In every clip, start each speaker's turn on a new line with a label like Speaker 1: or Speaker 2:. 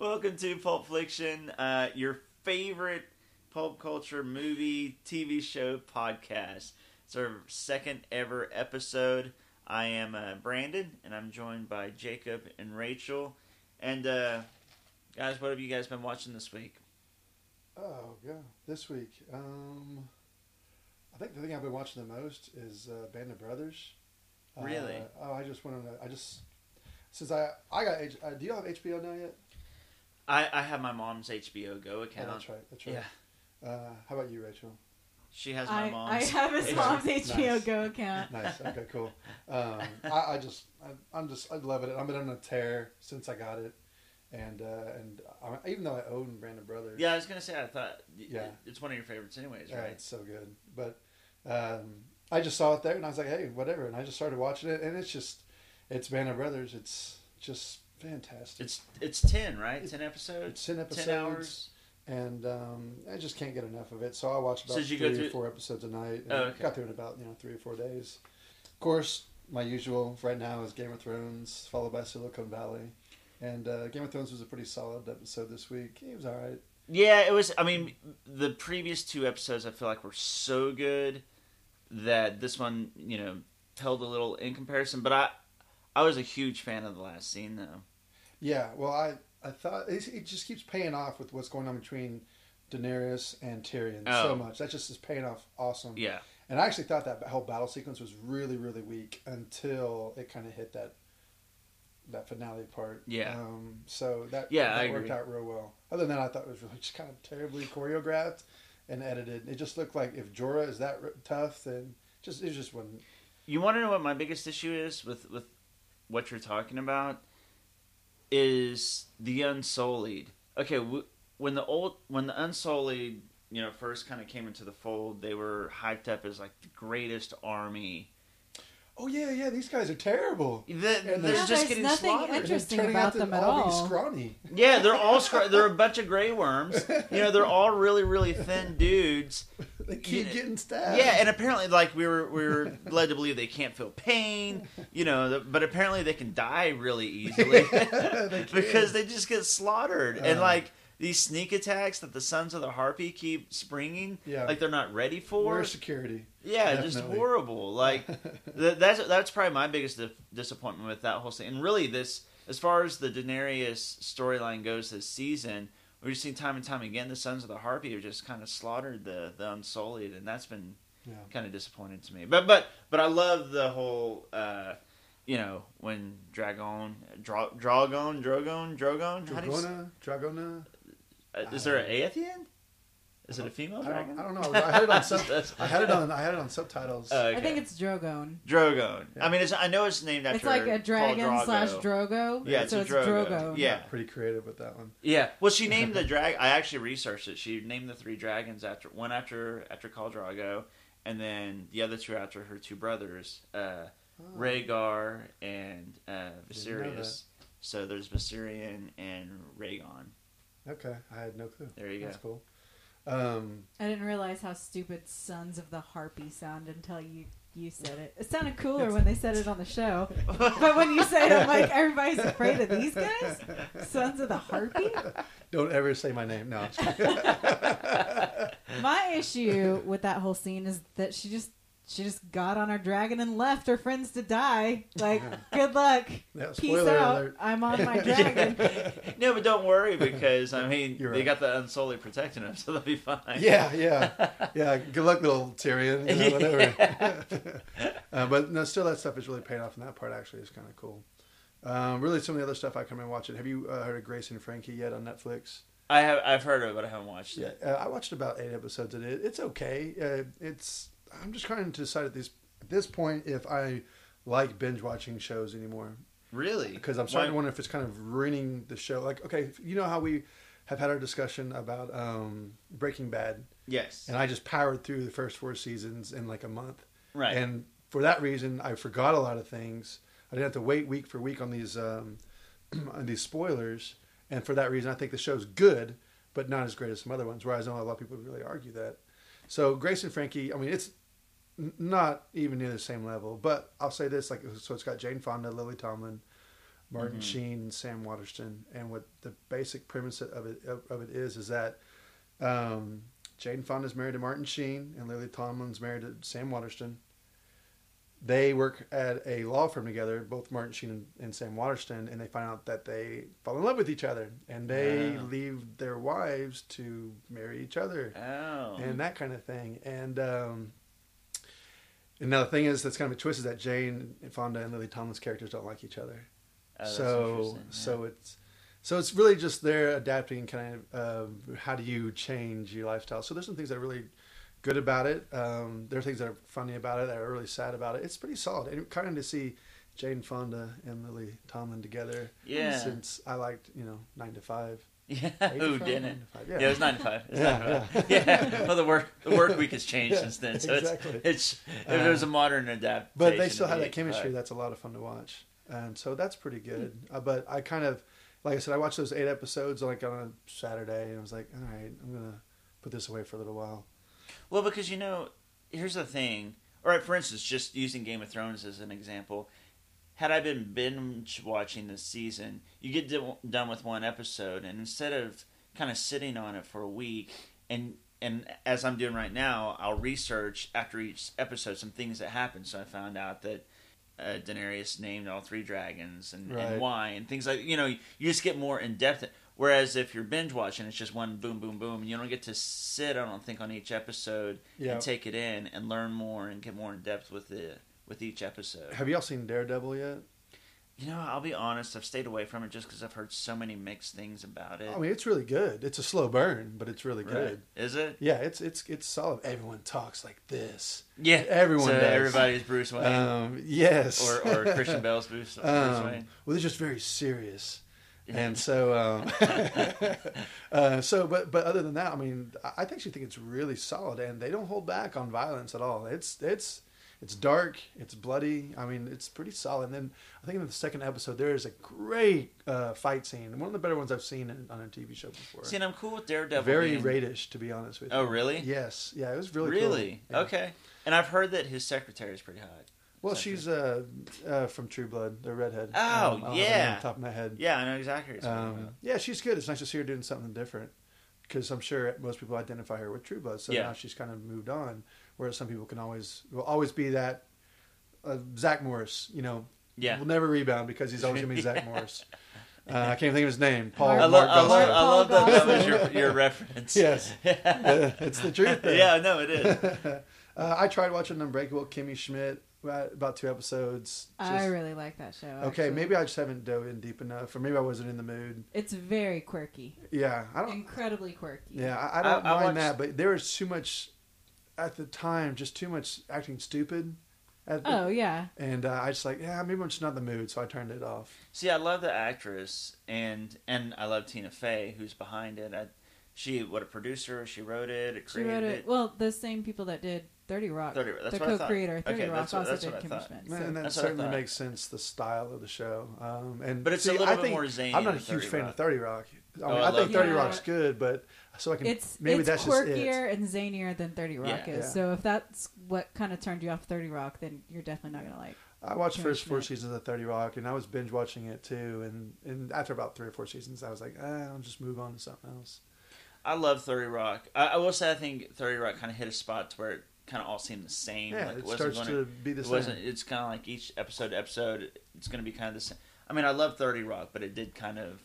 Speaker 1: Welcome to Pulp Fiction, uh, your favorite pulp culture movie, TV show, podcast. It's our second ever episode. I am uh, Brandon, and I'm joined by Jacob and Rachel. And uh, guys, what have you guys been watching this week?
Speaker 2: Oh yeah, this week. Um, I think the thing I've been watching the most is uh, Band of Brothers.
Speaker 1: Really?
Speaker 2: Uh, oh, I just went on. A, I just since I I got. H, uh, do you have HBO now yet?
Speaker 1: I, I have my mom's HBO Go
Speaker 2: Oh,
Speaker 1: account.
Speaker 2: that's right. That's right.
Speaker 1: Yeah,
Speaker 2: Uh, how about you, Rachel?
Speaker 1: she has my
Speaker 3: I, I
Speaker 1: mom's.
Speaker 3: have his
Speaker 1: Nice.
Speaker 3: mom's HBO
Speaker 2: Nice.
Speaker 3: Go account.
Speaker 2: Nice. Okay. cool. Um, I, I just I, I'm just I love it. I've been on a tear since I got it, and uh, and I, even though I own Band of Brothers,
Speaker 1: Yeah, I was gonna say. I thought. Yeah.
Speaker 2: Yeah.
Speaker 1: It's one of your favorites, anyways,
Speaker 2: Yeah,
Speaker 1: right?
Speaker 2: it's so good. But um, I just saw it there, and I was like, hey, whatever. And I just started watching it, and it's just, it's Band of Brothers. It's just fantastic.
Speaker 1: It's it's ten, right? Ten episodes.
Speaker 2: It's ten episodes,
Speaker 1: Ten hours.
Speaker 2: and um, I just can't get enough of it. So I watched about
Speaker 1: So did you go
Speaker 2: three or
Speaker 1: through-
Speaker 2: four episodes a night. And
Speaker 1: Oh, okay.
Speaker 2: Got through it in about you know three or four days. Of course, my usual right now is Game of Thrones, followed by Silicon Valley. And uh, Game of Thrones was a pretty solid episode this week. It was all right.
Speaker 1: Yeah, it was. I mean, the previous two episodes I feel like were so good that this one, you know, held a little in comparison. But I, I was a huge fan of the last scene though.
Speaker 2: Yeah, well, I I thought it, it just keeps paying off with what's going on between Daenerys and Tyrion
Speaker 1: Oh.
Speaker 2: so much. That just is paying off awesome.
Speaker 1: Yeah,
Speaker 2: And I actually thought that whole battle sequence was really really weak until it kind of hit that that finale part.
Speaker 1: Yeah.
Speaker 2: Um, so that
Speaker 1: Yeah,
Speaker 2: that
Speaker 1: I
Speaker 2: worked
Speaker 1: agree.
Speaker 2: out real well. Other than that, I thought it was really just kind of terribly choreographed and edited. It just looked like if Jorah is that r- tough, then just it just wasn't.
Speaker 1: you want to know what my biggest issue is with with what you're talking about is the Unsullied. Okay, w- when the old when the Unsullied, you know, first kind of came into the fold, they were hyped up as like the greatest army.
Speaker 2: Oh yeah, yeah. These guys are terrible.
Speaker 1: The,
Speaker 2: And
Speaker 1: they're
Speaker 2: there's-
Speaker 1: just
Speaker 3: there's
Speaker 1: getting
Speaker 3: nothing
Speaker 1: slaughtered.
Speaker 2: And they're
Speaker 3: Interesting
Speaker 2: turning
Speaker 3: about
Speaker 2: out to
Speaker 3: them at
Speaker 2: all be
Speaker 3: all.
Speaker 2: scrawny.
Speaker 1: Yeah, they're all scr- they're a bunch of gray worms. You know, they're all really really thin dudes.
Speaker 2: They keep
Speaker 1: Yeah.
Speaker 2: getting stabbed.
Speaker 1: Yeah, and apparently like we were we were led to believe they can't feel pain, you know, th- but apparently they can die really easily
Speaker 2: They can.
Speaker 1: because they just get slaughtered. and
Speaker 2: Uh.
Speaker 1: like these sneak attacks that the sons of the harpy keep springing,
Speaker 2: Yeah.
Speaker 1: like they're not ready for.
Speaker 2: We're security.
Speaker 1: yeah, just
Speaker 2: definitely.
Speaker 1: horrible. Like Th- that's that's probably my biggest di- disappointment with that whole thing. And really, this as far as the Daenerys storyline goes this season, we've seen time and time again the Sons of the Harpy have just kind of slaughtered the the Unsullied, and that's been
Speaker 2: Yeah.
Speaker 1: kind of disappointing to me. But but but I love the whole. uh you know when Dragon, Dra- Dragon, Drogon, Drogon. How do you s-
Speaker 2: Dragona, Dragona.
Speaker 1: uh, is there an A at the end? Is it a female
Speaker 2: I
Speaker 1: dragon?
Speaker 2: don't, I don't know. I had it on sub,
Speaker 1: That's-
Speaker 2: I had it on I had it on subtitles.
Speaker 1: Oh, okay.
Speaker 3: I think it's Drogon.
Speaker 1: Drogon.
Speaker 2: Yeah.
Speaker 1: I mean, it's, I know it's named after.
Speaker 3: It's like a
Speaker 1: Khal
Speaker 3: dragon
Speaker 1: Drogo.
Speaker 3: slash Drogo.
Speaker 1: Yeah, it's
Speaker 3: so
Speaker 1: a
Speaker 3: it's
Speaker 1: Drogo.
Speaker 3: Drogo.
Speaker 1: Yeah.
Speaker 2: pretty creative with that one.
Speaker 1: Yeah. Well, she named the drag. I actually researched it. She named the three dragons after one after after Khal Drago, and then the other two after her two brothers, uh,
Speaker 2: Oh,
Speaker 3: Oh.
Speaker 1: Rhaegar and uh, Viserys. So there's Viserion and Rhaegon.
Speaker 2: Okay, I had no clue.
Speaker 1: There you go.
Speaker 2: That's cool. Um,
Speaker 3: I didn't realize how stupid Sons of the Harpy sound until you you said it. It sounded cooler when they said it on the show, but when you say it, I'm like everybody's afraid of these guys. Sons of the Harpy.
Speaker 2: don't ever say my name. No. I'm just kidding.
Speaker 3: My issue with that whole scene is that she just she just got on her dragon and left her friends to die. Like, good luck.
Speaker 2: Yeah,
Speaker 3: Peace
Speaker 2: spoiler
Speaker 3: out.
Speaker 2: alert.
Speaker 3: I'm on my dragon.
Speaker 1: no, but don't worry because I mean
Speaker 2: You're
Speaker 1: they
Speaker 2: right.
Speaker 1: got the Unsullied protecting them, so they'll be fine.
Speaker 2: Yeah, yeah, yeah. Good luck, little Tyrion. You know, whatever. uh, but no, still, that stuff is really paying off, and that part actually is kind of cool. Um, really, some of the other stuff I come and watch it. Have you uh, heard of Grace and Frankie yet on Netflix?
Speaker 1: I have. I've heard of it, but I haven't watched
Speaker 2: Yeah,
Speaker 1: it.
Speaker 2: uh, I watched about eight episodes of it. It's okay. Uh, it's I'm just trying to decide at this at this point if I like binge watching shows anymore
Speaker 1: Really?
Speaker 2: because Uh, I'm starting to
Speaker 1: Why-
Speaker 2: wonder if it's kind of ruining the show. Like, okay, you know how we have had our discussion about um, Breaking Bad,
Speaker 1: Yes.
Speaker 2: and I just powered through the first four seasons in like a month.
Speaker 1: Right.
Speaker 2: And for that reason, I forgot a lot of things. I didn't have to wait week for week on these um, on these spoilers. And for that reason, I think the show's good, but not as great as some other ones. Whereas I know a lot of people really argue that. So Grace and Frankie, I mean, it's n- not even near the same level. But I'll say this: like, so it's got Jane Fonda, Lily Tomlin, Martin
Speaker 1: Mhm.
Speaker 2: Sheen and Sam Waterston. And what the basic premise of it of, of it is is that um, Jane Fonda's married to Martin Sheen and Lily Tomlin's married to Sam Waterston. They work at a law firm together, both Martin Sheen and, and Sam Waterston, and they find out that they fall in love with each other and they
Speaker 1: Ah.
Speaker 2: leave their wives to marry each other
Speaker 1: Oh.
Speaker 2: and that kind of thing. And um, and now the thing is that's kind of a twist is that Jane Fonda and Lily Tomlin's characters don't like each other.
Speaker 1: Oh, that's
Speaker 2: so
Speaker 1: interesting, yeah.
Speaker 2: so it's so it's really just they're adapting kind of um how do you change your lifestyle. So there's some things that are really good about it. Um, there are things that are funny about it that are really sad about it. It's pretty solid and kind of to see. Jane Fonda and Lily Tomlin together.
Speaker 1: Yeah.
Speaker 2: Since I liked, you know, Nine to Five.
Speaker 1: yeah,
Speaker 2: Eight to
Speaker 1: who
Speaker 2: Five?
Speaker 1: didn't?
Speaker 2: Nine to Five,
Speaker 1: Yeah. it was nine to five. It was
Speaker 2: Yeah,
Speaker 1: nine to five. Yeah. Well, the work the work week has changed
Speaker 2: Yeah,
Speaker 1: since then, so
Speaker 2: exactly. Uh,
Speaker 1: it's it's it was a modern adaptation.
Speaker 2: but they still
Speaker 1: of
Speaker 2: have
Speaker 1: the
Speaker 2: that chemistry.
Speaker 1: 85.
Speaker 2: That's a lot of fun to watch, and so that's pretty good. Uh, but I kind of, like I said, I watched those eight episodes like on a Saturday, and I was like, all right, I'm gonna put this away for a little while.
Speaker 1: Well, because you know, here's the thing. All right, for instance, just using Game of Thrones as an example, had I been binge watching this season, you get do- done with one episode, and instead of kind of sitting on it for a week, and and as I'm doing right now, I'll research after each episode some things that happened. So I found out that uh, Daenerys named all three dragons and,
Speaker 2: Right.
Speaker 1: and why, and things like you know, you just get more in depth. Whereas if you're binge watching, it's just one boom, boom, boom, and you don't get to sit, I don't think, on each episode
Speaker 2: Yeah.
Speaker 1: and take it in and learn more and get more in depth with the with each episode.
Speaker 2: Have y'all seen Daredevil yet?
Speaker 1: You know, I'll be honest, I've stayed away from it just because I've heard so many mixed things about it.
Speaker 2: I mean, it's really good. It's a slow burn, but it's really
Speaker 1: Right.
Speaker 2: Oh, good.
Speaker 1: Is it?
Speaker 2: Yeah, it's it's it's solid. Everyone talks like this.
Speaker 1: Yeah,
Speaker 2: Everyone
Speaker 1: So
Speaker 2: does.
Speaker 1: everybody's Bruce Wayne
Speaker 2: Um, yes.
Speaker 1: or, or Christian Bale's Bruce, Bruce
Speaker 2: Um,
Speaker 1: Wayne.
Speaker 2: well, they're just very serious, and so um, uh, so. But but other than that, I mean, I- I actually think it's really solid, and they don't hold back on violence at all. It's it's it's dark, it's bloody. I mean, it's pretty solid. And then I think in the second episode, there is a great uh, fight scene, one of the better ones I've seen in, on a TV show before.
Speaker 1: See, and I'm cool with Daredevil.
Speaker 2: very
Speaker 1: being-
Speaker 2: radish, to be honest with you.
Speaker 1: Oh, really?
Speaker 2: Yes, yeah, it was really
Speaker 1: Really?
Speaker 2: cool. Yeah.
Speaker 1: Okay. And I've heard that his secretary is pretty hot.
Speaker 2: Well,
Speaker 1: Is that
Speaker 2: she's uh, uh, from True Blood, the redhead.
Speaker 1: Oh,
Speaker 2: I don't have her name
Speaker 1: yeah.
Speaker 2: off the top of my head.
Speaker 1: Yeah, I know exactly. What you're talking about.
Speaker 2: Um, yeah, she's good. It's nice to see her doing something different because I'm sure most people identify her with True Blood. So
Speaker 1: Yeah.
Speaker 2: now she's kind of moved on, whereas some people can always will always be that uh, Zach Morris. You know,
Speaker 1: Yeah.
Speaker 2: will never rebound because he's always gonna be Zach Morris. Uh, I can't even think of his name. Paul.
Speaker 1: I,
Speaker 3: Mark
Speaker 1: lo-
Speaker 2: Mark
Speaker 1: I, love,
Speaker 2: Gosselaar.
Speaker 1: I love that that was your,
Speaker 3: Gosselaar.
Speaker 1: your reference.
Speaker 2: Yes. Uh,
Speaker 1: yeah,
Speaker 2: it's the truth. though.
Speaker 1: no, it is.
Speaker 2: uh, I tried watching Unbreakable Kimmy Schmidt about about two episodes.
Speaker 3: I
Speaker 2: Just-
Speaker 3: really like that show.
Speaker 2: okay,
Speaker 3: actually.
Speaker 2: maybe I just haven't dove in deep enough, or maybe I wasn't in the mood.
Speaker 3: it's very quirky,
Speaker 2: Yeah, I don't.
Speaker 3: incredibly quirky.
Speaker 2: Oh. Yeah, I, I don't
Speaker 1: I- I
Speaker 2: mind
Speaker 1: watched-
Speaker 2: that, but there was too much at the time, just too much acting stupid. At the,
Speaker 3: Oh yeah.
Speaker 2: And uh, I just like, yeah, maybe I'm just not in the mood, so I turned it off.
Speaker 1: See, I love the actress, and and I love Tina Fey, who's behind it. I, she what a producer. She wrote it. It
Speaker 3: She
Speaker 1: created
Speaker 3: wrote
Speaker 1: it.
Speaker 3: it. Well, the same people that did Thirty Rock,
Speaker 1: 30 Rock, that's
Speaker 3: the
Speaker 1: what I thought.
Speaker 3: co-creator, Thirty
Speaker 1: Okay,
Speaker 3: Rock,
Speaker 1: that's what-
Speaker 3: also
Speaker 1: that's
Speaker 3: did
Speaker 1: what I
Speaker 3: Kim
Speaker 1: thought.
Speaker 3: Schmidt.
Speaker 2: and
Speaker 3: So,
Speaker 2: that
Speaker 1: That's what I
Speaker 2: certainly
Speaker 1: thought.
Speaker 2: makes sense the style of the show. Um, and
Speaker 1: But it's a
Speaker 2: see,
Speaker 1: little
Speaker 2: I
Speaker 1: bit
Speaker 2: think-
Speaker 1: more zany
Speaker 2: I'm not a
Speaker 1: than
Speaker 2: huge
Speaker 1: 30
Speaker 2: fan
Speaker 1: Rock.
Speaker 2: of Thirty Rock. I, mean,
Speaker 1: Oh, I
Speaker 2: I,
Speaker 1: love
Speaker 2: think Thirty
Speaker 3: 30 Rock.
Speaker 2: Rock's good, but so I can
Speaker 3: it's
Speaker 2: maybe
Speaker 3: it's
Speaker 2: that's just it.
Speaker 3: quirkier and zanier than Thirty Rock
Speaker 1: Yeah.
Speaker 3: is.
Speaker 2: Yeah.
Speaker 3: So if that's what kind of turned you off Thirty Rock, then you're definitely not gonna like.
Speaker 2: I watched
Speaker 3: Kim
Speaker 2: first four
Speaker 3: Schmidt.
Speaker 2: seasons of Thirty Rock, and I was binge watching it too. And, and after about three or four seasons, I was like, ah, I'll just move on to something else.
Speaker 1: I love Thirty Rock. I, I will say, I think Thirty Rock kind of hit a spot to where it kind of all seemed the same.
Speaker 2: Yeah,
Speaker 1: like,
Speaker 2: it starts
Speaker 1: gonna-
Speaker 2: to be the
Speaker 1: it
Speaker 2: same.
Speaker 1: wasn't. It's kind of like each episode to episode. It's going to be kind of the same. I mean, I love Thirty Rock, but it did kind of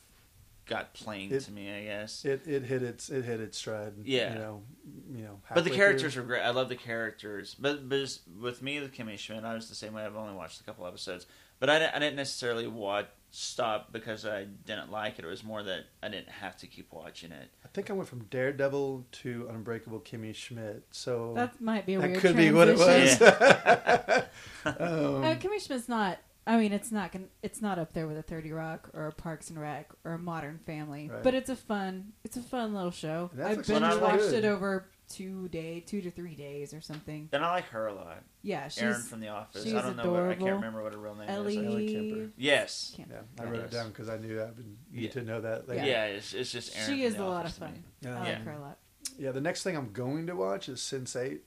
Speaker 1: got plain
Speaker 2: It-
Speaker 1: to me, I guess.
Speaker 2: It it hit its it hit its stride.
Speaker 1: Yeah.
Speaker 2: You know, you know.
Speaker 1: But the
Speaker 2: halfway
Speaker 1: characters
Speaker 2: through.
Speaker 1: are great. I love the characters. But, but it's- with me, with Kimmy Schmidt, I was the same way. I've only watched a couple episodes. But I, di- I didn't necessarily watch, stop because I didn't like it. It was more that I didn't have to keep watching it.
Speaker 2: I think I went from Daredevil to Unbreakable Kimmy Schmidt. So
Speaker 3: That might be a
Speaker 2: that
Speaker 3: weird
Speaker 2: could be what it was.
Speaker 3: transition.
Speaker 2: um,
Speaker 3: Uh, Kim Schmidt's not. I mean, it's not. gon- It's not up there with a Thirty Rock or a Parks and Rec or a Modern Family.
Speaker 2: Right.
Speaker 3: But it's a fun. It's a fun little show.
Speaker 2: And
Speaker 3: I
Speaker 2: that's
Speaker 3: binge
Speaker 1: actually
Speaker 3: watched
Speaker 1: pretty
Speaker 2: good.
Speaker 3: it over two day, two to three days or something.
Speaker 1: And I like her a lot.
Speaker 3: Yeah, she's
Speaker 1: Erin from The Office.
Speaker 3: she's
Speaker 1: I don't know. What, I can't
Speaker 3: adorable.
Speaker 1: remember what her real name is.
Speaker 3: Ellie.
Speaker 2: Ellie Kemper.
Speaker 1: Yes.
Speaker 3: Kemper.
Speaker 2: yeah, I wrote
Speaker 1: Yes.
Speaker 2: it down because I knew I would need
Speaker 1: Yeah.
Speaker 2: to know that
Speaker 1: Yeah,
Speaker 2: later.
Speaker 1: it's, it's just Erin.
Speaker 3: She
Speaker 1: from
Speaker 3: is
Speaker 1: The
Speaker 3: a lot of
Speaker 1: Office to
Speaker 3: fun.
Speaker 1: me.
Speaker 3: I
Speaker 2: Yeah.
Speaker 3: like
Speaker 1: Yeah.
Speaker 3: her a lot.
Speaker 2: Yeah, The next thing I'm going to watch is Sense Eight.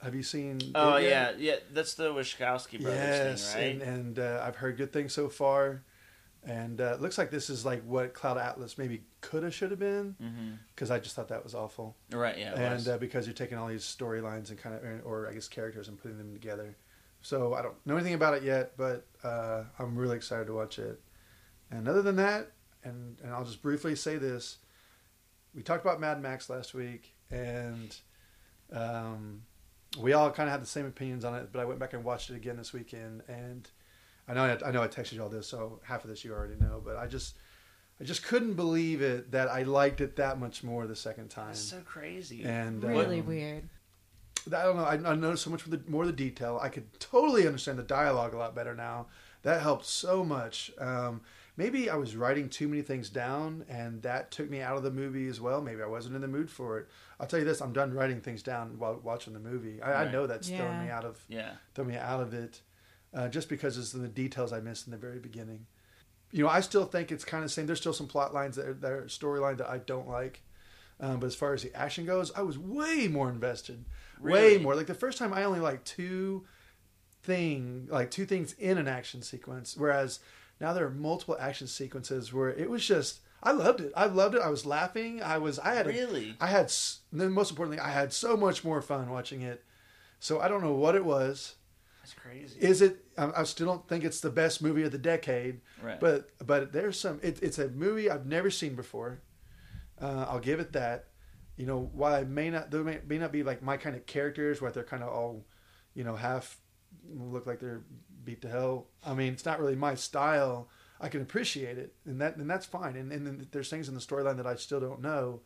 Speaker 2: Have you seen?
Speaker 1: Oh
Speaker 2: it
Speaker 1: yeah,
Speaker 2: yet?
Speaker 1: yeah. That's the Wachowski brothers
Speaker 2: Yes,
Speaker 1: thing, right?
Speaker 2: and, and uh, I've heard good things so far. And uh, it looks like this is like what Cloud Atlas maybe could have, should have been,
Speaker 1: Mm-hmm.
Speaker 2: because I just thought that was awful.
Speaker 1: Right. Yeah. it
Speaker 2: and
Speaker 1: was.
Speaker 2: uh, because you're taking all these storylines and kind of, or, or I guess characters and putting them together. So I don't know anything about it yet, but uh, I'm really excited to watch it. And other than that, and and I'll just briefly say this: we talked about Mad Max last week, and um, we all kind of had the same opinions on it. But I went back and watched it again this weekend, and I know I, I know I texted you all this, so half of this you already know. But I just I just couldn't believe it that I liked it that much more the second time.
Speaker 1: It's so crazy.
Speaker 2: And
Speaker 3: really
Speaker 2: um,
Speaker 3: weird.
Speaker 2: I don't know. I, I noticed so much for the more the detail. I could totally understand the dialogue a lot better now. That helped so much. Um, maybe I was writing too many things down, and that took me out of the movie as well. Maybe I wasn't in the mood for it. I'll tell you this: I'm done writing things down while watching the movie. I, I
Speaker 1: Right.
Speaker 2: know that's throwing
Speaker 3: Yeah.
Speaker 2: me out of
Speaker 1: Yeah.
Speaker 2: throwing me out of it, uh, just because it's the details I missed in the very beginning. You know, I still think it's kind of the same. There's still some plot lines that are, that are storyline that I don't like. Um, but as far as the action goes, I was way more invested way
Speaker 1: Really?
Speaker 2: more. Like the first time, I only like two thing, like two things in an action sequence. Whereas now there are multiple action sequences where it was just, I loved it. I loved it. I was laughing. I was, I had, a-
Speaker 1: Really?
Speaker 2: I had, s- and then most importantly, I had so much more fun watching it. So I don't know what it was.
Speaker 1: That's crazy.
Speaker 2: Is it? I I still don't think it's the best movie of the decade.
Speaker 1: Right.
Speaker 2: But but there's some. It, it's a movie I've never seen before. Uh, I'll give it that. You know, while I may not there may, may not be like my kind of characters, where they're kind of all, you know, half look like they're beat to hell. I mean, it's not really my style. I can appreciate it, and that and that's fine. And and then there's things in the storyline that I still don't know.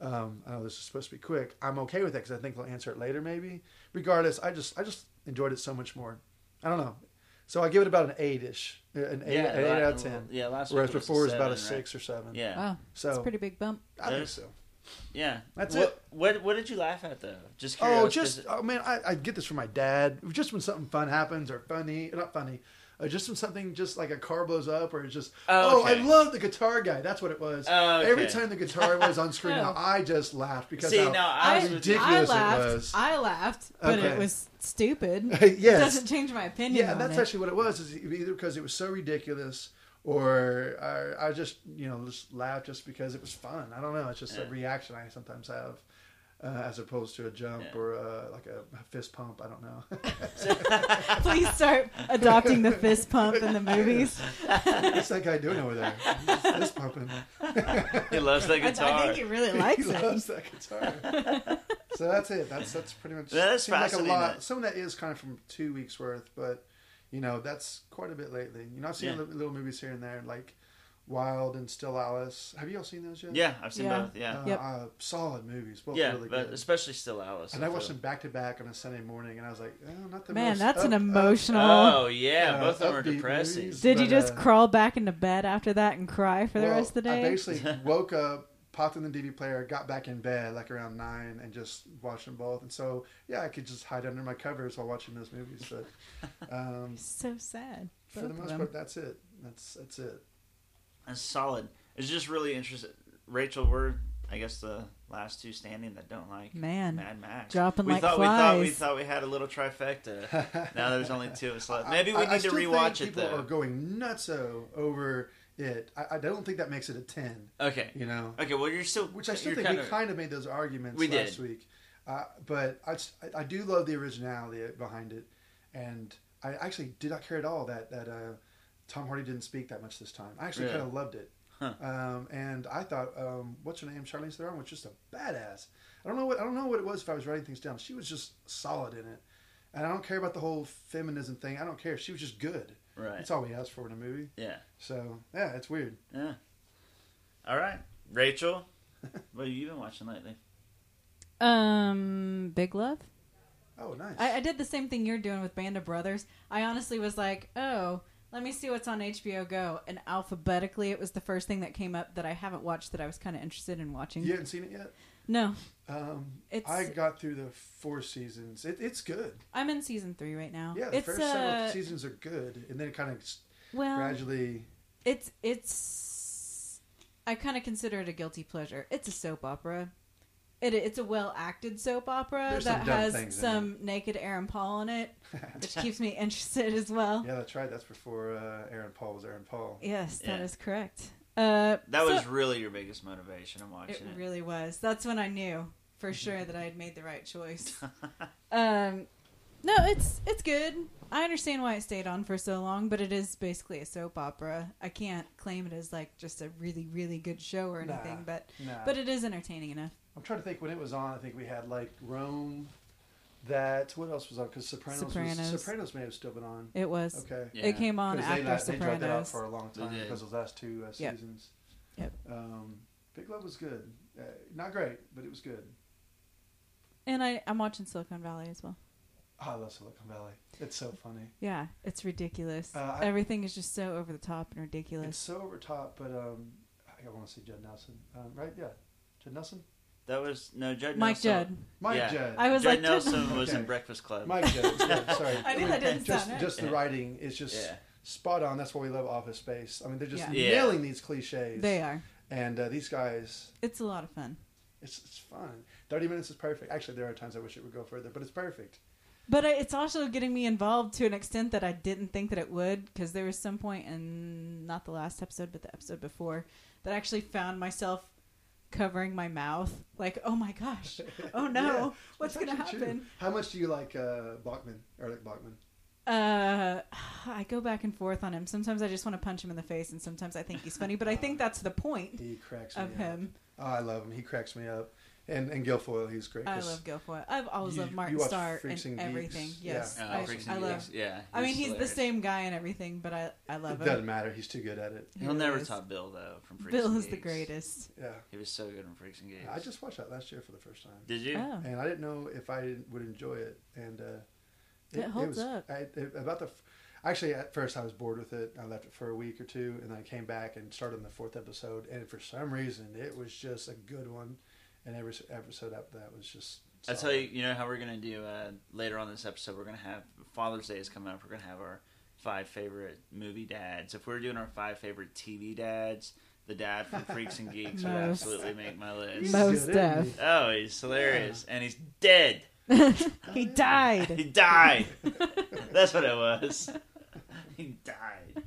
Speaker 2: Um, I know this is supposed to be quick. I'm okay with that because I think they'll answer it later, maybe. Regardless, I just I just enjoyed it so much more. I don't know. So I give it about an eight ish, an eight, an eight
Speaker 1: la-
Speaker 2: out of ten.
Speaker 1: Yeah. Last.
Speaker 2: Whereas
Speaker 1: week was
Speaker 2: before it was about a
Speaker 1: seven, right?
Speaker 2: six or seven.
Speaker 1: Yeah.
Speaker 3: Wow,
Speaker 2: So
Speaker 3: that's a pretty big bump.
Speaker 2: I think
Speaker 1: That's-
Speaker 2: so.
Speaker 1: Yeah.
Speaker 2: That's
Speaker 1: what,
Speaker 2: it.
Speaker 1: What What did you laugh at though? Just curious.
Speaker 2: Oh,
Speaker 1: 'cause
Speaker 2: just
Speaker 1: it-
Speaker 2: oh man, I, I get this from my dad. Just when something fun happens or funny, not funny, uh, just when something just like a car blows up or it's just
Speaker 1: Oh,
Speaker 2: oh,
Speaker 1: okay.
Speaker 2: I love the guitar guy. That's what it was.
Speaker 1: Oh, okay.
Speaker 2: Every time the guitar was on screen,
Speaker 3: Oh.
Speaker 2: I just laughed because
Speaker 1: See,
Speaker 2: how-
Speaker 1: now I
Speaker 2: how
Speaker 1: was with you.
Speaker 2: ridiculous
Speaker 3: I laughed.
Speaker 2: it was.
Speaker 3: I laughed, but
Speaker 2: Okay.
Speaker 3: it was stupid.
Speaker 2: Yes.
Speaker 3: doesn't change my opinion.
Speaker 2: Yeah,
Speaker 3: on
Speaker 2: that's
Speaker 3: it.
Speaker 2: actually what it was. Is e-, either because it was so ridiculous, or I, I just you know just laughed just because it was fun. I don't know. It's just a
Speaker 1: Yeah.
Speaker 2: reaction I sometimes have, uh, as opposed to a jump
Speaker 1: Yeah.
Speaker 2: or uh, like a, a fist pump. I don't know.
Speaker 3: Please start adopting the fist pump in the movies.
Speaker 2: What's that guy doing over there? He's fist pumping.
Speaker 1: he loves that
Speaker 3: I, I
Speaker 1: guitar.
Speaker 3: think he really likes
Speaker 2: he
Speaker 3: it.
Speaker 2: loves that guitar. so that's it. That's that's pretty much.
Speaker 1: That is
Speaker 2: seemed like a
Speaker 1: fascinating.
Speaker 2: lot. Some of that is kind of from two weeks worth, but you know that's quite a bit lately. You know, I've seen
Speaker 1: Yeah.
Speaker 2: li- little movies here and there, like Wild and Still Alice. Have you all seen those yet?
Speaker 1: yeah, I've seen
Speaker 3: Yeah.
Speaker 1: both. Yeah.
Speaker 2: Uh,
Speaker 3: Yep.
Speaker 2: uh, solid movies, both
Speaker 1: yeah,
Speaker 2: really
Speaker 1: but
Speaker 2: good.
Speaker 1: especially still Alice.
Speaker 2: And I watched
Speaker 1: feel.
Speaker 2: them back to back on a Sunday morning, and I was like, oh, not the
Speaker 3: Man,
Speaker 2: most
Speaker 3: that's an
Speaker 2: up- up-
Speaker 3: emotional.
Speaker 1: Oh yeah,
Speaker 2: uh,
Speaker 1: both of them are
Speaker 2: upbeat
Speaker 1: depressing.
Speaker 2: movies.
Speaker 3: Did you
Speaker 2: but,
Speaker 3: just
Speaker 2: uh,
Speaker 3: crawl back into bed after that and cry for the
Speaker 2: Well,
Speaker 3: rest of the day?
Speaker 2: I basically woke up, popped in the DVD player, got back in bed like around nine, and just watched them both. And so, yeah, I could just hide under my covers while watching those movies. But um,
Speaker 3: so sad.
Speaker 2: for
Speaker 3: both
Speaker 2: the
Speaker 3: of
Speaker 2: most
Speaker 3: them.
Speaker 2: part, that's it. That's that's it.
Speaker 1: That's solid. It's just really interesting. Rachel, we're I guess the last two standing that don't like
Speaker 3: man,
Speaker 1: Mad Max.
Speaker 3: dropping
Speaker 1: we
Speaker 3: like
Speaker 1: thought we thought we
Speaker 3: flies.
Speaker 1: thought we had a little trifecta. now there's only two of us left.
Speaker 2: I-
Speaker 1: Maybe we
Speaker 2: I- I
Speaker 1: need to
Speaker 2: still think
Speaker 1: rewatch it
Speaker 2: people
Speaker 1: though.
Speaker 2: Are going nutso over it. I, I don't think that makes it a ten.
Speaker 1: Okay.
Speaker 2: You know,
Speaker 1: Okay. Well, you're still
Speaker 2: which I still
Speaker 1: you're
Speaker 2: think
Speaker 1: kind
Speaker 2: we
Speaker 1: of-
Speaker 2: kind of made those arguments
Speaker 1: We
Speaker 2: last
Speaker 1: did.
Speaker 2: week. Uh, but I, s- I- I do love the originality behind it, and I actually did not care at all that that uh, Tom Hardy didn't speak that much this time. I actually
Speaker 1: Really?
Speaker 2: kind of loved it,
Speaker 1: Huh.
Speaker 2: um, and I thought, um, what's her name, Charlize Theron was just a badass. I don't know what I don't know what it was if I was writing things down. She was just solid in it, and I don't care about the whole feminism thing. I don't care. She was just good.
Speaker 1: right.
Speaker 2: That's all we asked for in a movie.
Speaker 1: Yeah.
Speaker 2: So yeah, it's weird.
Speaker 1: Yeah. All right, Rachel. what have you been watching lately?
Speaker 3: um, Big Love.
Speaker 2: Oh, nice.
Speaker 3: I, I did the same thing you're doing with Band of Brothers. I honestly was like, oh, let me see what's on HBO Go, and alphabetically, it was the first thing that came up that I haven't watched that I was kind of interested in watching.
Speaker 2: you haven't seen it yet.
Speaker 3: No,
Speaker 2: Um,
Speaker 3: it's
Speaker 2: I got through the four seasons. It, it's good.
Speaker 3: I'm in season three right now.
Speaker 2: Yeah, the
Speaker 3: it's
Speaker 2: first
Speaker 3: uh, Um,
Speaker 2: several seasons are good, and then it kind of
Speaker 3: well,
Speaker 2: gradually.
Speaker 3: it's it's. I kind of consider it a guilty pleasure. It's a soap opera. It, it's a well acted soap opera
Speaker 2: There's some
Speaker 3: that
Speaker 2: dumb
Speaker 3: has
Speaker 2: things in
Speaker 3: some naked Aaron Paul in it, which keeps me interested as well.
Speaker 2: Yeah, that's right. That's before uh, Aaron Paul was Aaron Paul.
Speaker 3: Yes, that
Speaker 1: Yeah.
Speaker 3: is correct. Uh,
Speaker 1: That
Speaker 3: so-
Speaker 1: was really your biggest motivation in watching
Speaker 3: It
Speaker 1: it. Mm-hmm.
Speaker 3: really was. That's when I knew for sure that I had made the right choice. um, no, it's it's good. I understand why it stayed on for so long, but it is basically a soap opera. I can't claim it as like just a really really good show or
Speaker 2: Nah.
Speaker 3: anything, but
Speaker 2: Nah.
Speaker 3: but it is entertaining enough.
Speaker 2: I'm trying to think when it was on. I think we had like Rome. That what else was on? Because Sopranos, was-
Speaker 3: Sopranos.
Speaker 2: Sopranos may have still been on.
Speaker 3: It was.
Speaker 2: Okay.
Speaker 1: Yeah.
Speaker 3: It came on
Speaker 2: 'Cause
Speaker 3: after
Speaker 2: they, la- they dragged that out
Speaker 3: Sopranos.
Speaker 2: for a long
Speaker 1: They
Speaker 2: time
Speaker 1: did.
Speaker 2: because those last two uh,
Speaker 3: Yep.
Speaker 2: seasons.
Speaker 3: Yep.
Speaker 2: Um, Big Love was good. Uh, not great, but it was good.
Speaker 3: and I I'm watching Silicon Valley as well.
Speaker 2: Oh, I love Silicon Valley. It's so funny.
Speaker 3: Yeah, it's ridiculous.
Speaker 2: Uh, I-
Speaker 3: Everything is just so over the top and
Speaker 2: It's
Speaker 3: ridiculous.
Speaker 2: so over top, but um, I want to say Judd Nelson, um, right? Yeah, Judd Nelson,
Speaker 1: That was no Judd.
Speaker 3: Mike
Speaker 1: Nelson.
Speaker 3: Judd.
Speaker 2: Mike
Speaker 1: Yeah.
Speaker 2: Judd,
Speaker 3: I was
Speaker 1: Judd
Speaker 3: like
Speaker 1: Nelson was in
Speaker 2: Okay.
Speaker 1: Breakfast Club.
Speaker 2: Mike Judd. yeah, sorry,
Speaker 3: I knew that didn't
Speaker 2: just
Speaker 3: sound right.
Speaker 2: just the
Speaker 1: Yeah.
Speaker 2: writing is just
Speaker 1: Yeah.
Speaker 2: spot on. That's why we love Office Space. I mean, they're just
Speaker 3: Yeah.
Speaker 1: Yeah.
Speaker 2: nailing these cliches.
Speaker 3: They are.
Speaker 2: and uh, these guys,
Speaker 3: It's a lot of fun.
Speaker 2: it's it's fun. Thirty minutes is perfect. Actually, there are times I wish it would go further, but it's perfect.
Speaker 3: But I- it's also getting me involved to an extent that I didn't think that it would, because there was some point in not the last episode, but the episode before, that I actually found myself covering my mouth, like, "Oh my gosh, oh no,
Speaker 2: Yeah,
Speaker 3: what's
Speaker 2: That's
Speaker 3: gonna
Speaker 2: actually true.
Speaker 3: happen?"
Speaker 2: How much do you like uh, Bachman, Eric Bachman?
Speaker 3: Uh, I go back and forth on him. Sometimes I just want to punch him in the face, and sometimes I think he's funny. But I think that's the point
Speaker 2: He cracks me
Speaker 3: of
Speaker 2: up.
Speaker 3: him.
Speaker 2: Oh, I love him. He cracks me up. And and Guilfoyle, he's great.
Speaker 3: I
Speaker 2: 'cause-
Speaker 3: love Guilfoyle. I've always
Speaker 2: You-
Speaker 3: loved Martin
Speaker 2: you watch
Speaker 3: Starr
Speaker 2: Freaks
Speaker 3: in
Speaker 2: and Geeks?
Speaker 3: everything.
Speaker 2: Yeah.
Speaker 3: Yes,
Speaker 1: Uh,
Speaker 3: I,
Speaker 1: Freaks
Speaker 3: I
Speaker 1: and
Speaker 3: love.
Speaker 1: Geeks, Yeah.
Speaker 3: I mean, he's the
Speaker 1: hilarious.
Speaker 3: same guy in everything, but I I love
Speaker 2: It
Speaker 3: him.
Speaker 2: doesn't matter. He's too good at it.
Speaker 1: He'll never
Speaker 3: Yes.
Speaker 1: top Bill though from Freaks
Speaker 3: Bill
Speaker 1: and
Speaker 3: is the
Speaker 1: Geeks.
Speaker 3: greatest.
Speaker 2: Yeah.
Speaker 1: He was so good in Freaks and Geeks.
Speaker 2: I just watched that last year for the first time,
Speaker 1: did you?
Speaker 3: Oh.
Speaker 2: and I didn't know if I didn't- would enjoy it. And uh,
Speaker 3: It holds
Speaker 2: was,
Speaker 3: up.
Speaker 2: I, it- about the. f- Actually, at first I was bored with it. I left it for a week or two, and then I came back and started on the fourth episode. And for some reason, it was just a good one. And every s- episode after that was just.
Speaker 1: I tell
Speaker 2: solid.
Speaker 1: you, you know how we're gonna do uh, later on this episode. We're gonna have Father's Day is coming up. We're gonna have our five favorite movie dads. If we we're doing our five favorite TV dads, the dad from Freaks and Geeks would
Speaker 3: Most.
Speaker 1: absolutely make my list.
Speaker 2: He's
Speaker 3: Most
Speaker 2: good, isn't he?
Speaker 1: Oh, he's hilarious, and he's dead.
Speaker 3: he
Speaker 2: yeah.
Speaker 1: He
Speaker 3: died.
Speaker 1: died. That's what it was. He died.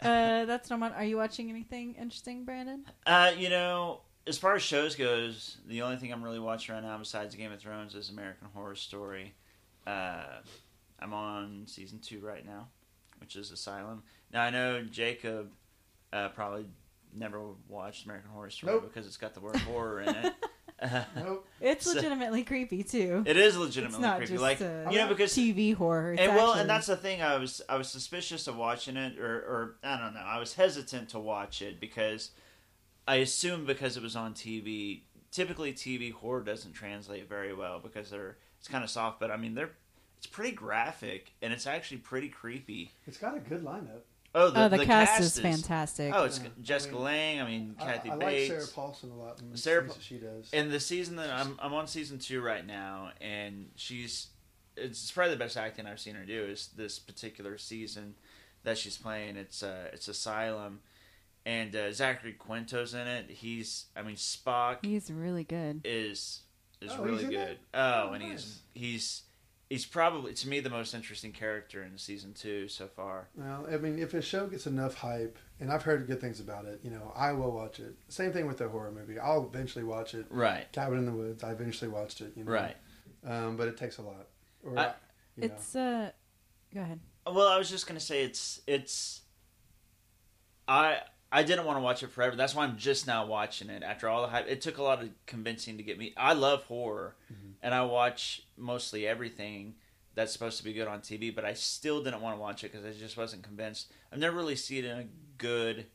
Speaker 3: Uh, that's not on. Are you watching anything interesting, Brandon?
Speaker 1: Uh, you know, as far as shows goes, the only thing I'm really watching right now besides Game of Thrones is American Horror Story. Uh, I'm on season two right now, which is Asylum. Now I know Jacob uh, probably never watched American Horror Story
Speaker 2: Nope.
Speaker 1: because it's got the word horror in it. Uh,
Speaker 2: Nope.
Speaker 3: It's
Speaker 1: So-
Speaker 3: legitimately creepy too.
Speaker 1: it is legitimately
Speaker 3: not
Speaker 1: creepy,
Speaker 3: just,
Speaker 1: like
Speaker 3: uh,
Speaker 1: you know, because
Speaker 3: TV horror. It's
Speaker 1: and well,
Speaker 3: actually-
Speaker 1: and that's the thing. I was I was suspicious of watching it, or or I don't know. I was hesitant to watch it because I assume because it was on TV. Typically, TV horror doesn't translate very well because they're it's kind of soft. But I mean, they're it's pretty graphic and it's actually pretty creepy.
Speaker 2: It's got a good lineup.
Speaker 1: Oh, the,
Speaker 3: oh, the, cast, is fantastic.
Speaker 1: Oh, it's
Speaker 2: Yeah.
Speaker 1: Jessica
Speaker 2: I mean,
Speaker 1: Lange. I mean,
Speaker 2: I-
Speaker 1: Kathy
Speaker 2: I,
Speaker 1: Bates.
Speaker 2: like Sarah Paulson a lot. And
Speaker 1: Sarah
Speaker 2: Sarah
Speaker 1: Pa-
Speaker 2: that she does.
Speaker 1: And the season that I'm I'm on season two right now, and she's it's probably the best acting I've seen her do is this particular season that she's playing. It's uh it's Asylum, and uh, Zachary Quinto's in it. He's I mean Spock
Speaker 3: He's really good.
Speaker 1: is is
Speaker 2: Oh,
Speaker 1: really
Speaker 2: he's in
Speaker 1: good.
Speaker 2: it?
Speaker 1: Oh,
Speaker 2: Oh,
Speaker 1: and he's
Speaker 2: nice.
Speaker 1: he's he's probably to me the most interesting character in season two so far.
Speaker 2: Well, I mean, if a show gets enough hype, and I've heard good things about it, you know, I will watch it. Same thing with the horror movie. I'll eventually watch it.
Speaker 1: Right,
Speaker 2: Cabin in the Woods. I eventually watched it. You know,
Speaker 1: right.
Speaker 2: Um, but it takes a lot. Or,
Speaker 1: I-
Speaker 2: you know,
Speaker 3: It's uh, go ahead.
Speaker 1: Well, I was just gonna say it's it's. I I didn't want to watch it forever. That's why I'm just now watching it after all the hype. It took a lot of convincing to get me. I love horror,
Speaker 2: Mm-hmm.
Speaker 1: and I watch mostly everything that's supposed to be good on TV. But I still didn't want to watch it because I just wasn't convinced. I've never really seen a good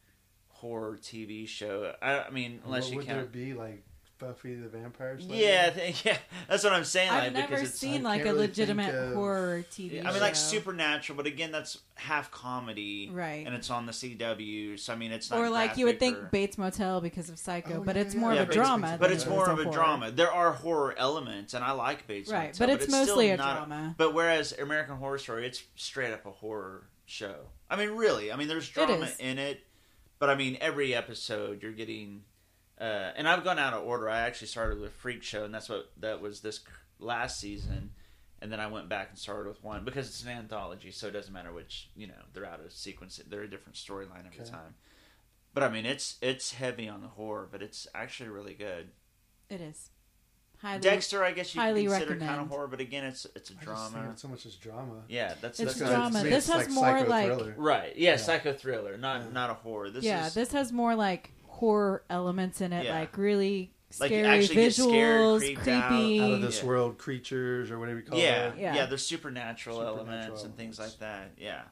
Speaker 1: horror TV show. I, I mean, unless
Speaker 2: what
Speaker 1: you
Speaker 2: would there
Speaker 1: count.
Speaker 2: be like Buffy the Vampire Slayer?
Speaker 1: Yeah, I think- yeah, that's what I'm saying.
Speaker 3: I've
Speaker 1: Like,
Speaker 3: never
Speaker 1: because it's,
Speaker 2: I
Speaker 3: seen like
Speaker 2: can't
Speaker 3: a
Speaker 2: really
Speaker 3: legitimate
Speaker 2: think of-
Speaker 3: horror TV.
Speaker 1: I mean, like
Speaker 3: show.
Speaker 1: supernatural, but again, that's half comedy,
Speaker 3: Right.
Speaker 1: And it's on the CW, so I mean, it's not
Speaker 3: Or like you would think
Speaker 1: graphic or-
Speaker 3: Bates Motel because of Psycho,
Speaker 2: Oh,
Speaker 3: but
Speaker 2: yeah,
Speaker 3: it's
Speaker 2: yeah,
Speaker 3: more
Speaker 2: yeah.
Speaker 3: of a
Speaker 1: Bates
Speaker 3: drama.
Speaker 2: Motel.
Speaker 1: but
Speaker 3: than
Speaker 1: it's
Speaker 3: it
Speaker 1: more
Speaker 3: is a
Speaker 1: of a
Speaker 3: horror.
Speaker 1: drama. There are horror elements, and I like Bates
Speaker 3: Right,
Speaker 1: Motel,
Speaker 3: but it's
Speaker 1: still
Speaker 3: mostly a
Speaker 1: not
Speaker 3: drama.
Speaker 1: But whereas American Horror Story, it's straight up a horror show. I mean, really. I mean, there's drama
Speaker 3: is.
Speaker 1: in it, but I mean, every episode you're getting uh, and I've gone out of order. I actually started with Freak Show, and that's what that was this c- last season, and then I went back and started with one because it's an anthology, so it doesn't matter which you know they're out of sequence. They're a different storyline every
Speaker 2: Okay.
Speaker 1: time. But I mean, it's it's heavy on the horror, but it's actually really good.
Speaker 3: It is. Highly,
Speaker 1: Dexter, I guess you
Speaker 3: highly
Speaker 1: consider kind of
Speaker 3: recommend.
Speaker 1: horror, but again, it's it's a
Speaker 2: I just think
Speaker 1: drama.
Speaker 2: it's so much as drama.
Speaker 1: Yeah, that's that's
Speaker 3: It's
Speaker 2: kinda-
Speaker 3: drama.
Speaker 2: to me,
Speaker 3: This
Speaker 2: it's
Speaker 3: has more like-
Speaker 2: psychothriller.
Speaker 1: right. Yeah,
Speaker 2: Yeah.
Speaker 1: psycho thriller, not
Speaker 2: Yeah.
Speaker 1: not a horror. This
Speaker 3: yeah,
Speaker 1: is
Speaker 3: this has more like horror elements in it,
Speaker 1: Yeah.
Speaker 3: like really
Speaker 1: Like, you
Speaker 3: scary
Speaker 1: actually get scared,
Speaker 3: visuals,
Speaker 1: creeped out.
Speaker 3: creepy.
Speaker 2: out of this
Speaker 1: Yeah.
Speaker 2: world creatures or whatever you call
Speaker 1: yeah,
Speaker 2: it.
Speaker 1: yeah,
Speaker 3: Yeah.
Speaker 1: There's supernatural,
Speaker 2: Supernatural
Speaker 1: elements and things like
Speaker 2: elements.
Speaker 1: that. Yeah,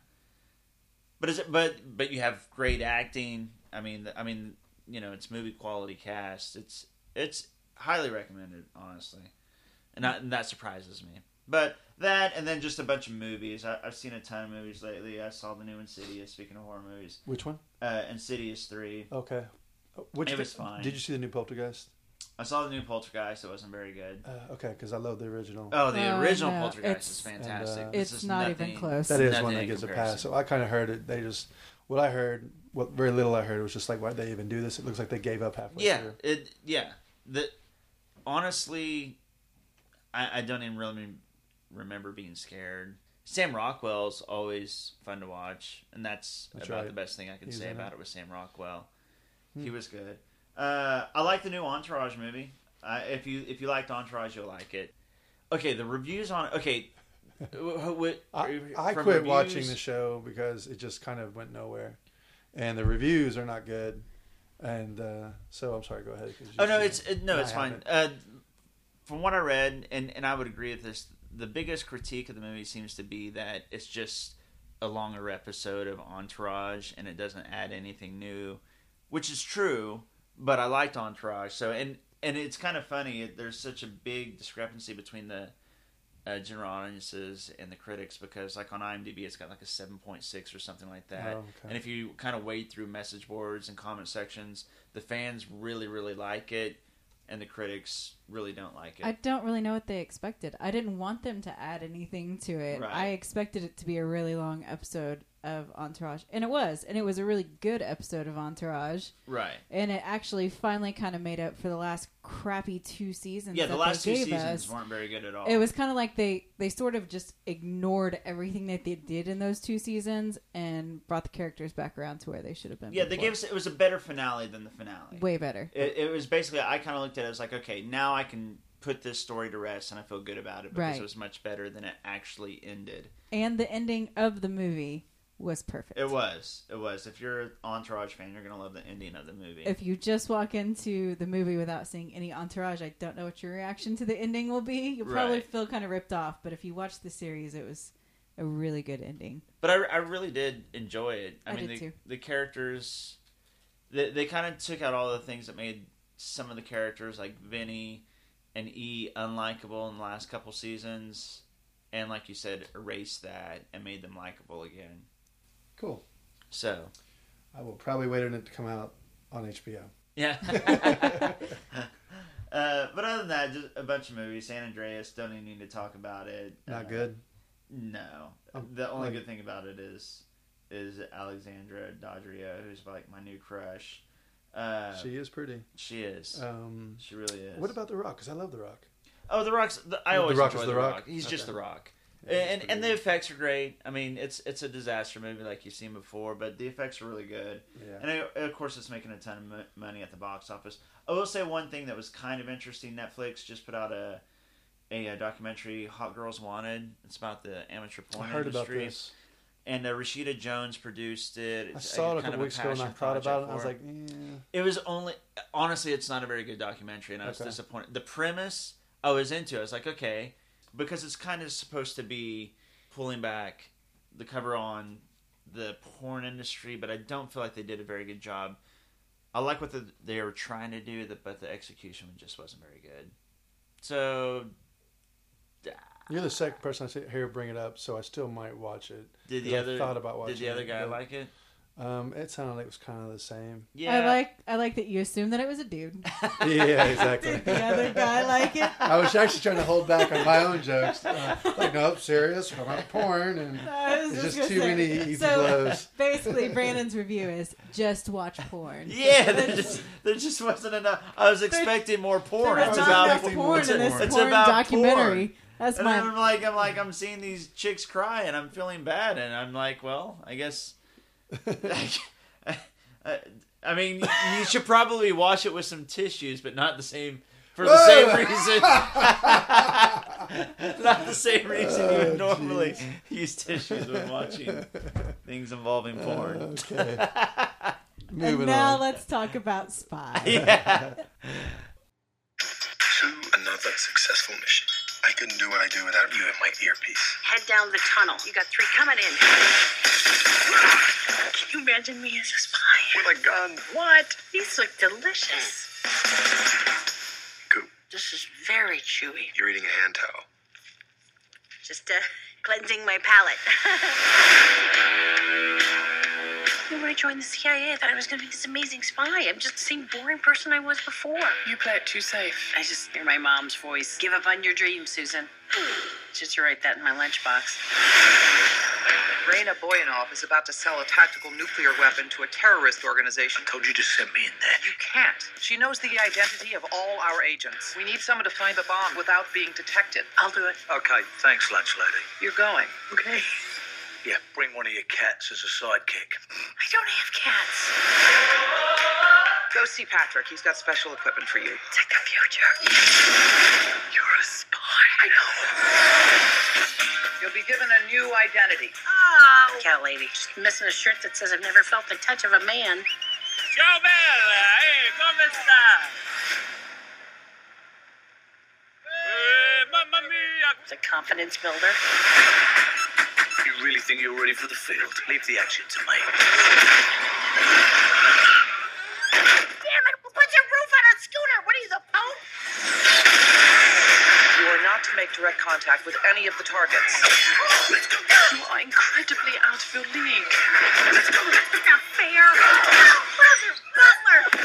Speaker 1: but is it? But but you have great acting. I mean, I mean, you know, it's movie quality cast. It's it's highly recommended, honestly, and, I, and that surprises me. But that, and then just a bunch of movies. I, I've seen a ton of movies lately. I saw the new Insidious. Speaking of horror movies,
Speaker 2: Which one?
Speaker 1: uh, Insidious three.
Speaker 2: Okay. Uh, Which
Speaker 1: It was fine.
Speaker 2: Did you see the new Poltergeist?
Speaker 1: I saw the new Poltergeist. It wasn't very good.
Speaker 2: Uh, okay, because I love the original.
Speaker 1: Oh, the
Speaker 3: Oh,
Speaker 1: original
Speaker 3: no,
Speaker 1: Poltergeist
Speaker 3: it's-
Speaker 1: is fantastic.
Speaker 2: and, uh,
Speaker 1: This
Speaker 3: It's
Speaker 1: is
Speaker 3: not even
Speaker 1: nothing-
Speaker 3: close.
Speaker 2: that is
Speaker 1: nothing
Speaker 2: one that
Speaker 1: in
Speaker 2: gets a
Speaker 1: comparison.
Speaker 2: pass. So I kind of heard it. They just what I heard, what very little I heard was just like, why would they even do this? It looks like they gave up halfway
Speaker 1: yeah,
Speaker 2: through.
Speaker 1: it yeah. The honestly, I, I don't even really remember being scared. Sam Rockwell's always fun to watch, and that's,
Speaker 2: That's
Speaker 1: about
Speaker 2: right.
Speaker 1: the best thing I can
Speaker 2: He's
Speaker 1: say
Speaker 2: in Hmm.
Speaker 1: about it. with Sam Rockwell. He was good. Uh, I like the new Entourage movie. Uh, if you if you liked Entourage, you'll like it. Okay, the reviews on okay. w- w-
Speaker 2: I,
Speaker 1: w-
Speaker 2: I
Speaker 1: from
Speaker 2: quit watching
Speaker 1: reviews-
Speaker 2: the show because it just kind of went nowhere, and the reviews are not good. And uh, so I'm sorry. Go ahead. 'cause you
Speaker 1: Oh no,
Speaker 2: see-
Speaker 1: it's it, no,
Speaker 2: I
Speaker 1: it's fine. Uh,
Speaker 2: haven't.
Speaker 1: from what I read, and and I would agree with this. The biggest critique of the movie seems to be that it's just a longer episode of Entourage, and it doesn't add anything new, which is true. But I liked Entourage, so and and it's kind of funny. it- There's such a big discrepancy between the uh, general audiences and the critics because, like on IMDb, it's got like a seven point six or something like that.
Speaker 2: Oh, okay.
Speaker 1: Uh, And if you kind of wade through message boards and comment sections, the fans really, really like it, and the critics really don't like it.
Speaker 3: I don't really know what they expected. I didn't want them to add anything to it.
Speaker 1: Right.
Speaker 3: I expected it to be a really long episode of Entourage, and it was, and it was a really good episode of Entourage,
Speaker 1: right.
Speaker 3: and it actually finally kind of made up for the last crappy two seasons.
Speaker 1: Yeah,
Speaker 3: that
Speaker 1: the last
Speaker 3: they
Speaker 1: two
Speaker 3: gave
Speaker 1: seasons
Speaker 3: us.
Speaker 1: weren't very good at all.
Speaker 3: It was kind of like they they sort of just ignored everything that they did in those two seasons and brought the characters back around to where they should have been.
Speaker 1: Yeah, they
Speaker 3: before.
Speaker 1: gave us. It was a better finale than the finale.
Speaker 3: way better.
Speaker 1: It, it was basically. I kind of looked at it as like, okay, now I can put this story to rest, and I feel good about it because
Speaker 3: Right.
Speaker 1: it was much better than it actually ended.
Speaker 3: And the ending of the movie was perfect.
Speaker 1: It was. It was. If you're an Entourage fan, you're gonna love the ending of the movie.
Speaker 3: If you just walk into the movie without seeing any entourage, I don't know what your reaction to the ending will be. You'll probably
Speaker 1: Right.
Speaker 3: feel kind of ripped off, but if you watch the series, it was a really good ending.
Speaker 1: but I, I really did enjoy it. I,
Speaker 3: I
Speaker 1: mean,
Speaker 3: did
Speaker 1: the,
Speaker 3: too.
Speaker 1: the characters, they, they kind of took out all the things that made some of the characters like Vinny and E unlikable in the last couple seasons, and like you said, erased that and made them likable again.
Speaker 2: cool.
Speaker 1: So
Speaker 2: I will probably wait on it to come out on HBO.
Speaker 1: yeah. Uh, but other than that, just a bunch of movies. San Andreas, don't even need to talk about it.
Speaker 2: Not
Speaker 1: Uh,
Speaker 2: good.
Speaker 1: No.
Speaker 2: Um,
Speaker 1: the only
Speaker 2: like-
Speaker 1: good thing about it is is Alexandra Daddario, who's like my new crush. Uh, she,
Speaker 2: she is pretty.
Speaker 1: is.
Speaker 2: Um,
Speaker 1: she really is.
Speaker 2: what about The Rock? Because I love The Rock.
Speaker 1: Oh, The Rock's. The, I
Speaker 2: The
Speaker 1: always
Speaker 2: Rock is
Speaker 1: enjoy
Speaker 2: The
Speaker 1: The Rock.
Speaker 2: Rock?
Speaker 1: He's just
Speaker 2: Okay.
Speaker 1: The Rock.
Speaker 2: Yeah, he's
Speaker 1: and
Speaker 2: pretty
Speaker 1: and the
Speaker 2: good.
Speaker 1: effects are great. I mean, it's it's a disaster movie like you've seen before, but the effects are really good.
Speaker 2: Yeah.
Speaker 1: And I, of course, it's making a ton of mo- money at the box office. I will say one thing that was kind of interesting. Netflix just put out a a, uh documentary, Hot Girls Wanted. It's about the amateur porn
Speaker 2: I heard about
Speaker 1: industry.
Speaker 2: this.
Speaker 1: And uh, Rashida Jones produced it.
Speaker 2: I
Speaker 1: It's uh,
Speaker 2: saw it a
Speaker 1: kind of
Speaker 2: couple weeks ago and I
Speaker 1: passion
Speaker 2: thought about it.
Speaker 1: project
Speaker 2: And I was
Speaker 1: for
Speaker 2: like, eh.
Speaker 1: it was only honestly, it's not a very good documentary, and I was
Speaker 2: Okay.
Speaker 1: disappointed. The premise I was into, I was like, okay, because it's kind of supposed to be pulling back the cover on the porn industry, but I don't feel like they did a very good job. I like what the, they were trying to do, the- but the execution just wasn't very good. So,
Speaker 2: you're the second person I see here bring it up, so I still might watch it.
Speaker 1: did the
Speaker 2: Yeah, I
Speaker 1: other
Speaker 2: thought about
Speaker 1: did the
Speaker 2: watching
Speaker 1: other
Speaker 2: it,
Speaker 1: guy
Speaker 2: but-
Speaker 1: like it?
Speaker 2: Um, it sounded like it was kind of the same.
Speaker 1: Yeah.
Speaker 3: I like I like that you assumed that it was a dude.
Speaker 2: Yeah, exactly.
Speaker 3: Did the other guy like it?
Speaker 2: I was actually trying to hold back on my own jokes. Uh, like, nope, serious. I'm not porn, and
Speaker 3: I was
Speaker 2: it's
Speaker 3: just
Speaker 2: just
Speaker 3: gonna
Speaker 2: too
Speaker 3: say.
Speaker 2: many easy
Speaker 3: So-
Speaker 2: blows.
Speaker 3: Basically, Brandon's review is just watch porn.
Speaker 1: Yeah, there just there just wasn't enough. I was expecting more porn.
Speaker 3: There
Speaker 1: It's
Speaker 2: not
Speaker 3: was
Speaker 1: about
Speaker 3: enough
Speaker 2: it's
Speaker 3: porn in this
Speaker 1: it's
Speaker 3: porn
Speaker 1: about
Speaker 3: documentary. That's
Speaker 1: And
Speaker 3: my.
Speaker 1: then I'm like, I'm like, I'm seeing these chicks cry, and I'm feeling bad, and I'm like, well, I guess. I, I mean, you should probably wash it with some tissues, but not the same for the
Speaker 2: Whoa!
Speaker 1: same reason. not the same reason you would
Speaker 2: Oh,
Speaker 1: normally use tissues when watching things involving porn.
Speaker 2: Okay.
Speaker 3: and
Speaker 2: Moving
Speaker 3: now
Speaker 2: on.
Speaker 3: let's talk about Spy.
Speaker 1: yeah.
Speaker 4: To another successful mission. I couldn't do what I do without you and my earpiece.
Speaker 5: Head down the tunnel. You got three coming in. Can you imagine me as a spy?
Speaker 4: With a gun.
Speaker 5: What? These look delicious.
Speaker 4: Goop,
Speaker 5: Mm. This is very chewy.
Speaker 4: you're eating a hand towel.
Speaker 5: Just uh, cleansing my palate. When I joined the CIA, I thought I was going to be this amazing spy. I'm just the same boring person I was before.
Speaker 6: You play it too safe.
Speaker 5: I just hear my mom's voice. Give up on your dreams, Susan. Just write that in my lunchbox.
Speaker 6: Raina Boyanov is about to sell a tactical nuclear weapon to a terrorist organization.
Speaker 4: Told you to send me in there.
Speaker 6: You can't. She knows the identity of all our agents. We need someone to find the bomb without being detected.
Speaker 5: I'll do it.
Speaker 4: Okay, thanks, lunch lady.
Speaker 6: You're going.
Speaker 5: Okay.
Speaker 4: Yeah, bring one of your cats as a sidekick.
Speaker 5: I don't have cats.
Speaker 6: Go see Patrick. He's got special equipment for you.
Speaker 5: It's like the future. You're a spy. I know.
Speaker 6: You'll be given a new identity.
Speaker 5: Oh. Cat lady. Just missing a shirt that says I've never felt the touch of a man. Ciao bella. Hey, come sta?
Speaker 7: Mamma mia!
Speaker 5: It's a confidence builder.
Speaker 4: You really think you're ready for the field? Leave the action to me.
Speaker 5: Damn it. What's your roof on a scooter? What are you, the Pope?
Speaker 6: You are not to make direct contact with any of the targets.
Speaker 5: You are incredibly out of your league. Let's go. That's not fair. Brother Butler. Put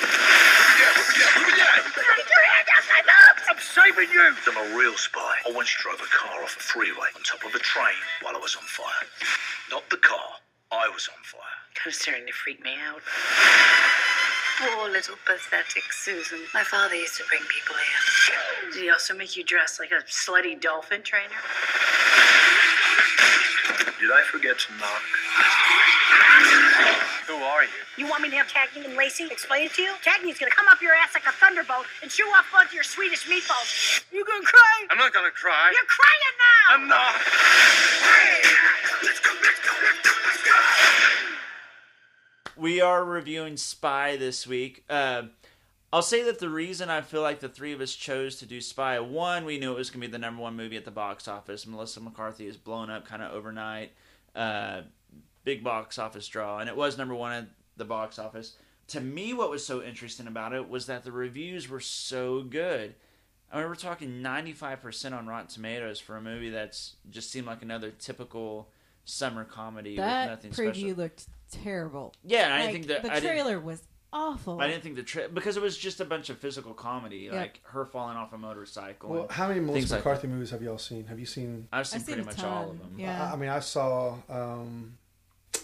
Speaker 5: your hand out my mouth.
Speaker 4: I'm saving you! I'm a real spy. I once drove a car off a freeway on top of a train while I was on fire. Not the car, I was on fire.
Speaker 5: Kind of starting to freak me out. Poor little pathetic Susan. My father used to bring people in. Did he also make you dress like a slutty dolphin trainer?
Speaker 4: Did I forget to knock? Who are you?
Speaker 5: You want me to have Cagney and Lacey explain it to you? Cagney's gonna come up your ass like a thunderbolt and chew off both your Swedish meatballs. You gonna cry?
Speaker 7: I'm not gonna cry.
Speaker 5: You're crying now!
Speaker 7: I'm not.
Speaker 1: we are reviewing Spy this week. Uh, I'll say that the reason I feel like the three of us chose to do Spy one, we knew it was going to be the number one movie at the box office. Melissa McCarthy is blown up kind of overnight, uh, big box office draw, and it was number one at the box office. To me, what was so interesting about it was that the reviews were so good. I mean, we're talking 95% on Rotten Tomatoes for a movie that's just seemed like another typical summer comedy with
Speaker 3: that
Speaker 1: nothing
Speaker 3: preview
Speaker 1: special.
Speaker 3: looked terrible.
Speaker 1: Yeah, and I
Speaker 3: Like,
Speaker 1: think that
Speaker 3: the
Speaker 1: I didn't-
Speaker 3: trailer was awful.
Speaker 1: I didn't think the trip because it was just a bunch of physical comedy,
Speaker 3: Yeah.
Speaker 1: like her falling off a motorcycle.
Speaker 2: Well,
Speaker 1: and
Speaker 2: how many
Speaker 1: Things
Speaker 2: Melissa
Speaker 1: like
Speaker 2: McCarthy movies have y'all seen? Have you seen?
Speaker 1: I've seen
Speaker 3: I've
Speaker 1: pretty
Speaker 3: seen a
Speaker 1: much
Speaker 3: ton.
Speaker 1: all of them.
Speaker 3: Yeah.
Speaker 2: I, I mean, I saw. Um,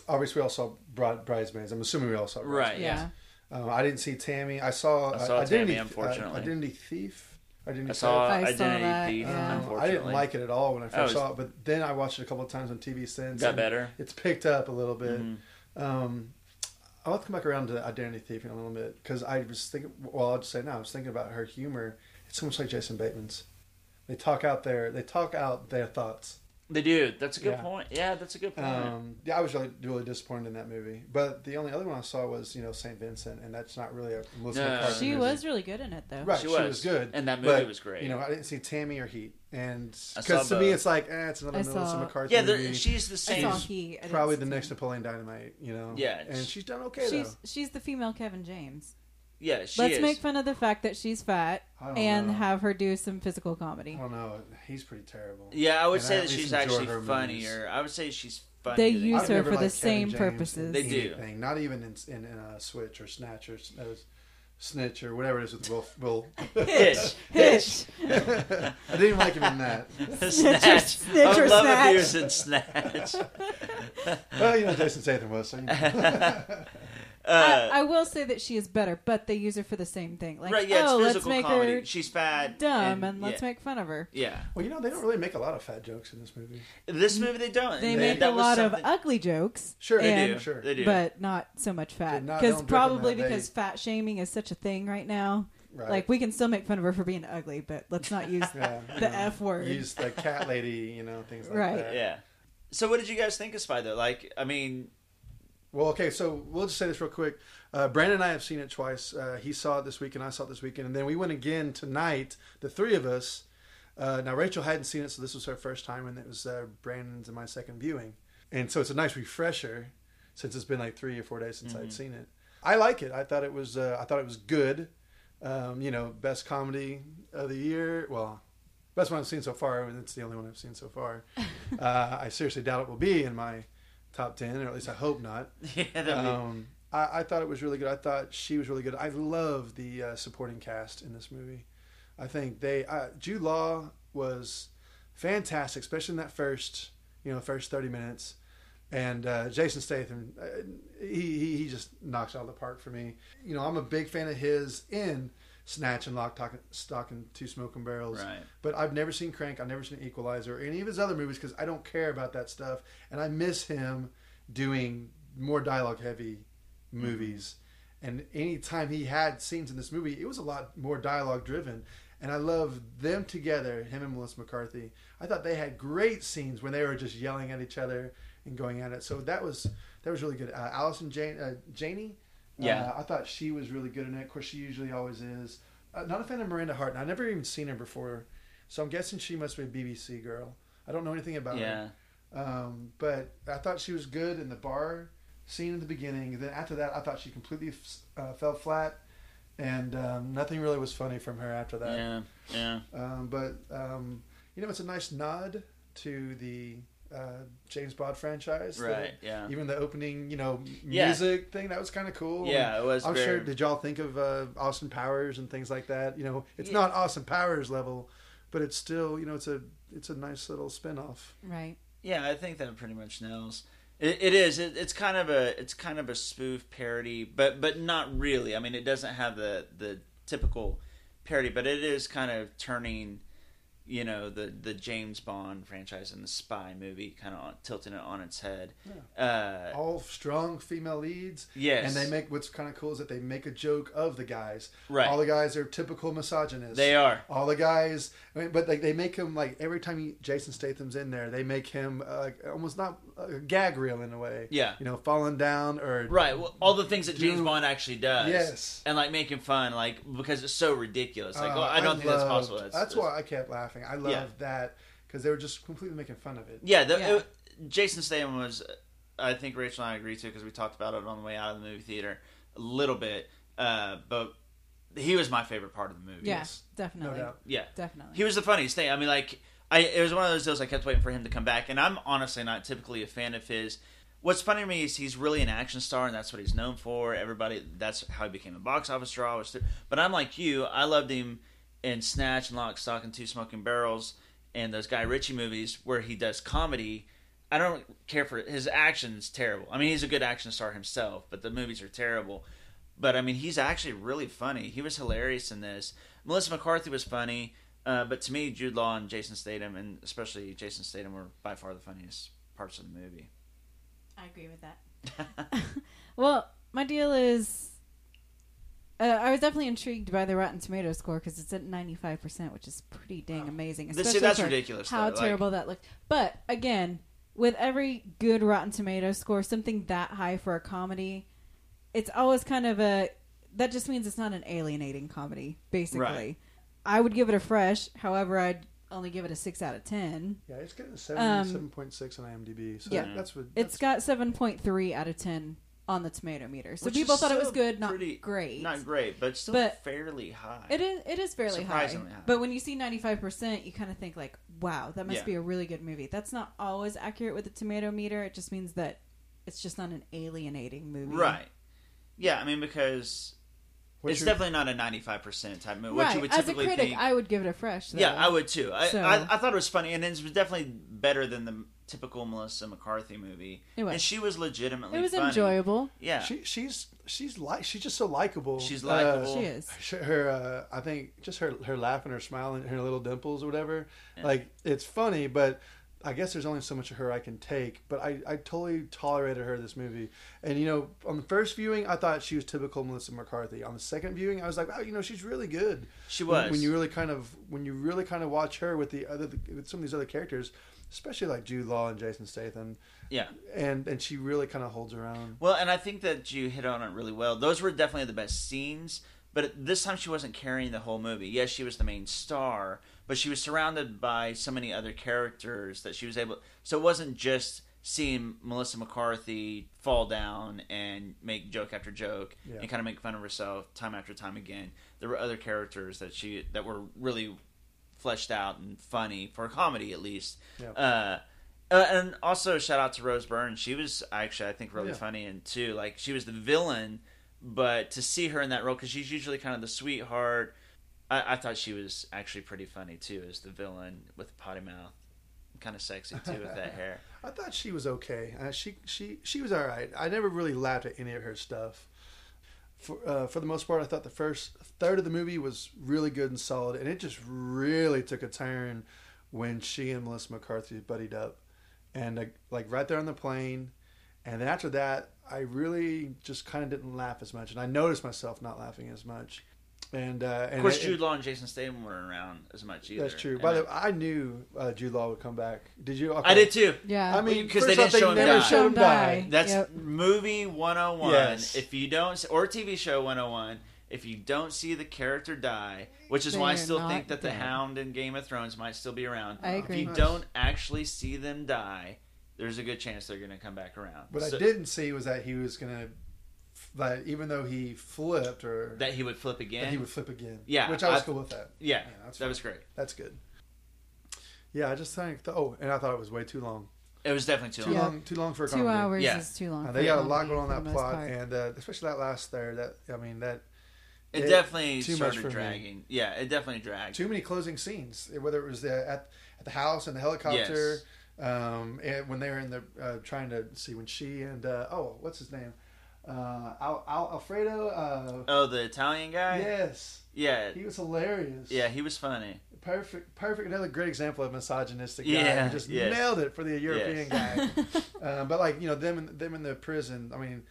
Speaker 2: obviously, we all saw Bride, Bridesmaids. I'm assuming we all saw. Bridesmaids.
Speaker 1: Right.
Speaker 3: yeah.
Speaker 1: Yeah.
Speaker 2: Um, I didn't see Tammy. I saw.
Speaker 1: I saw
Speaker 2: Identity,
Speaker 1: Tammy, unfortunately.
Speaker 2: uh, Identity Thief. Identity
Speaker 1: I saw
Speaker 3: I saw
Speaker 1: Identity
Speaker 3: that,
Speaker 1: Thief.
Speaker 3: yeah. Um,
Speaker 2: I
Speaker 1: Unfortunately,
Speaker 2: didn't like it at all when I first
Speaker 1: Oh, it's-
Speaker 2: saw it, but then I watched it a couple of times on TV since.
Speaker 1: Got
Speaker 2: and
Speaker 1: better. Mm-hmm.
Speaker 2: It's picked up a little bit. Um, I'll come back around to Identity Thief in a little bit because I was thinking. Well, I'll just say now I was thinking about her humor. It's so much like Jason Bateman's. They talk out their they talk out their thoughts.
Speaker 1: They do. That's a good
Speaker 2: Yeah.
Speaker 1: point. Yeah, that's a good point.
Speaker 2: Um, yeah, I was really really disappointed in that movie. But the only other one I saw was you know Saint Vincent, and that's not really a Melissa
Speaker 1: No.
Speaker 2: McCarthy
Speaker 3: She
Speaker 2: movie.
Speaker 3: was really good in it though.
Speaker 2: Right,
Speaker 1: She
Speaker 2: she,
Speaker 1: was.
Speaker 2: was good,
Speaker 1: And that movie
Speaker 2: but,
Speaker 1: was great.
Speaker 2: You know, I didn't see Tammy or Heat, and
Speaker 1: I saw
Speaker 2: because to me
Speaker 1: both.
Speaker 2: it's like eh, it's another
Speaker 3: I
Speaker 2: Melissa
Speaker 3: saw-
Speaker 2: McCarthy
Speaker 1: yeah,
Speaker 2: movie.
Speaker 1: they're- she's the
Speaker 3: I
Speaker 1: same.
Speaker 3: saw he. I didn't
Speaker 2: probably
Speaker 3: see
Speaker 2: the
Speaker 3: him.
Speaker 2: next Napoleon Dynamite. You know,
Speaker 1: Yeah,
Speaker 2: and
Speaker 1: it's-
Speaker 2: she's done okay though.
Speaker 3: She's she's the female Kevin James.
Speaker 1: Yeah, she
Speaker 3: Let's
Speaker 1: is.
Speaker 3: make fun of the fact that she's fat
Speaker 2: I don't
Speaker 3: and
Speaker 2: know.
Speaker 3: have her do some physical comedy.
Speaker 2: I don't know. He's pretty terrible.
Speaker 1: yeah, I would
Speaker 2: And
Speaker 1: say
Speaker 2: I at
Speaker 1: that
Speaker 2: least
Speaker 1: she's
Speaker 2: enjoy
Speaker 1: actually
Speaker 2: her movies.
Speaker 1: funnier. I would say she's fun.
Speaker 3: They
Speaker 1: do
Speaker 3: use
Speaker 2: I've
Speaker 3: her
Speaker 2: never
Speaker 3: for the
Speaker 2: liked Kevin
Speaker 3: same
Speaker 2: James
Speaker 3: purposes.
Speaker 2: in
Speaker 1: They do.
Speaker 2: anything, Not even in in, in uh, Switch or Snatch or s- uh, Snitch or whatever it is with Will. Will.
Speaker 1: Hitch.
Speaker 3: Hitch.
Speaker 2: I didn't like him in that.
Speaker 1: snatch.
Speaker 3: snitch
Speaker 1: I
Speaker 3: or
Speaker 1: would love if
Speaker 3: snatch.
Speaker 1: he was in Snatch.
Speaker 2: Well, you know Jason Statham was. So you know.
Speaker 1: Uh,
Speaker 3: I, I will say that she is better, but they use her for the same thing. Like,
Speaker 1: right, yeah, it's
Speaker 3: oh, let's
Speaker 1: physical
Speaker 3: make
Speaker 1: comedy.
Speaker 3: her
Speaker 1: She's fat.
Speaker 3: dumb and, let's
Speaker 1: yeah,
Speaker 3: make fun of her.
Speaker 1: Yeah.
Speaker 2: Well, you know they don't really make a lot of fat jokes in this movie.
Speaker 1: This movie they don't.
Speaker 3: They
Speaker 1: And
Speaker 3: make
Speaker 1: that
Speaker 3: a
Speaker 1: was
Speaker 3: lot of
Speaker 1: something-
Speaker 3: ugly jokes.
Speaker 2: Sure,
Speaker 1: They
Speaker 3: and-
Speaker 1: do.
Speaker 2: Sure.
Speaker 1: They do.
Speaker 3: But not so much
Speaker 2: Yeah,
Speaker 3: fat
Speaker 2: not-
Speaker 3: because
Speaker 2: don't recommend
Speaker 3: probably
Speaker 2: that.
Speaker 3: because
Speaker 2: They-
Speaker 3: fat shaming is such a thing right now.
Speaker 2: Right.
Speaker 3: Like we can still make fun of her for being ugly, but let's not use
Speaker 2: Yeah, you
Speaker 3: Uh, the
Speaker 2: know,
Speaker 3: f word.
Speaker 2: Um, Use the cat lady, you know things like
Speaker 3: Right.
Speaker 2: that.
Speaker 1: yeah. So what did you guys think of Spy though? Like, I mean,
Speaker 2: Well, okay, so we'll just say this real quick. Uh, Brandon and I have seen it twice. Uh, he saw it this weekend, I saw it this weekend, and then we went again tonight, the three of us. Uh, now, Rachel hadn't seen it, so this was her first time, and it was uh, Brandon's and my second viewing. And so it's a nice refresher since it's been like three or four days since I'd seen it. I like it. I thought it was. Uh, I thought it was good. Um, you know, best comedy of the year. Well, best one I've seen so far, and it's the only one I've seen so far. uh, I seriously doubt it will be in my top ten, or at least I hope not.
Speaker 1: yeah, that'd be-
Speaker 2: Um, I, I thought it was really good. I thought she was really good. I love the uh, supporting cast in this movie. I think they uh, Jude Law was fantastic, especially in that first you know first thirty minutes. And uh, Jason Statham, uh, he, he he just knocks it out of the park for me. You know, I'm a big fan of his in Snatch and Lock, Talk, Stock, and Two Smoking Barrels.
Speaker 1: Right.
Speaker 2: But I've never seen Crank. I've never seen Equalizer or any of his other movies because I don't care about that stuff, and I miss him doing more dialogue heavy movies. And any time he had scenes in this movie, it was a lot more dialogue driven. And I love them together, him and Melissa McCarthy. I thought they had great scenes when they were just yelling at each other and going at it. So that was that was really good. Uh, Allison Jane, uh, Janney,
Speaker 1: Yeah.
Speaker 2: uh, I thought she was really good in it. Of course, she usually always is. Uh, not a fan of Miranda Hart, and I've never even seen her before, so I'm guessing she must be a BBC girl. I don't know anything about her.
Speaker 1: yeah.
Speaker 2: Um, but I thought she was good in the bar scene at the beginning. And then after that, I thought she completely f- uh, fell flat, and um, nothing really was funny from her after that.
Speaker 1: Yeah. Yeah.
Speaker 2: Um, but um, you know, it's a nice nod to the uh, James Bond franchise. the-
Speaker 1: Right, yeah.
Speaker 2: Even the opening, you know, m-
Speaker 1: Yeah.
Speaker 2: music thing that was kind of cool.
Speaker 1: Yeah,
Speaker 2: And
Speaker 1: it was
Speaker 2: I'm
Speaker 1: very-
Speaker 2: sure. Did y'all think of uh, Austin Powers and things like that? You know, it's
Speaker 1: Yeah.
Speaker 2: not Austin Powers level, but it's still, you know, it's a it's a nice little spin off.
Speaker 3: Right.
Speaker 1: Yeah, I think that pretty much nails. It, it is. It, it's kind of a it's kind of a spoof parody, but but not really. I mean, it doesn't have the the typical parody, but it is kind of turning, you know, the the James Bond franchise and the spy movie kind of on, tilting it on its head. Uh,
Speaker 2: all strong female leads.
Speaker 1: Yes.
Speaker 2: And they make what's kind of cool is that they make a joke of the guys.
Speaker 1: Right.
Speaker 2: All the guys are typical misogynists.
Speaker 1: They are.
Speaker 2: All the guys, I mean, but like they make him like every time he, Jason Statham's in there, they make him uh, almost not a gag reel in a way.
Speaker 1: Yeah.
Speaker 2: You know, falling down or
Speaker 1: Right, well, all the things that James
Speaker 2: Do-
Speaker 1: Bond actually does,
Speaker 2: Yes.
Speaker 1: and like making fun, like because it's so ridiculous. Like,
Speaker 2: Uh,
Speaker 1: oh, I don't think that's
Speaker 2: loved-
Speaker 1: possible. That's,
Speaker 2: why I kept laughing. I loved that because they were just completely making fun of it.
Speaker 1: Yeah, the,
Speaker 3: Yeah.
Speaker 1: It, Jason Statham was. I think Rachel and I agreed to because we talked about it on the way out of the movie theater a little bit. Uh, but he was my favorite part of the movie.
Speaker 3: Yeah.
Speaker 2: Yes. No
Speaker 3: Definitely.
Speaker 2: doubt.
Speaker 1: yeah,
Speaker 3: Definitely.
Speaker 1: he was the funniest thing. I mean, like, I it was one of those deals. I kept waiting for him to come back, and I'm honestly not typically a fan of his. What's funny to me is he's really an action star, and that's what he's known for. Everybody, that's how he became a box office draw. Was through, but I'm like you, I loved him in Snatch and Lock, Stock, and Two Smoking Barrels, and those Guy Ritchie movies where he does comedy. I don't care for his actions. Terrible. I mean, he's a good action star himself, but the movies are terrible. But I mean, he's actually really funny. He was hilarious in this. Melissa McCarthy was funny, uh, but to me, Jude Law and Jason Statham, and especially Jason Statham, were by far the funniest parts of the movie.
Speaker 3: I agree with that. well, my deal is. Uh, I was definitely intrigued by the Rotten Tomato score because it's at ninety five percent, which is pretty dang amazing.
Speaker 1: This- see,
Speaker 3: especially
Speaker 1: that's
Speaker 3: for
Speaker 1: ridiculous,
Speaker 3: How
Speaker 1: though, like-
Speaker 3: terrible that looked! But again, with every good Rotten Tomato score, something that high for a comedy, it's always kind of a. That just means it's not an alienating comedy. Basically,
Speaker 1: Right.
Speaker 3: I would give it a fresh. However, I'd only give it a six out of ten.
Speaker 2: Yeah, it's getting a
Speaker 3: Um,
Speaker 2: 7.6 on IMDb. So
Speaker 3: yeah.
Speaker 2: that- that's what. that's-
Speaker 3: It's got seven point three out of ten on the tomato meter. So
Speaker 1: Which
Speaker 3: people
Speaker 1: is
Speaker 3: thought it was
Speaker 1: still
Speaker 3: good, not
Speaker 1: pretty-
Speaker 3: great.
Speaker 1: Not great, but still
Speaker 3: But-
Speaker 1: fairly high.
Speaker 3: It is it is fairly high.
Speaker 1: Surprisingly high.
Speaker 3: But when you see ninety five percent, you kind of think like, "Wow, that must
Speaker 1: Yeah.
Speaker 3: be a really good movie." That's not always accurate with the tomato meter. It just means that it's just not an alienating movie,
Speaker 1: Right. Yeah, I mean because
Speaker 2: Mm-hmm. What's
Speaker 1: it's
Speaker 2: your-
Speaker 1: definitely not a ninety-five percent type movie. What
Speaker 3: right.
Speaker 1: you would
Speaker 3: As a
Speaker 1: typically
Speaker 3: critic,
Speaker 1: think.
Speaker 3: I would give it a fresh. Though.
Speaker 1: yeah, I would too. I,
Speaker 3: So-
Speaker 1: I I thought it was funny, and it was definitely better than the typical Melissa McCarthy movie.
Speaker 3: It was.
Speaker 1: And she was legitimately.
Speaker 3: It was
Speaker 1: funny.
Speaker 3: enjoyable.
Speaker 1: Yeah.
Speaker 2: She, she's she's like she's just so likable.
Speaker 1: She's
Speaker 2: Uh,
Speaker 1: likable.
Speaker 3: She is.
Speaker 2: sh- her uh, I think just her her laugh and her smile and her little dimples or whatever. Like it's funny, but I guess there's only so much of her I can take. But I, I totally tolerated her this movie. And you know, on the first viewing, I thought she was typical Melissa McCarthy. On the second viewing, I was like, wow, you know, she's really good.
Speaker 1: She
Speaker 2: When-
Speaker 1: was.
Speaker 2: when you really kind of when you really kind of watch her with the other with some of these other characters, especially like Jude Law and Jason Statham,
Speaker 1: yeah.
Speaker 2: and and she really kind of holds her own.
Speaker 1: Well, and I think that you hit on it really well. Those were definitely the best scenes, but this time she wasn't carrying the whole movie. Yes, she was the main star, but she was surrounded by so many other characters that she was able. So it wasn't just seeing Melissa McCarthy fall down and make joke after joke
Speaker 2: Yeah.
Speaker 1: and kind of make fun of herself time after time again. There were other characters that she that were really fleshed out and funny for comedy at least.
Speaker 2: Yeah.
Speaker 1: Uh, uh, and also shout out to Rose Byrne. She was actually I think really
Speaker 2: Yeah.
Speaker 1: funny and too. Like she was the villain, but to see her in that role because she's usually kind of the sweetheart. I, I thought she was actually pretty funny too as the villain with the potty mouth, kind of sexy too with that hair.
Speaker 2: I thought she was okay. Uh, she she she was all right. I never really laughed at any of her stuff. For uh, for the most part, I thought the first third of the movie was really good and solid, and it just really took a turn when she and Melissa McCarthy buddied up, and uh, like right there on the plane, and then after that, I really just kind of didn't laugh as much, and I noticed myself not laughing as much. And, uh, and
Speaker 1: Of course,
Speaker 2: it-
Speaker 1: Jude Law and Jason Statham weren't around as much either.
Speaker 2: That's true.
Speaker 1: And
Speaker 2: By
Speaker 1: I-
Speaker 2: the way, I knew uh, Jude Law would come back. Did you?
Speaker 1: I did too.
Speaker 3: Yeah.
Speaker 2: I mean,
Speaker 1: because they
Speaker 2: first
Speaker 1: didn't
Speaker 2: off,
Speaker 1: show him
Speaker 2: never
Speaker 1: die.
Speaker 2: showed him
Speaker 3: Show him die.
Speaker 2: die.
Speaker 1: That's
Speaker 3: Yep.
Speaker 1: movie 101.
Speaker 2: Yes.
Speaker 1: If you don't, or TV show 101, if you don't see the character die, which is why I
Speaker 3: They're
Speaker 1: still
Speaker 3: not
Speaker 1: think that the
Speaker 3: dead.
Speaker 1: Hound in Game of Thrones might still be around.
Speaker 3: I
Speaker 1: If
Speaker 3: agree.
Speaker 1: you don't actually see them die, there's a good chance they're going to come back around.
Speaker 2: What
Speaker 1: So-
Speaker 2: I didn't see was that he was gonna, that even though he flipped or that,
Speaker 1: That he would flip again.
Speaker 2: he would flip again.
Speaker 1: Yeah,
Speaker 2: which I was
Speaker 1: I-
Speaker 2: cool with that.
Speaker 1: yeah,
Speaker 2: Yeah, that's
Speaker 1: that was great.
Speaker 2: That's good. Yeah, I just think. The, oh, and I thought it was way too long.
Speaker 1: It was definitely too
Speaker 2: Too
Speaker 1: long.
Speaker 3: Yeah.
Speaker 2: long. Too long for a
Speaker 3: two
Speaker 2: comedy.
Speaker 3: hours
Speaker 1: Yeah.
Speaker 3: is too long.
Speaker 2: Uh,
Speaker 3: for
Speaker 2: they got a lot
Speaker 3: comedy
Speaker 2: going on
Speaker 3: for
Speaker 2: in that
Speaker 3: the most
Speaker 2: plot,
Speaker 3: part.
Speaker 2: and uh, especially that last there. That I mean, that
Speaker 1: It,
Speaker 2: It-
Speaker 1: definitely
Speaker 2: too much
Speaker 1: started
Speaker 2: for me.
Speaker 1: dragging. Yeah, it definitely dragged.
Speaker 2: too many closing scenes. Whether it was the, at at the house and the helicopter, um, and when they were in the uh, trying to see when she and uh, oh, what's his name, uh, Al, Al, Alfredo. Uh,
Speaker 1: oh, the Italian guy?
Speaker 2: yes.
Speaker 1: Yeah.
Speaker 2: He was hilarious.
Speaker 1: Yeah, he was funny.
Speaker 2: Perfect. Perfect. Another great example of misogynistic guy.
Speaker 1: Yeah,
Speaker 2: who Just
Speaker 1: yes.
Speaker 2: nailed it for the European
Speaker 1: Yes.
Speaker 2: guy. um, but like you know them, in, them in the prison. I mean,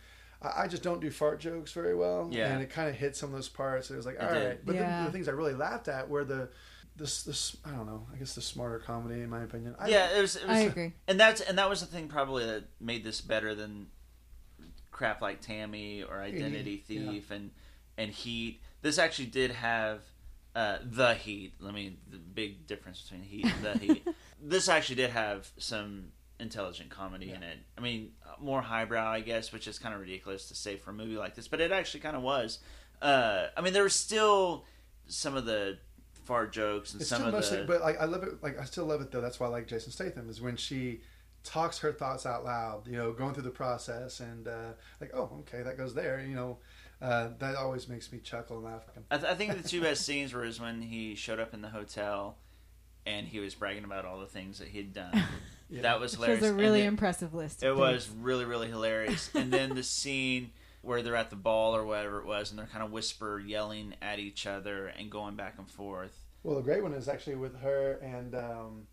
Speaker 2: I, I just don't do fart jokes very well.
Speaker 1: Yeah.
Speaker 2: And it kind of hit some of those parts. It was like,
Speaker 1: It
Speaker 2: all right.
Speaker 1: did.
Speaker 2: But then
Speaker 3: Yeah.
Speaker 2: the things I really laughed at were the, this, this. I don't know. I guess the smarter comedy, in my opinion. I,
Speaker 1: yeah, it was. It was
Speaker 3: I agree.
Speaker 1: and that's and that was the thing probably that made this better than crap like Tammy or Identity
Speaker 2: Yeah.
Speaker 1: Thief and and Heat. This actually did have uh, the Heat. I mean, the big difference between Heat and the Heat. This actually did have some intelligent comedy in it. I mean, more highbrow, I guess, which is kind of ridiculous to say for a movie like this, but it actually kind of was. Uh, I mean, there was still some of the fart jokes and
Speaker 2: It's
Speaker 1: some
Speaker 2: still
Speaker 1: of
Speaker 2: mostly,
Speaker 1: the
Speaker 2: but like I love it. Like I still love it though. That's why I like Jason Statham is when she talks her thoughts out loud. You know, going through the process and uh, like, oh, okay, that goes there. You know, uh, that always makes me chuckle and laugh.
Speaker 1: I, th- I think the two best scenes were is when he showed up in the hotel and he was bragging about all the things that he had done.
Speaker 2: Yeah.
Speaker 1: That was
Speaker 3: Which
Speaker 1: hilarious.
Speaker 3: was a really
Speaker 1: And
Speaker 3: impressive list.
Speaker 1: it,
Speaker 3: of
Speaker 1: it was
Speaker 3: things.
Speaker 1: really really hilarious. And then the scene where they're at the ball or whatever it was, and they're kind of whisper yelling at each other and going back and forth.
Speaker 2: Well, the great one is actually with her and um,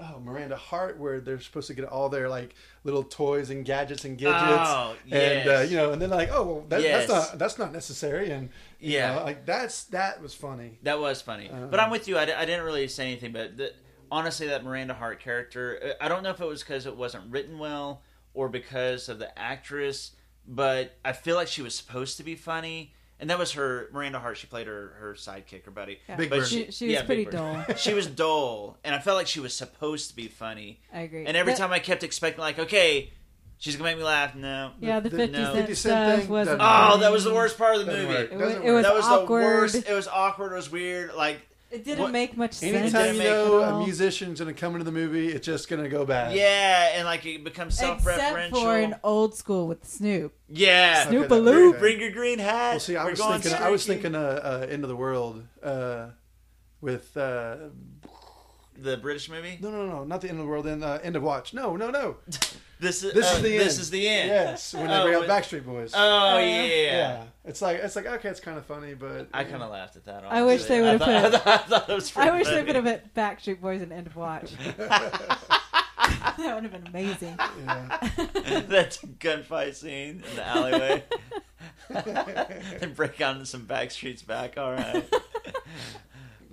Speaker 2: oh Miranda Hart, where they're supposed to get all their like little toys and gadgets and gadgets,
Speaker 1: Oh,
Speaker 2: and uh,
Speaker 1: yes.
Speaker 2: you know, and then like, oh, well, that,
Speaker 1: Yes.
Speaker 2: that's not that's not necessary, and you
Speaker 1: Yeah.
Speaker 2: know, like that's that was funny.
Speaker 1: That was funny. but I'm with you. I, di- I didn't really say anything, but the, honestly, that Miranda Hart character, uh, I don't know if it was because it wasn't written well or because of the actress, but I feel like she was supposed to be funny. And that was her Miranda Hart. She played her, her sidekick, her buddy.
Speaker 3: Yeah.
Speaker 2: Big
Speaker 1: But
Speaker 2: Bird.
Speaker 3: She, she was
Speaker 1: yeah, Big
Speaker 3: pretty
Speaker 1: Bird.
Speaker 3: dull.
Speaker 1: She was dull, and I felt like she was supposed to be funny.
Speaker 3: I agree.
Speaker 1: And every
Speaker 3: That-
Speaker 1: time I kept expecting, like, okay, She's gonna make me laugh. No.
Speaker 3: Yeah, the
Speaker 2: The-
Speaker 3: 50
Speaker 1: no.
Speaker 3: Cent
Speaker 2: 50 Cent
Speaker 3: stuff
Speaker 2: thing
Speaker 3: was.
Speaker 2: doesn't work.
Speaker 1: Oh, that was the worst part of the
Speaker 2: Doesn't
Speaker 1: movie.
Speaker 2: work.
Speaker 3: It,
Speaker 2: Doesn't
Speaker 3: wa- it was
Speaker 1: that was
Speaker 3: awkward.
Speaker 1: the worst. It was awkward. It was weird. Like,
Speaker 3: It didn't
Speaker 1: What-
Speaker 3: make much sense.
Speaker 2: Anytime you
Speaker 1: make-
Speaker 2: know
Speaker 3: at all.
Speaker 2: a musician's gonna come into the movie, it's just gonna go bad.
Speaker 1: yeah, and like it becomes
Speaker 3: Except for
Speaker 1: self-referential.
Speaker 3: in old school with Snoop.
Speaker 1: yeah,
Speaker 2: Okay,
Speaker 3: Snoop
Speaker 2: that-
Speaker 3: a loop.
Speaker 1: bring your green hat.
Speaker 2: Well, see, I
Speaker 1: We're
Speaker 2: was
Speaker 1: going
Speaker 2: thinking, I was
Speaker 1: Cherokee.
Speaker 2: thinking, uh, uh, end of the world, uh, with uh,
Speaker 1: the British movie.
Speaker 2: no, no, no, not the end of the world, then uh, end of watch. No, no, no.
Speaker 1: This is
Speaker 2: This
Speaker 1: uh,
Speaker 2: is the
Speaker 1: this
Speaker 2: end.
Speaker 1: is the end.
Speaker 2: Yes, when they
Speaker 1: Oh,
Speaker 2: bring out
Speaker 1: with-
Speaker 2: Backstreet Boys.
Speaker 1: Oh
Speaker 3: Uh,
Speaker 1: yeah, yeah, yeah.
Speaker 2: it's like it's like okay, it's kind of funny, but
Speaker 1: I kind of laughed at that. Honestly.
Speaker 3: I wish they
Speaker 1: I
Speaker 3: would've
Speaker 1: thought-
Speaker 3: put-
Speaker 1: I thought that was pretty
Speaker 3: I wish they
Speaker 1: funny.
Speaker 3: would have put Backstreet Boys and End of Watch. that would have been amazing.
Speaker 2: yeah.
Speaker 1: that gunfight scene in the alleyway. they break out into some Backstreet's back. All right,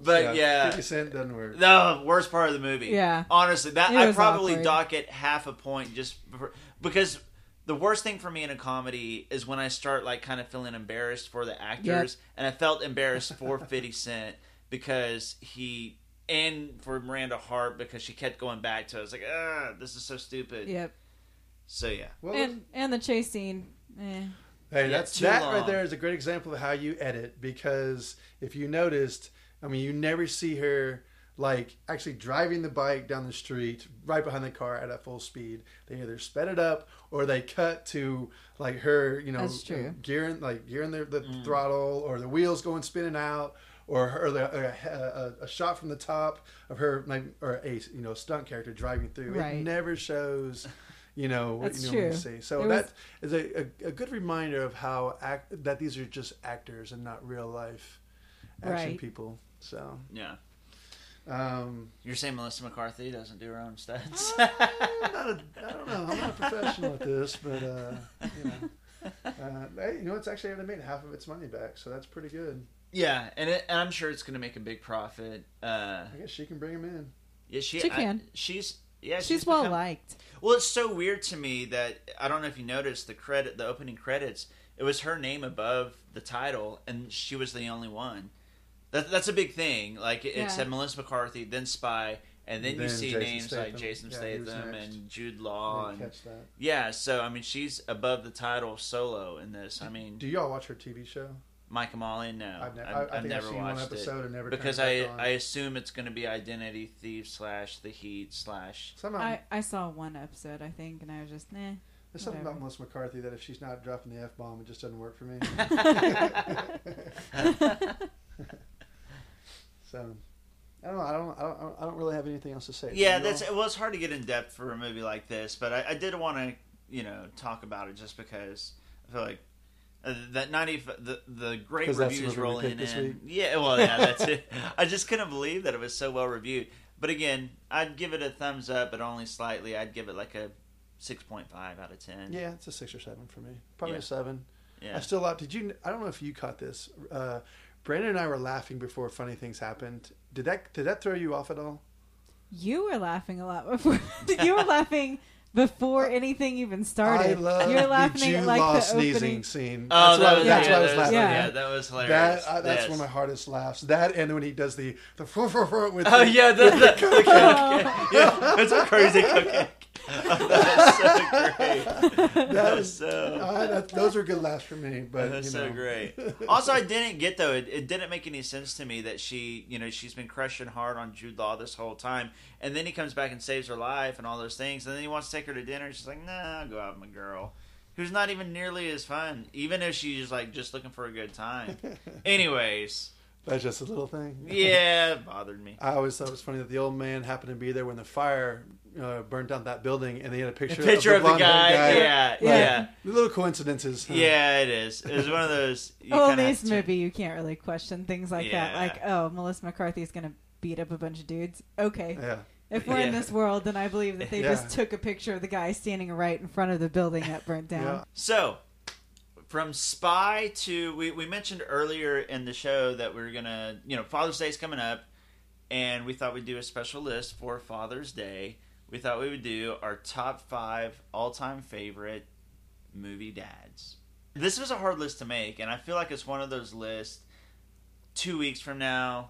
Speaker 1: but yeah,
Speaker 2: Fifty Cent doesn't work.
Speaker 1: No, worst part of the movie.
Speaker 3: Yeah.
Speaker 1: Honestly, that
Speaker 3: It
Speaker 1: I
Speaker 3: was
Speaker 1: probably
Speaker 3: awkward.
Speaker 1: dock it half a point just for, because the worst thing for me in a comedy is when I start like kind of feeling embarrassed for the actors, and I felt embarrassed for Fifty Cent because he and for Miranda Hart because she kept going back to it. I was like, ah, this is so stupid.
Speaker 3: Yep.
Speaker 1: So yeah,
Speaker 2: Well,
Speaker 3: And and the chase scene. Eh.
Speaker 2: hey,
Speaker 1: Yeah,
Speaker 2: that's
Speaker 1: too
Speaker 2: that
Speaker 1: long.
Speaker 2: right there is a great example of how you edit because if you noticed, I mean, you never see her like actually driving the bike down the street right behind the car at a full speed. They either sped it up or they cut to like her, you know,
Speaker 3: That's true.
Speaker 2: gearing like gearing the, the
Speaker 1: Mm.
Speaker 2: throttle or the wheels going spinning out. Or, her, or the- or a, a, a shot from the top of her, like, or a you know stunt character driving through.
Speaker 3: Right.
Speaker 2: It never shows, you know, what
Speaker 3: That's
Speaker 2: you normally
Speaker 3: true.
Speaker 2: see. So
Speaker 3: There was-
Speaker 2: that is a, a, a good reminder of how act that these are just actors and not real life action
Speaker 3: Right.
Speaker 2: people. So
Speaker 1: yeah.
Speaker 2: um,
Speaker 1: You're saying Melissa McCarthy doesn't do her own stunts?
Speaker 2: I'm not a, I don't know. I'm not a professional at this, but uh, you know. Uh, hey, you know, it's actually already made half of its money back, so that's pretty good.
Speaker 1: yeah, and, it, and I'm sure it's going to make a big profit. Uh,
Speaker 2: I guess she can bring him in.
Speaker 1: yeah, she,
Speaker 3: She
Speaker 1: I-
Speaker 3: can.
Speaker 1: she's yeah,
Speaker 3: She's, well
Speaker 1: become-
Speaker 3: liked.
Speaker 1: Well, it's so weird to me that I don't know if you noticed the credit, the opening credits. It was her name above the title, and she was the only one. That, that's a big thing. Like it,
Speaker 3: Yeah.
Speaker 1: it said, Melissa McCarthy, then Spy, and then, you
Speaker 2: Then
Speaker 1: see
Speaker 2: Jason
Speaker 1: names like
Speaker 2: Statham.
Speaker 1: Jason
Speaker 2: Yeah, he was
Speaker 1: Statham
Speaker 2: next.
Speaker 1: and Jude
Speaker 2: I
Speaker 1: Law.
Speaker 2: didn't
Speaker 1: And,
Speaker 2: catch that.
Speaker 1: yeah, so I mean, she's above the title solo in this. I mean,
Speaker 2: Do y'all watch her TV show?
Speaker 1: Mike and Molly, no,
Speaker 2: I've ne- I- I
Speaker 1: I've,
Speaker 2: think I've
Speaker 1: never
Speaker 2: seen one
Speaker 1: watched
Speaker 2: episode
Speaker 1: it
Speaker 2: and never turned
Speaker 1: because
Speaker 2: it
Speaker 1: I
Speaker 2: back on.
Speaker 1: I assume it's going to be Identity Thief slash The Heat slash
Speaker 2: Somehow
Speaker 3: I, I saw one episode, I think, and I was just, nah.
Speaker 2: there's something
Speaker 3: whatever.
Speaker 2: about Melissa McCarthy that if she's not dropping the f bomb, it just doesn't work for me. So I don't know. I don't. I don't. I don't really have anything else to say.
Speaker 1: Yeah,
Speaker 2: Do
Speaker 1: that's
Speaker 2: y'all?
Speaker 1: it was hard to get in depth for a movie like this, but I, I did want to you know talk about it just because I feel like uh, that ninety f- the the great
Speaker 2: 'Cause that's the
Speaker 1: reviews
Speaker 2: movie we
Speaker 1: rolling
Speaker 2: picked this
Speaker 1: in.
Speaker 2: week.
Speaker 1: Yeah, well, yeah, that's it. I just couldn't believe that it was so well reviewed. But again, I'd give it a thumbs up, but only slightly. I'd give it like a six point five out of ten.
Speaker 2: Yeah, it's a six or seven for me. Probably
Speaker 1: Yeah.
Speaker 2: a seven.
Speaker 1: yeah.
Speaker 2: I still laugh. Did you? I don't know if you caught this. Uh, Brandon and I were laughing before funny things happened. Did that? Did that throw you off at all?
Speaker 3: You were laughing a lot before. you were laughing before anything even started.
Speaker 2: I love
Speaker 3: you were laughing
Speaker 2: the Jude
Speaker 3: at like
Speaker 2: Law
Speaker 3: the
Speaker 2: sneezing
Speaker 3: opening.
Speaker 2: scene.
Speaker 1: Oh,
Speaker 2: that's why,
Speaker 1: that was,
Speaker 2: that's
Speaker 1: yeah,
Speaker 2: why I was
Speaker 1: that
Speaker 2: laughing.
Speaker 3: Yeah.
Speaker 1: yeah, that was hilarious.
Speaker 2: That, I, that's
Speaker 1: Yes.
Speaker 2: one of my hardest laughs. That and when he does the the with
Speaker 1: Oh
Speaker 2: the-
Speaker 1: yeah, the, the, the cupcake. Yeah, it's a crazy cupcake. Oh, that was so great. That was so.
Speaker 2: Uh, that- those are good laughs for me. But
Speaker 1: That's
Speaker 2: you
Speaker 1: so
Speaker 2: know.
Speaker 1: great. Also, I didn't get though. It, it didn't make any sense to me that she, you know, she's been crushing hard on Jude Law this whole time, and then he comes back and saves her life and all those things, and then he wants to take her to dinner. She's like, "Nah, I'll go out with my girl," who's not even nearly as fun, even if she's like just looking for a good time. Anyways,
Speaker 2: That's just a little thing.
Speaker 1: yeah, it bothered me.
Speaker 2: I always thought it was funny that the old man happened to be there when the fire uh, burned down that building, and they had a picture,
Speaker 1: Picture of the guy,
Speaker 2: blonde-haired
Speaker 1: yeah,
Speaker 2: Like,
Speaker 1: yeah.
Speaker 2: little coincidences. huh?
Speaker 1: Yeah, it is. It's one of those. You
Speaker 3: Well, in
Speaker 1: kinda have
Speaker 3: Oh, this
Speaker 1: to-
Speaker 3: movie, you can't really question things like that.
Speaker 1: Yeah.
Speaker 3: Like, oh, Melissa McCarthy's going to beat up a bunch of dudes. Okay.
Speaker 2: yeah.
Speaker 3: If we're in
Speaker 1: Yeah.
Speaker 3: this world, then I believe that they
Speaker 2: Uh, Yeah.
Speaker 3: just took a picture of the guy standing right in front of the building that burnt down.
Speaker 2: Yeah.
Speaker 1: So, from Spy to we we mentioned earlier in the show that we were gonna you know Father's Day's coming up, and we thought we'd do a special list for Father's Day. We thought we would do our top five all time favorite movie dads. This was a hard list to make, and I feel like it's one of those lists. Two weeks from now,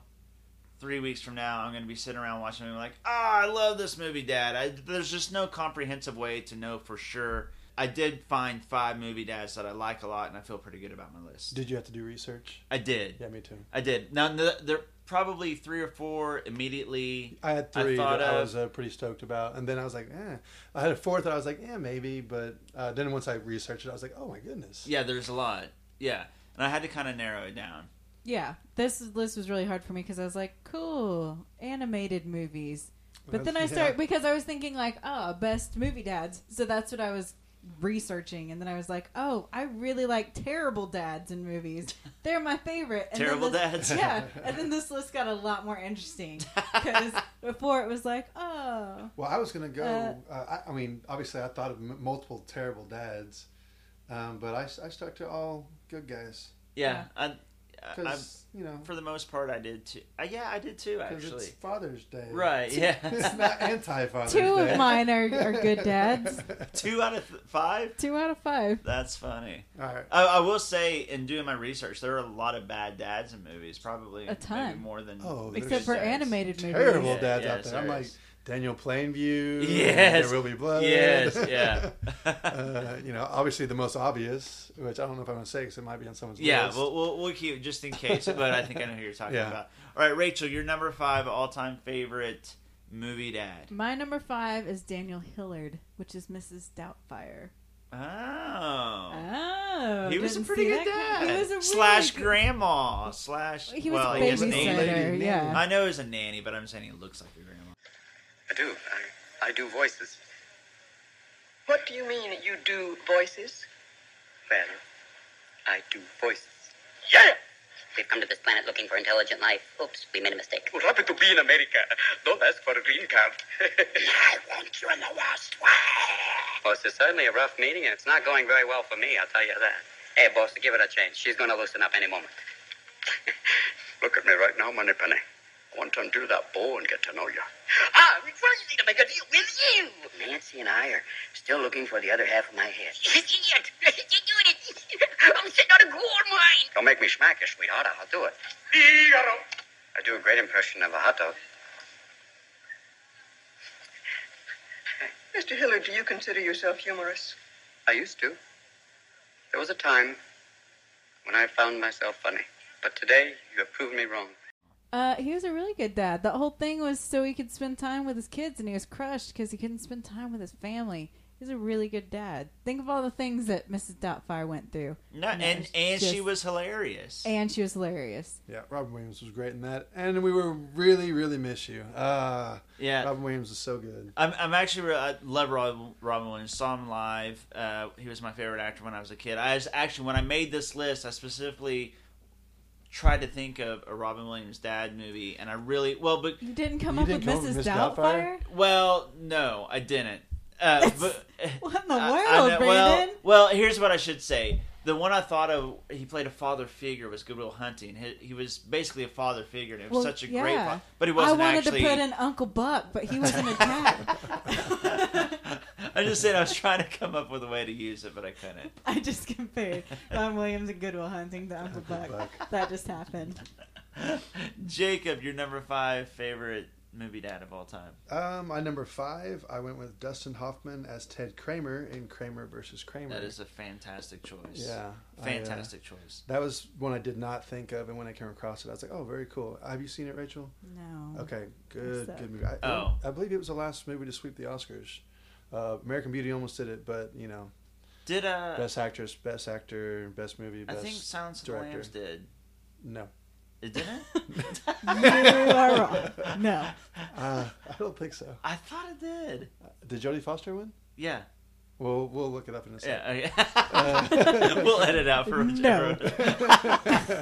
Speaker 1: three weeks from now, I'm going to be sitting around watching a movie like, ah, I love this movie, Dad. I, there's just no comprehensive way to know for sure I did find five movie dads that I like a lot, and I feel pretty good about my list.
Speaker 2: Did you have to do research?
Speaker 1: I did.
Speaker 2: Yeah, me too.
Speaker 1: I did. Now the, there are probably three or four immediately.
Speaker 2: I had three
Speaker 1: thought
Speaker 2: that I
Speaker 1: of-
Speaker 2: was uh, pretty stoked about, and then I was like, eh. I had a fourth that I was like, yeah, maybe, but uh, then once I researched it, I was like, oh my goodness.
Speaker 1: Yeah, there's a lot. Yeah, and I had to kind of narrow it down.
Speaker 3: Yeah, this list was really hard for me because I was like, cool, animated movies. But then I
Speaker 2: Yeah.
Speaker 3: start because I was thinking like, oh, best movie dads. So that's what I was researching, and then I was like, oh, I really like terrible dads in movies. They're my favorite. And then
Speaker 1: Terrible
Speaker 3: this-
Speaker 1: dads.
Speaker 3: Yeah, and then this list got a lot more interesting because before it was like, oh,
Speaker 2: Well, I was gonna go. Uh, I, I mean, obviously, I thought of m- multiple terrible dads, um, but I, s- I stuck to all good guys
Speaker 1: Yeah, I, I,
Speaker 2: because you know
Speaker 1: I, for the most part, I did too. Uh, yeah, I did too
Speaker 2: 'cause it's
Speaker 1: actually.
Speaker 2: Father's Day,
Speaker 1: Right. Yeah,
Speaker 2: It's not anti-Father's
Speaker 3: two
Speaker 2: Day.
Speaker 3: of mine are, are good dads.
Speaker 1: two out of th- five.
Speaker 3: Two out of five.
Speaker 1: That's funny.
Speaker 2: all right.
Speaker 1: I, I will say, in doing my research, there are a lot of bad dads in movies. Probably
Speaker 3: A ton.
Speaker 1: maybe more than
Speaker 2: Oh, there's
Speaker 3: Except for
Speaker 1: dads.
Speaker 3: animated movies.
Speaker 2: terrible
Speaker 1: Yeah,
Speaker 2: dads
Speaker 1: yeah,
Speaker 2: out there. I'm
Speaker 1: there
Speaker 2: like
Speaker 1: is.
Speaker 2: Daniel Plainview.
Speaker 1: Yes.
Speaker 2: There will be blood.
Speaker 1: Yes, yeah,
Speaker 2: uh, you know, obviously the most obvious, which I don't know if I'm gonna say because it might be on someone's
Speaker 1: yeah.
Speaker 2: list.
Speaker 1: We'll, we'll we'll keep just in case, but I think I know who you're talking
Speaker 2: Yeah.
Speaker 1: about. All right, Rachel, your number five all-time favorite movie dad.
Speaker 3: My number five is Daniel Hillard, which is Mrs. Doubtfire. Uh,
Speaker 1: Oh,
Speaker 3: Oh,
Speaker 1: he was a
Speaker 3: didn't
Speaker 1: pretty
Speaker 3: see
Speaker 1: good
Speaker 3: that
Speaker 1: dad.
Speaker 3: com- He was a really
Speaker 1: slash
Speaker 3: good-
Speaker 1: grandma slash.
Speaker 3: He was
Speaker 1: well,
Speaker 3: a
Speaker 1: he is an
Speaker 2: babysitter.
Speaker 1: nanny.
Speaker 3: babysitter.
Speaker 2: nanny.
Speaker 3: Yeah,
Speaker 1: I know he's a nanny, but I'm saying he looks like a grandma.
Speaker 7: I do. I, I do voices.
Speaker 6: What do you mean you do voices?
Speaker 7: Well, I do voices. Yeah!
Speaker 8: We've come to this planet looking for intelligent life. Oops, we made a mistake.
Speaker 7: Would happen to be in America. Don't ask for a green card. I want you in the worst way.
Speaker 8: Well, it's certainly a rough meeting, and it's not going very well for me, I'll tell you that. Hey, boss, give it a chance. She's going to loosen up any moment.
Speaker 7: Look at me right now, Moneypenny. I want to undo that bow and get to know you. Ah, we finally to make a deal with you!
Speaker 8: Nancy and I are still looking for the other half of my head.
Speaker 7: Idiot! You're doing it! I'm sitting on a gold mine!
Speaker 8: Don't make me smack you, sweetheart. I'll do it. I do a great impression of a hot dog.
Speaker 6: Mr. Hillard, do you consider yourself humorous?
Speaker 8: I used to. There was a time when I found myself funny. But today, you have proven me wrong.
Speaker 3: uh, he was a really good dad. The whole thing was so he could spend time with his kids, and he was crushed because he couldn't spend time with his family. He's a really good dad. Think of all the things that Mrs. Doubtfire went through,
Speaker 1: No, and
Speaker 3: it's
Speaker 1: and she
Speaker 3: just-
Speaker 1: was hilarious.
Speaker 3: and she was hilarious.
Speaker 2: yeah, Robin Williams was great in that, and we will really, really miss you. Ah,
Speaker 1: yeah,
Speaker 2: Robin Williams is so good.
Speaker 1: I'm, I'm actually re- I love Robin, Robin Williams. Saw him live. Uh, he was my favorite actor when I was a kid. I was actually when I made this list, I specifically tried to think of a Robin Williams dad movie, and I really well, but
Speaker 3: You didn't come
Speaker 2: You
Speaker 3: up
Speaker 2: didn't
Speaker 3: with
Speaker 2: come up
Speaker 3: Mrs.
Speaker 2: with Miss
Speaker 3: Doubtfire?
Speaker 2: Doubtfire?
Speaker 1: well, no, I didn't. Uh, but,
Speaker 3: What in the
Speaker 1: I- I
Speaker 3: world,
Speaker 1: know- well,
Speaker 3: Brandon?
Speaker 1: well, here's what I should say. The one I thought of, he played a father figure, was Goodwill Hunting. He, he was basically a father figure, and it was
Speaker 3: Well,
Speaker 1: such a great,
Speaker 3: yeah.
Speaker 1: fa- but he wasn't
Speaker 3: I wanted
Speaker 1: actually.
Speaker 3: to put in Uncle Buck, but he wasn't a dad.
Speaker 1: I just said I was trying to come up with a way to use it, but I couldn't.
Speaker 3: I just compared Ron Williams and Goodwill Hunting to Uncle Buck.
Speaker 2: Buck.
Speaker 3: That just happened.
Speaker 1: Jacob, your number five favorite movie dad of all time.
Speaker 2: Um, my number five, I went with Dustin Hoffman as Ted Kramer in Kramer versus Kramer.
Speaker 1: That is a fantastic choice.
Speaker 2: yeah, I, uh,
Speaker 1: Fantastic choice.
Speaker 2: that was one I did not think of, and when I came across it, I was like, "Oh, very cool." Have you seen it, Rachel?
Speaker 3: No.
Speaker 2: Okay, good,
Speaker 3: that?
Speaker 2: good movie. I,
Speaker 1: Oh.
Speaker 2: I believe it was the last movie to sweep the Oscars. Uh, American Beauty almost did it, but you know,
Speaker 1: Did uh
Speaker 2: best actress, best actor, best movie,
Speaker 1: I
Speaker 2: best
Speaker 1: think Silence of the
Speaker 2: director.
Speaker 1: Lambs did.
Speaker 2: No,
Speaker 1: It didn't?
Speaker 3: You are wrong. No.
Speaker 2: uh, I don't think so.
Speaker 1: I thought it did.
Speaker 2: Did Jodie Foster win?
Speaker 1: Yeah.
Speaker 2: We'll we'll look it up in a second.
Speaker 1: Yeah.
Speaker 2: uh,
Speaker 1: Okay. we'll edit out for
Speaker 3: No.
Speaker 1: whichever.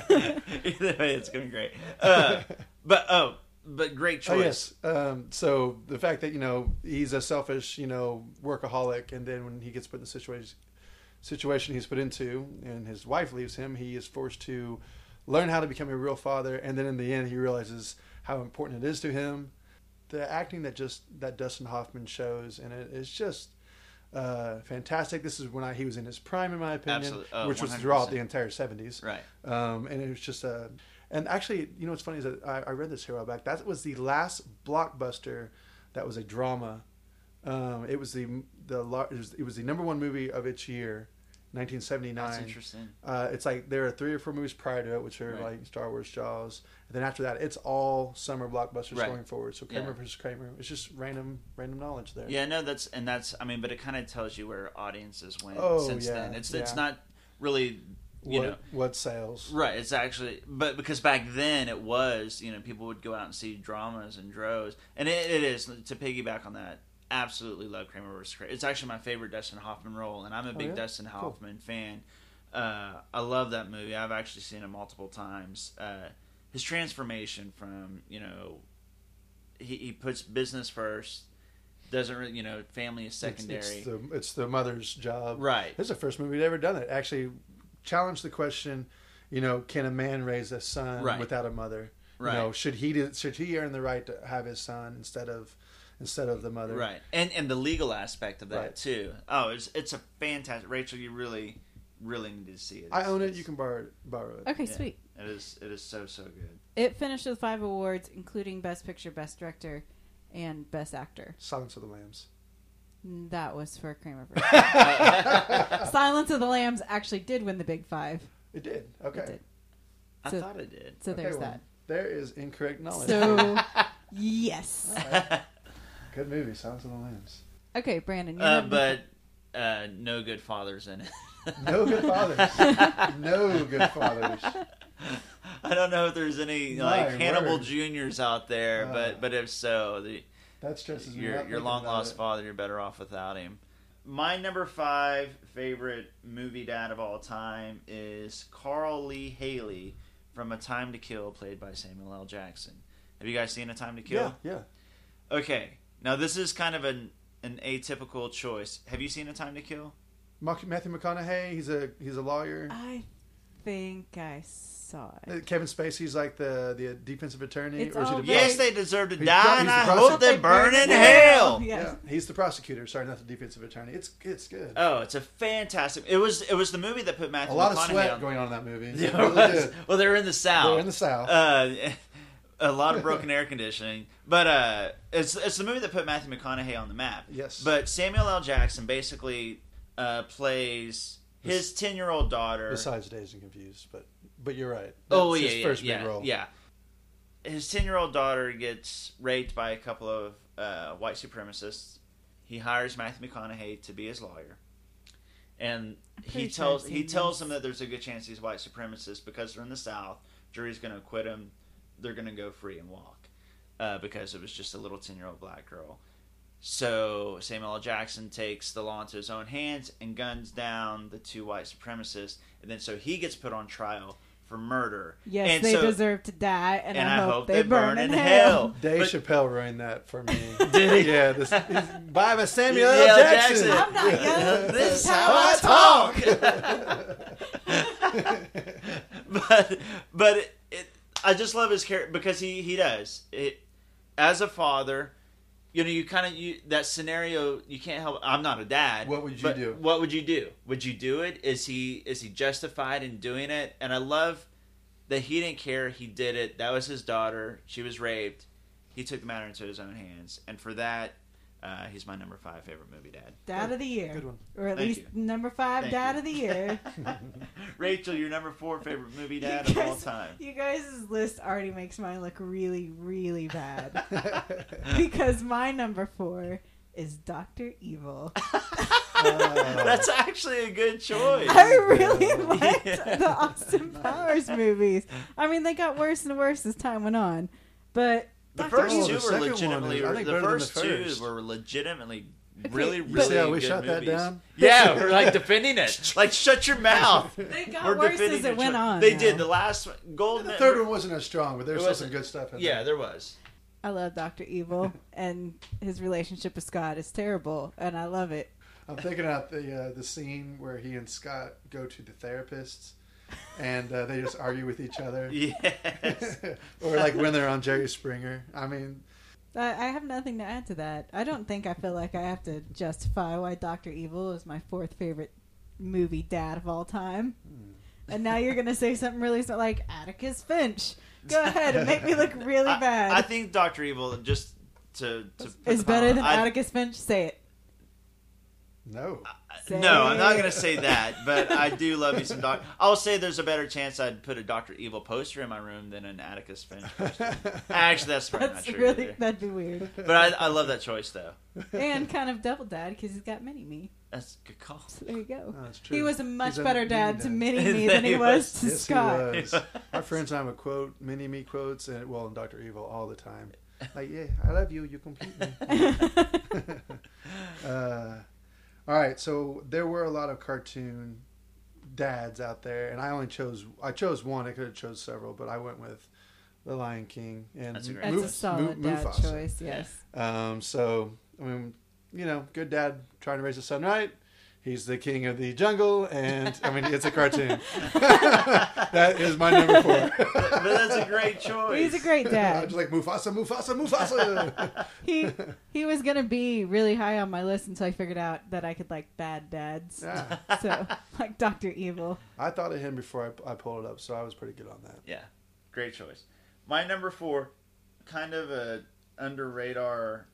Speaker 1: Either way, it's gonna be great. Uh, but oh but great
Speaker 2: Oh
Speaker 1: choice.
Speaker 2: yes. Um, so the fact that you know he's a selfish, you know, workaholic, and then when he gets put in the situation situation he's put into, and his wife leaves him, he is forced to learn how to become a real father, and then in the end, he realizes how important it is to him. The acting that just that Dustin Hoffman shows, and it is just uh, fantastic. This is when I, he was in his prime, in my opinion,
Speaker 1: Absolute- oh,
Speaker 2: which was
Speaker 1: 100%.
Speaker 2: throughout the entire seventies
Speaker 1: Right.
Speaker 2: um, and it was just a. And actually, you know what's funny is that I, I read this here a while back. That was the last blockbuster that was a drama Um, it was the the lar- it was, it was the number one movie of its year, 1979.
Speaker 1: That's interesting.
Speaker 2: Uh, it's like there are three or four movies prior to it, which are
Speaker 1: Right.
Speaker 2: like Star Wars, Jaws, and then after that, it's all summer blockbusters
Speaker 1: Right.
Speaker 2: going forward. So Kramer
Speaker 1: Yeah.
Speaker 2: versus Kramer. It's just random random knowledge there.
Speaker 1: Yeah, no, that's and that's. I mean, but it kind of tells you where audiences went
Speaker 2: Oh,
Speaker 1: since
Speaker 2: yeah,
Speaker 1: then. It's it's
Speaker 2: yeah.
Speaker 1: not really you
Speaker 2: what,
Speaker 1: know
Speaker 2: what sales?
Speaker 1: right. It's actually but because back then it was you know people would go out and see dramas and dros, and it, it is to piggyback on that. Absolutely love Kramer vs. Kramer. It's actually my favorite Dustin Hoffman role, and I'm a big
Speaker 2: yeah?
Speaker 1: Dustin
Speaker 2: Oh, Cool.
Speaker 1: Hoffman fan. Uh, I love that movie. I've actually seen it multiple times. Uh, his transformation from you know he, he puts business first, doesn't really you know family is
Speaker 2: It's-
Speaker 1: secondary.
Speaker 2: It's, the it's the mother's job.
Speaker 1: Right.
Speaker 2: This is the first movie we'd ever done it. Actually, challenged the question. You know, can a man raise a son
Speaker 1: Right.
Speaker 2: without a mother?
Speaker 1: Right.
Speaker 2: You know, should he do- should he earn the right to have his son instead of instead of the mother?
Speaker 1: Right, and and the legal aspect of that
Speaker 2: Right.
Speaker 1: too. Oh, it's it's a fantastic Rachel. You really, really need to see it.
Speaker 2: I
Speaker 1: It's-
Speaker 2: own it.
Speaker 1: it's-
Speaker 2: You can borrow it. Borrow it.
Speaker 3: Okay,
Speaker 1: Yeah.
Speaker 3: sweet.
Speaker 1: It is it is so so good.
Speaker 3: It finished with five awards, including Best Picture, Best Director, and Best Actor.
Speaker 2: Silence of the Lambs.
Speaker 3: That was for Kramer. versus- Silence of the Lambs actually did win the Big Five.
Speaker 2: It did. Okay.
Speaker 3: It did.
Speaker 1: I
Speaker 3: So-
Speaker 1: thought it did.
Speaker 3: So
Speaker 2: Okay,
Speaker 3: there's
Speaker 2: well,
Speaker 3: that.
Speaker 2: There is incorrect knowledge.
Speaker 3: So yes.
Speaker 2: Good movie, Silence of the Lambs.
Speaker 3: Okay, Brandon. You
Speaker 1: Uh,
Speaker 3: have the-
Speaker 1: but uh, no good fathers in it.
Speaker 2: No good fathers. no good fathers.
Speaker 1: I don't know if there's any
Speaker 2: My
Speaker 1: like Hannibal
Speaker 2: word.
Speaker 1: Juniors out there,
Speaker 2: Uh.
Speaker 1: but but if so, the,
Speaker 2: That stresses me
Speaker 1: your
Speaker 2: out
Speaker 1: your
Speaker 2: thinking
Speaker 1: long
Speaker 2: about
Speaker 1: lost
Speaker 2: it.
Speaker 1: father, you're better off without him. My number five favorite movie dad of all time is Carl Lee Haley from A Time to Kill, played by Samuel L. Jackson. Have you guys seen A Time to Kill?
Speaker 2: Yeah, yeah.
Speaker 1: Okay, now this is kind of an an atypical choice. Have you seen A Time to Kill?
Speaker 2: Mac- Matthew McConaughey. He's a he's a lawyer.
Speaker 3: I think I saw it.
Speaker 2: Uh, Kevin Spacey's like the the defensive attorney,
Speaker 3: It's
Speaker 2: or is he
Speaker 3: all
Speaker 2: the
Speaker 3: Yeah.
Speaker 1: Yes,
Speaker 2: prose-
Speaker 1: they deserve to
Speaker 2: He's
Speaker 1: die,
Speaker 2: pro-
Speaker 1: and
Speaker 2: he's
Speaker 1: I
Speaker 2: pro-
Speaker 1: hope they burn in hell.
Speaker 3: Yes.
Speaker 2: Yeah, he's the prosecutor. Sorry, not the defensive attorney. It's it's good.
Speaker 1: Oh, it's a fantastic. It was it was the movie that put Matthew
Speaker 2: a lot of
Speaker 1: McConaughey
Speaker 2: sweat
Speaker 1: on.
Speaker 2: going on in that movie.
Speaker 1: There
Speaker 2: It really
Speaker 1: was.
Speaker 2: did.
Speaker 1: Well, they're in the south.
Speaker 2: They're in the South.
Speaker 1: Uh, a lot of broken air conditioning, but uh, it's it's the movie that put Matthew McConaughey on the map.
Speaker 2: Yes.
Speaker 1: But Samuel L. Jackson basically uh, plays his ten year old daughter.
Speaker 2: Besides Dazed and Confused, but but you're right.
Speaker 1: oh
Speaker 2: That's
Speaker 1: yeah,
Speaker 2: his
Speaker 1: yeah,
Speaker 2: first
Speaker 1: yeah,
Speaker 2: big role.
Speaker 1: yeah. His ten year old daughter gets raped by a couple of uh, white supremacists. He hires Matthew McConaughey to be his lawyer, and he
Speaker 3: pretty sure
Speaker 1: tells
Speaker 3: I've
Speaker 1: he
Speaker 3: seen
Speaker 1: tells
Speaker 3: this.
Speaker 1: them that there's a good chance he's white supremacist because they're in the South. Jury's going to acquit him. They're going to go free and walk uh, because it was just a little ten year old black girl. So Samuel L. Jackson takes the law into his own hands and guns down the two white supremacists, and then so he gets put on trial for murder.
Speaker 3: Yes,
Speaker 1: and
Speaker 3: they
Speaker 1: so,
Speaker 3: deserve to die, and, I, hope, they, burn, in hell.
Speaker 1: hell.
Speaker 2: Dave
Speaker 1: But-
Speaker 2: Chappelle ruined that for me.
Speaker 1: Did he?
Speaker 2: Yeah, this is by by Samuel
Speaker 1: Yeah,
Speaker 2: L. Jackson.
Speaker 1: Jackson.
Speaker 3: I'm not young.
Speaker 1: This is
Speaker 3: How
Speaker 1: how I
Speaker 3: I
Speaker 1: talk. but but it, it, I just love his character because he he does it as a father. You know, you kind of you that scenario. You can't help. I'm not a dad.
Speaker 2: What would you
Speaker 1: but
Speaker 2: do?
Speaker 1: What would you do? Would you do it? Is he is he justified in doing it? And I love that he didn't care. He did it. That was his daughter. She was raped. He took the matter into his own hands, and for that, uh, he's my number five favorite movie dad.
Speaker 3: Dad of the year,
Speaker 2: Good one.
Speaker 3: or at
Speaker 1: Thank
Speaker 3: least
Speaker 1: you.
Speaker 3: number five.
Speaker 1: Thank
Speaker 3: dad
Speaker 1: you.
Speaker 3: of the year.
Speaker 1: Rachel, your number four favorite movie dad
Speaker 3: You
Speaker 1: of all
Speaker 3: guys-
Speaker 1: time.
Speaker 3: You guys' list already makes mine look really, really bad because my number four is Doctor Evil.
Speaker 1: That's actually a good choice.
Speaker 3: I really
Speaker 2: Yeah.
Speaker 3: liked
Speaker 1: Yeah.
Speaker 3: the Austin Powers movies. I mean, they got worse and worse as time went on, but
Speaker 1: The
Speaker 3: Dr.
Speaker 1: first
Speaker 2: Oh,
Speaker 3: Evil-
Speaker 1: two
Speaker 2: the
Speaker 1: were
Speaker 2: second one
Speaker 1: legitimately.
Speaker 2: is- I think
Speaker 1: the
Speaker 2: better than the
Speaker 1: first two
Speaker 2: first.
Speaker 1: were legitimately really,
Speaker 3: but-
Speaker 1: really.
Speaker 2: See how we
Speaker 1: good
Speaker 2: shot that
Speaker 1: movies.
Speaker 2: down?
Speaker 1: Yeah, we're like defending it. Like shut your mouth.
Speaker 3: They got
Speaker 1: We're
Speaker 3: worse
Speaker 1: defending
Speaker 3: as
Speaker 1: your
Speaker 3: it went
Speaker 1: choice.
Speaker 3: on.
Speaker 1: They
Speaker 3: though.
Speaker 1: did the last one- Golden.
Speaker 2: The third one wasn't as strong, but there's still some
Speaker 1: wasn't.
Speaker 2: good stuff in
Speaker 1: Yeah,
Speaker 2: there.
Speaker 1: there was.
Speaker 3: I love Doctor Evil, and his relationship with Scott is terrible, and I love it.
Speaker 2: I'm thinking about the uh, the scene where he and Scott go to the therapists, and uh, they just argue with each other,
Speaker 1: Yes.
Speaker 2: or like when they're on Jerry Springer. I mean,
Speaker 3: I, I have nothing to add to that. I don't think I feel like I have to justify why Doctor Evil is my fourth favorite movie dad of all time.
Speaker 1: Hmm.
Speaker 3: And now you're gonna say something really so like Atticus Finch. Go ahead and make me look really
Speaker 1: I,
Speaker 3: bad.
Speaker 1: I think Doctor Evil just to, to put
Speaker 3: is
Speaker 1: the power
Speaker 3: better
Speaker 1: on.
Speaker 3: than
Speaker 1: I-
Speaker 3: Atticus Finch. Say it.
Speaker 2: No.
Speaker 1: Uh,
Speaker 3: Say
Speaker 1: No, I'm not
Speaker 3: it.
Speaker 1: going to say that, but I do love you some Doc. I'll say there's a better chance I'd put a Doctor Evil poster in my room than an Atticus Finch. poster. Actually, that's probably
Speaker 3: That's
Speaker 1: not true.
Speaker 3: really
Speaker 1: either.
Speaker 3: that'd be weird.
Speaker 1: But I, I love that choice though.
Speaker 3: and kind of double dad because he's got mini me.
Speaker 1: That's a good call.
Speaker 3: So there you go.
Speaker 2: No, that's true.
Speaker 3: he was a much
Speaker 2: He's a
Speaker 3: better dad to
Speaker 2: mini-dad.
Speaker 3: mini me than he was to
Speaker 2: yes,
Speaker 3: Scott.
Speaker 2: he was. Our friends and I would quote mini me quotes and well, and Doctor Evil all the time. Like, yeah, I love you. You complete me. uh, all right, so there were a lot of cartoon dads out there, and I only chose I chose one. I could have chose several, but I went with The Lion King and
Speaker 1: That's a great
Speaker 3: That's
Speaker 1: Mu-
Speaker 3: a solid dad
Speaker 2: Mufasa.
Speaker 3: choice. Yes.
Speaker 2: Um, so I mean, you know, good dad trying to raise his son right. He's the king of the jungle, and I mean, it's a cartoon. that is my number four.
Speaker 1: But that's a great choice.
Speaker 3: He's a great
Speaker 2: I'm
Speaker 3: dad.
Speaker 2: just like Mufasa, Mufasa, Mufasa.
Speaker 3: he he was gonna be really high on my list until I figured out that I could like bad dads.
Speaker 2: yeah,
Speaker 3: so like Doctor Evil.
Speaker 2: I thought of him before I, I pulled it up, so I was pretty good on that.
Speaker 1: Yeah, great choice. My number four, kind of a under radar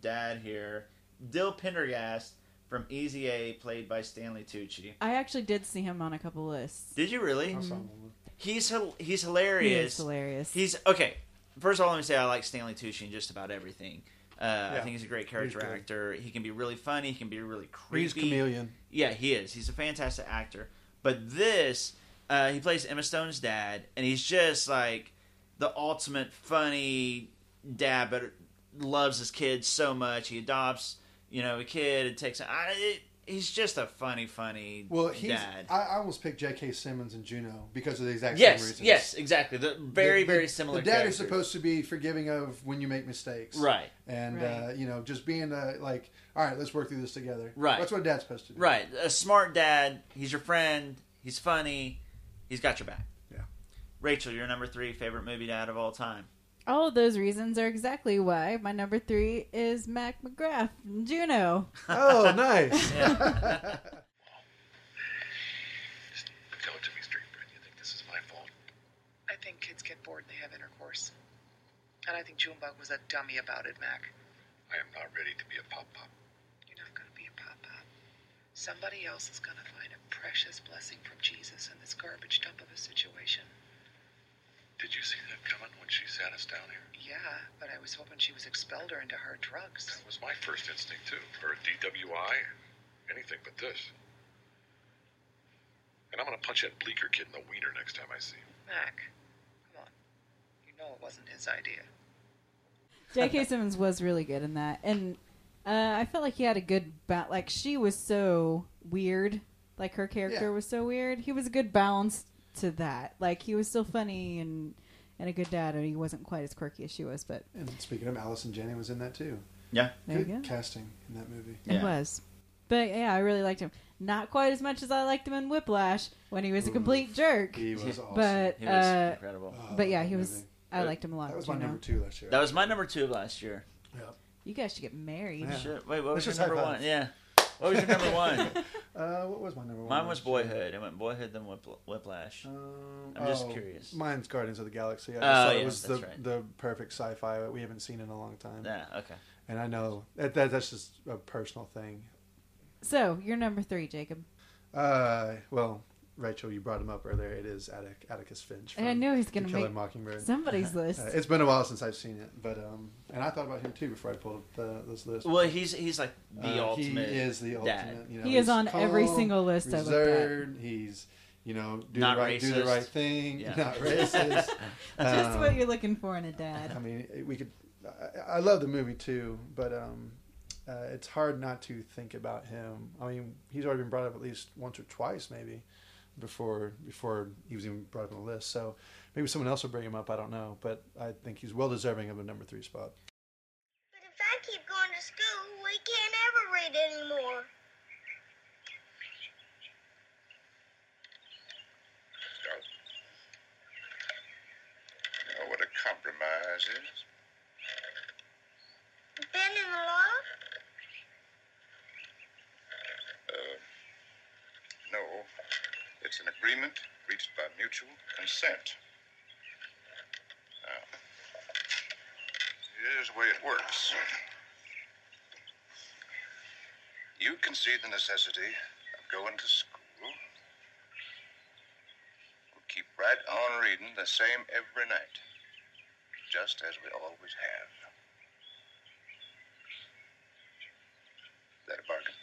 Speaker 1: dad here, Dill Pendergast from Easy A, played by Stanley Tucci.
Speaker 3: I actually did see him on a couple lists.
Speaker 1: Did you really?
Speaker 2: I saw
Speaker 3: Mm-hmm.
Speaker 2: him on
Speaker 1: He's hil- he's
Speaker 3: He
Speaker 1: hilarious.
Speaker 3: is hilarious.
Speaker 1: He's okay. First of all, let me say I like Stanley Tucci in just about everything. Uh, I
Speaker 2: Yeah.
Speaker 1: think he's a great character
Speaker 2: good.
Speaker 1: actor. He can be really funny. He can be really
Speaker 2: one.
Speaker 1: creepy.
Speaker 2: He's chameleon.
Speaker 1: Yeah, he is. He's a fantastic actor. But this, uh, he plays Emma Stone's dad, and he's just like the ultimate funny dad, but loves his kid so much. He adopts, you know, a kid and takes. I, it, he's just a funny, funny
Speaker 2: Well, he's.
Speaker 1: dad.
Speaker 2: I, I almost picked J.K. Simmons and Juno because of the exact same
Speaker 1: yes,
Speaker 2: reasons.
Speaker 1: yes, exactly. The very,
Speaker 2: The- the-
Speaker 1: very similar.
Speaker 2: The dad
Speaker 1: characters.
Speaker 2: is supposed to be forgiving of when you make mistakes,
Speaker 1: Right.
Speaker 2: And
Speaker 3: Right.
Speaker 2: Uh, you know, just being uh, like, all right, let's work through this together.
Speaker 1: Right.
Speaker 2: That's what a dad's supposed to do.
Speaker 1: Right. A smart dad. He's your friend. He's funny. He's got your back.
Speaker 2: Yeah.
Speaker 1: Rachel, your number three favorite movie dad of all time.
Speaker 3: All of those reasons are exactly why my number three is Mac McGrath from Juno.
Speaker 2: Oh, nice.
Speaker 4: Tell it to me straight, Brent. You think this is my fault?
Speaker 6: I think kids get bored and they have intercourse. And I think Junebug was a dummy about it, Mac.
Speaker 4: I am not ready to be a pop pop.
Speaker 6: You're not going to be a pop pop. Somebody else is going to find a precious blessing from Jesus in this garbage dump of a situation.
Speaker 4: Did you see that coming when she sat us down here?
Speaker 6: Yeah, but I was hoping she was expelled or into hard drugs.
Speaker 4: That was my first instinct, too. For a DWI, anything but this. And I'm gonna punch that bleaker kid in the wiener next time I see him.
Speaker 6: Mac, come on. You know it wasn't his idea.
Speaker 3: J.K. Simmons was really good in that, and uh, I felt like he had a good ba- like she was so weird, like her character
Speaker 2: Yeah.
Speaker 3: was so weird. He was a good balance to that. Like he was still funny and and a good dad, and he wasn't quite as quirky as she was, but
Speaker 2: and speaking of, Allison Janney was in that too.
Speaker 1: Yeah.
Speaker 3: there you
Speaker 2: Good
Speaker 3: go.
Speaker 2: casting in that movie.
Speaker 1: Yeah.
Speaker 3: It was. But yeah, I really liked him. Not quite as much as I liked him in Whiplash when he was a complete jerk.
Speaker 2: He was awesome.
Speaker 3: But
Speaker 1: He was
Speaker 3: uh,
Speaker 1: incredible.
Speaker 2: Oh,
Speaker 3: but yeah,
Speaker 2: that
Speaker 3: he was.
Speaker 2: movie.
Speaker 3: I
Speaker 1: Good.
Speaker 3: liked him a lot.
Speaker 2: That was
Speaker 3: you
Speaker 2: my
Speaker 3: know.
Speaker 2: number two last year.
Speaker 1: That was my number two of last year.
Speaker 3: You guys should get married.
Speaker 2: Yeah.
Speaker 1: Shit. Wait, what was
Speaker 2: Let's
Speaker 1: your
Speaker 2: just
Speaker 1: number
Speaker 2: high
Speaker 1: one?
Speaker 2: five.
Speaker 1: Yeah. What was your number one?
Speaker 2: uh, what was my number one?
Speaker 1: Mine was
Speaker 2: last year?
Speaker 1: Boyhood. It went Boyhood, then Whipl- Whiplash.
Speaker 2: Um,
Speaker 1: I'm just curious.
Speaker 2: Mine's Guardians of the Galaxy. I just
Speaker 1: Oh,
Speaker 2: thought
Speaker 1: yeah,
Speaker 2: it was the,
Speaker 1: that's right.
Speaker 2: the perfect sci-fi that we haven't seen in a long time.
Speaker 1: Yeah, okay.
Speaker 2: And I know that, that that's just a personal thing.
Speaker 3: So you're number three, Jacob.
Speaker 2: Uh, well, Rachel, you brought him up earlier. It is Attic, Atticus Finch.
Speaker 3: And I knew he was gonna
Speaker 2: To Kill a
Speaker 3: make-
Speaker 2: Mockingbird.
Speaker 3: Somebody's list.
Speaker 2: Uh, it's been a while since I've seen it, but um, and I thought about him too before I pulled up the, this list.
Speaker 1: Well, he's he's like
Speaker 2: Uh,
Speaker 1: the ultimate.
Speaker 2: He is the
Speaker 1: dad.
Speaker 2: ultimate. You know,
Speaker 3: He is
Speaker 2: he's
Speaker 3: on every
Speaker 2: calm,
Speaker 3: single list I looked at.
Speaker 2: Reserved. He's you know do
Speaker 1: Not
Speaker 2: the right do the
Speaker 1: racist.
Speaker 2: right thing.
Speaker 1: Yeah.
Speaker 2: Not racist.
Speaker 3: Just
Speaker 2: Um,
Speaker 3: what you're looking for in a dad.
Speaker 2: I mean, it- we could. I, I love the movie too, but um, uh, it's hard not to think about him. I mean, he's already been brought up at least once or twice, maybe, before before he was even brought up on the list. So maybe someone else will bring him up. I don't know, but I think he's well deserving of a number three spot.
Speaker 9: But if I keep going to school, we can't ever read anymore.
Speaker 4: know what a compromise is?
Speaker 9: Bending the law?
Speaker 4: Uh, no. It's an agreement reached by mutual consent. Now,
Speaker 10: Here's the way it works. You concede the necessity of going to school. We'll keep right on reading the same every night, just as we always have. Is that a bargain?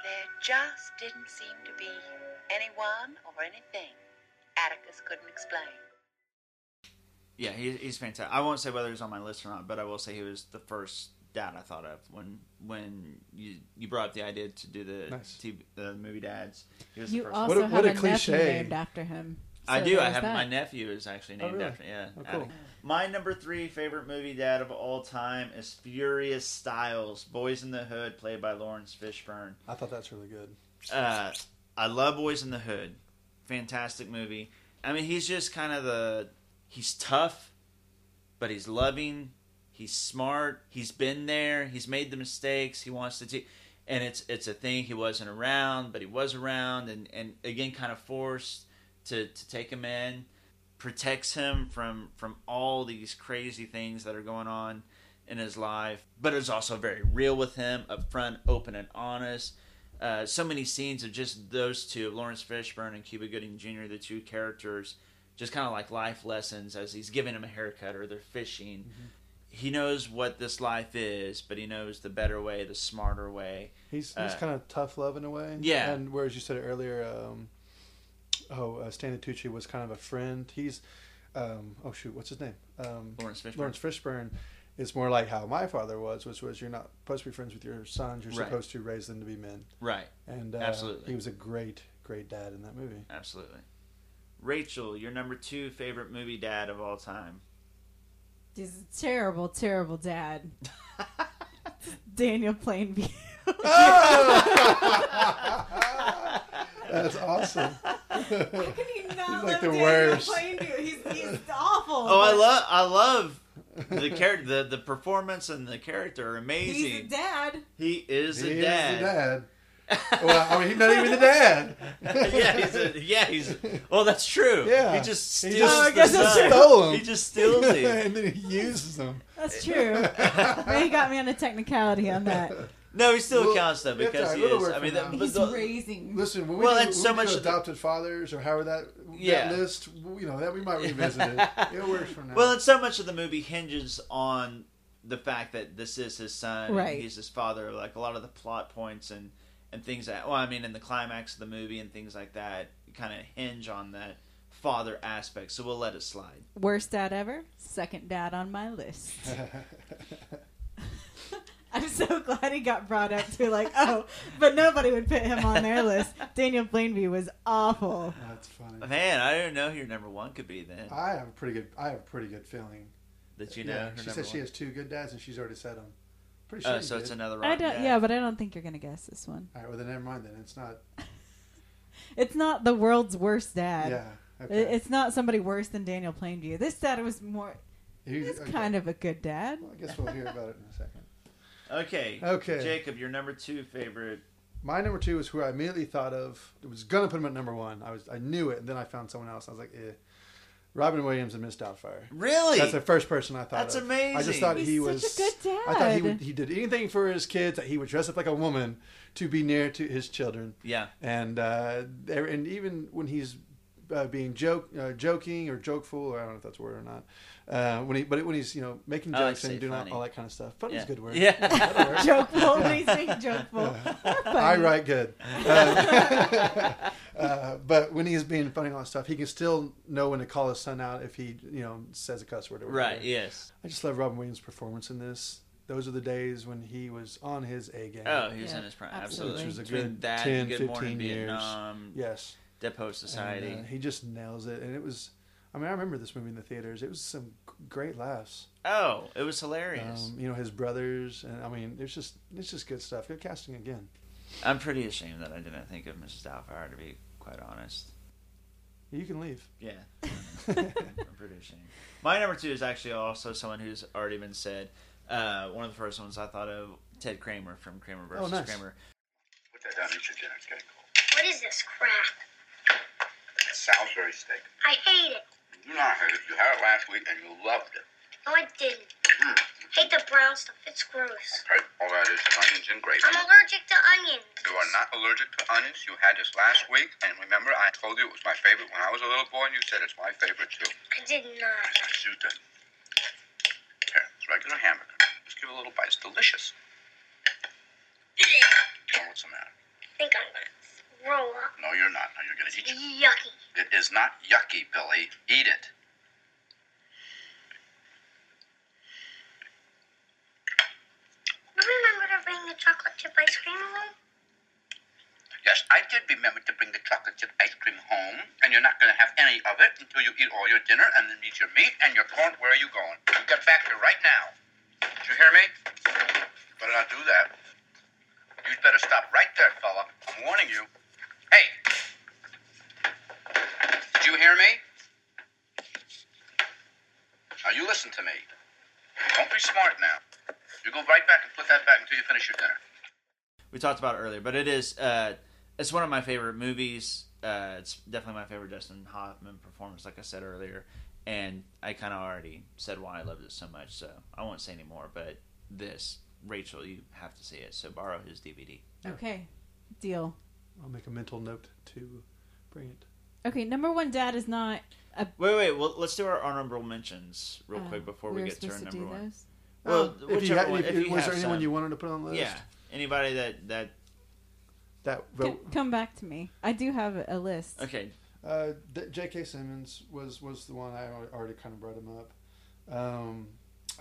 Speaker 5: There just didn't seem to be anyone or anything Atticus couldn't explain.
Speaker 1: Yeah, he, he's fantastic. I won't say whether he's on my list or not, but I will say he was the first dad I thought of when when you you brought up the idea to do the
Speaker 2: Nice.
Speaker 1: TV, the movie dads. He was
Speaker 3: You
Speaker 1: the first
Speaker 3: also
Speaker 1: one.
Speaker 2: What a-
Speaker 3: have
Speaker 2: what a
Speaker 3: a,
Speaker 2: cliche.
Speaker 3: nephew named after him.
Speaker 1: I
Speaker 3: So
Speaker 1: do. I
Speaker 3: there's
Speaker 1: have
Speaker 3: that.
Speaker 1: my nephew is actually named
Speaker 2: really?
Speaker 1: after yeah.
Speaker 2: Oh, cool.
Speaker 1: Adam. My number three favorite movie dad of all time is Furious Styles, Boys in the Hood, played by Lawrence Fishburne.
Speaker 2: I thought that's really good.
Speaker 1: uh, I love Boys in the Hood. Fantastic movie. I mean, he's just kind of the he's tough, but he's loving. He's smart. He's been there. He's made the mistakes. He wants to teach, and it's it's a thing. He wasn't around, but he was around, and and again, kind of forced to to take him in. Protects him from from all these crazy things that are going on in his life, but is also very real with him, upfront, open, and honest uh, so many scenes of just those two, of Lawrence Fishburne and Cuba Gooding Jr., the two characters, just kind of like life lessons as he's giving him a haircut or they're fishing. He knows what this life is, but he knows the better way, the smarter way.
Speaker 2: He's he's
Speaker 1: Uh,
Speaker 2: kind of tough love in a way.
Speaker 1: yeah.
Speaker 2: And whereas you said earlier, um, oh, uh, Stanley Tucci was kind of a friend. He's, um, oh shoot, what's his name? Um,
Speaker 1: Lawrence Fishburne.
Speaker 2: Lawrence Fishburne is more like how my father was, which was you're not supposed to be friends with your sons. You're
Speaker 1: Right.
Speaker 2: supposed to raise them to be men.
Speaker 1: Right,
Speaker 2: And uh,
Speaker 1: Absolutely.
Speaker 2: he was a great, great dad in that movie.
Speaker 1: absolutely. Rachel, your number two favorite movie dad of all time.
Speaker 3: He's a terrible, terrible dad. Daniel Plainview.
Speaker 2: That's awesome.
Speaker 3: How can you
Speaker 2: He's like
Speaker 3: not love
Speaker 2: the
Speaker 3: Daniel
Speaker 2: worst.
Speaker 3: Plainview? He's, he's awful.
Speaker 1: Oh, I
Speaker 3: but
Speaker 1: love, I love the character, the, the performance and the character are
Speaker 3: He's a
Speaker 1: amazing.
Speaker 3: dad.
Speaker 1: He is a
Speaker 2: he
Speaker 1: dad.
Speaker 2: is the dad. well, I mean, he's not even the dad.
Speaker 1: yeah, he's a, yeah, he's. Well, that's true.
Speaker 2: Yeah.
Speaker 1: he just
Speaker 2: He
Speaker 1: steals.
Speaker 2: just-
Speaker 3: Oh, I guess
Speaker 1: the
Speaker 3: that's
Speaker 1: son.
Speaker 3: true.
Speaker 2: Stole him.
Speaker 1: He just steals it.
Speaker 2: and then he uses them.
Speaker 3: That's true. he got me on a technicality on that.
Speaker 1: No, he still
Speaker 2: Well,
Speaker 1: counts though
Speaker 2: we have to-
Speaker 1: because
Speaker 2: I
Speaker 1: he
Speaker 2: gotta
Speaker 1: is.
Speaker 2: work
Speaker 1: I mean,
Speaker 2: from
Speaker 1: that,
Speaker 2: now.
Speaker 1: but
Speaker 3: He's
Speaker 1: the,
Speaker 3: raising.
Speaker 2: Listen, when we
Speaker 1: Well,
Speaker 2: do,
Speaker 1: and
Speaker 2: when
Speaker 1: so
Speaker 2: we do
Speaker 1: much-
Speaker 2: adopted fathers or however that,
Speaker 1: Yeah.
Speaker 2: that list, you know, that we might revisit it. It works for now.
Speaker 1: well, and so much of the movie hinges on the fact that this is his son. and
Speaker 3: Right.
Speaker 1: he's his father. Like a lot of the plot points and and things that. Well, I mean, in the climax of the movie and things like that, kind of hinge on that father aspect. So we'll let it slide.
Speaker 3: Worst dad ever. Second dad on my list. I'm so glad he got brought up to like, oh, but nobody would put him on their list. Daniel Plainview was awful.
Speaker 2: That's funny.
Speaker 1: Man, I didn't know who your number one could be then.
Speaker 2: Mm-hmm. I have a pretty good. I have a pretty good feeling.
Speaker 1: That you know,
Speaker 2: yeah,
Speaker 1: her
Speaker 2: she
Speaker 1: number
Speaker 2: said she
Speaker 1: one.
Speaker 2: has two good dads, and she's already said them. Pretty sure.
Speaker 1: Oh,
Speaker 2: you
Speaker 1: so
Speaker 2: did.
Speaker 1: it's another.
Speaker 3: I
Speaker 1: rotten
Speaker 3: don't,
Speaker 1: dad.
Speaker 3: yeah, but I don't think you're gonna guess this one.
Speaker 2: All right. Well, then never mind. Then it's not.
Speaker 3: It's not the world's worst dad.
Speaker 2: Yeah.
Speaker 3: Uh, It- It's not somebody worse than Daniel Plainview. This dad was more.
Speaker 2: He's,
Speaker 3: He's kind of a good dad.
Speaker 2: I guess we'll hear about it in a second.
Speaker 1: Okay.
Speaker 2: Okay.
Speaker 1: Jacob, your number two favorite.
Speaker 2: My number two is who I immediately thought of. It was gonna put him at number one. I was. I knew it, and then I found someone else. I was like, eh. Robin Williams and Miss Doubtfire.
Speaker 1: Really?
Speaker 2: That's the first person I thought.
Speaker 1: That's
Speaker 2: of. I
Speaker 1: amazing.
Speaker 2: just thought
Speaker 3: He's
Speaker 2: he
Speaker 3: such
Speaker 2: was
Speaker 3: a good
Speaker 2: I thought he
Speaker 3: dad.
Speaker 2: would, he did anything for his kids. That he would dress up like a woman to be near to his children.
Speaker 1: Yeah.
Speaker 2: and uh, there, and even when he's uh, being joke, uh, joking or jokeful, or I don't know if that's a word or not. Uh, when he, but when he's you know making
Speaker 1: I like
Speaker 2: jokes
Speaker 1: to say
Speaker 2: and doing all,
Speaker 1: funny.
Speaker 2: all that kind of stuff, funny's
Speaker 1: yeah.
Speaker 2: a good word.
Speaker 1: Yeah.
Speaker 2: That'll work.
Speaker 3: Jokeful, when he's being jokeful.
Speaker 2: I write good. Uh, uh, but when he's being funny and all that stuff, he can still know when to call his son out if he, you know, says a cuss word or whatever.
Speaker 1: right. Yes.
Speaker 2: I just love Robin Williams' performance in this. Those are the days when he was on his A game.
Speaker 1: Oh, he was
Speaker 3: Yeah,
Speaker 1: in his prime. Absolutely.
Speaker 3: absolutely. Which
Speaker 2: was a
Speaker 1: Between
Speaker 2: good
Speaker 1: that,
Speaker 2: 10,
Speaker 1: Good Morning
Speaker 2: 15 years.
Speaker 1: Vietnam,
Speaker 2: yes.
Speaker 1: Depot Society.
Speaker 2: And, uh, he just nails it, and it was. I mean, I remember this movie in the theaters. It was some g- great laughs.
Speaker 1: oh, it was hilarious.
Speaker 2: Um, you know, his brothers, and I mean, it's just it's just good stuff. Good casting again.
Speaker 1: I'm pretty ashamed that I didn't think of Mrs. Doubtfire, to be quite honest.
Speaker 2: You can leave.
Speaker 1: Yeah. I'm pretty ashamed. My number two is actually also someone who's already been said. Uh, one of the first ones I thought of, Ted Kramer from Kramer versus
Speaker 2: Oh, nice.
Speaker 1: Kramer.
Speaker 10: Put that down in your jacket. Got a cold.
Speaker 9: What is this crap?
Speaker 10: Salisbury steak.
Speaker 9: I hate it.
Speaker 10: You You know, I had it. You had it last week and you loved it.
Speaker 9: No, I didn't.
Speaker 10: Mm.
Speaker 9: Hate the brown stuff. It's gross.
Speaker 10: Okay, all that is onions and gravy.
Speaker 9: I'm allergic to onions.
Speaker 10: You are not allergic to onions. You had this last week, and remember, I told you it was my favorite when I was a little boy, and you said it's my favorite too.
Speaker 9: I did not.
Speaker 10: Yes, you did. Here, it's regular hamburger. Just give it a little bite. It's delicious. Tell me what's the matter.
Speaker 9: I think I'm gonna throw up.
Speaker 10: No, you're not. No, you're gonna eat it.
Speaker 9: Yucky.
Speaker 10: It is not yucky, Billy. Eat it.
Speaker 9: You remember to bring the chocolate chip ice cream along?
Speaker 10: Yes, I did remember to bring the chocolate chip ice cream home, and you're not going to have any of it until you eat all your dinner and then eat your meat and your corn. Where are you going? You get back here right now. Did you hear me? Better not do that. You'd better stop right there, fella. I'm warning you. Hey! Did you hear me? Now you listen to me. Don't be smart now. You go right back and put that back until you finish your dinner.
Speaker 1: we talked about it earlier, but it is uh, it's one of my favorite movies. Uh, it's definitely my favorite Dustin Hoffman performance, like I said earlier, and I kind of already said why I loved it so much, so I won't say any more. But this, Rachel, you have to see it. So borrow his DVD.
Speaker 3: Okay, deal.
Speaker 2: I'll make a mental note to bring it.
Speaker 3: Okay, number one, Dad is not.
Speaker 1: Wait, wait. Well, let's do our honorable mentions real
Speaker 3: Uh,
Speaker 1: quick before we
Speaker 3: we were
Speaker 1: get to our
Speaker 3: supposed
Speaker 1: number
Speaker 3: to do
Speaker 1: one.
Speaker 3: those?
Speaker 1: Well,
Speaker 2: Um, if you
Speaker 1: whichever
Speaker 2: had-
Speaker 1: one.
Speaker 2: if-
Speaker 1: If you have
Speaker 2: was there anyone
Speaker 1: some.
Speaker 2: you wanted to put on the
Speaker 1: Yeah,
Speaker 2: list?
Speaker 1: anybody that that
Speaker 2: That
Speaker 3: C- come back to me. I do have a list.
Speaker 1: okay.
Speaker 2: Uh, D- J.K. Simmons was was the one I al- already kind of brought him up. Um,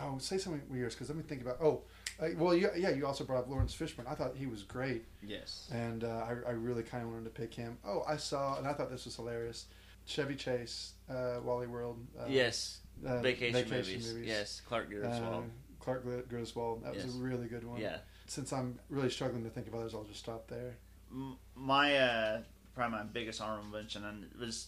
Speaker 2: oh, say something weird because let me think about. Oh, uh, well, you, yeah, you also brought up Lawrence Fishburne. I thought he was great,
Speaker 1: Yes.
Speaker 2: and uh, I, I really kind of wanted to pick him. Oh, I saw, and I thought this was hilarious. Chevy Chase, uh, Wally World. Uh,
Speaker 1: yes.
Speaker 2: uh,
Speaker 1: vacation, movies. Yes. Clark Griswold.
Speaker 2: Um, Clark Gr- Griswold. That
Speaker 1: Yes.
Speaker 2: was a really good one.
Speaker 1: Yeah.
Speaker 2: Since I'm really struggling to think of others, I'll just stop there.
Speaker 1: m- my uh, probably my biggest honorable mention and it was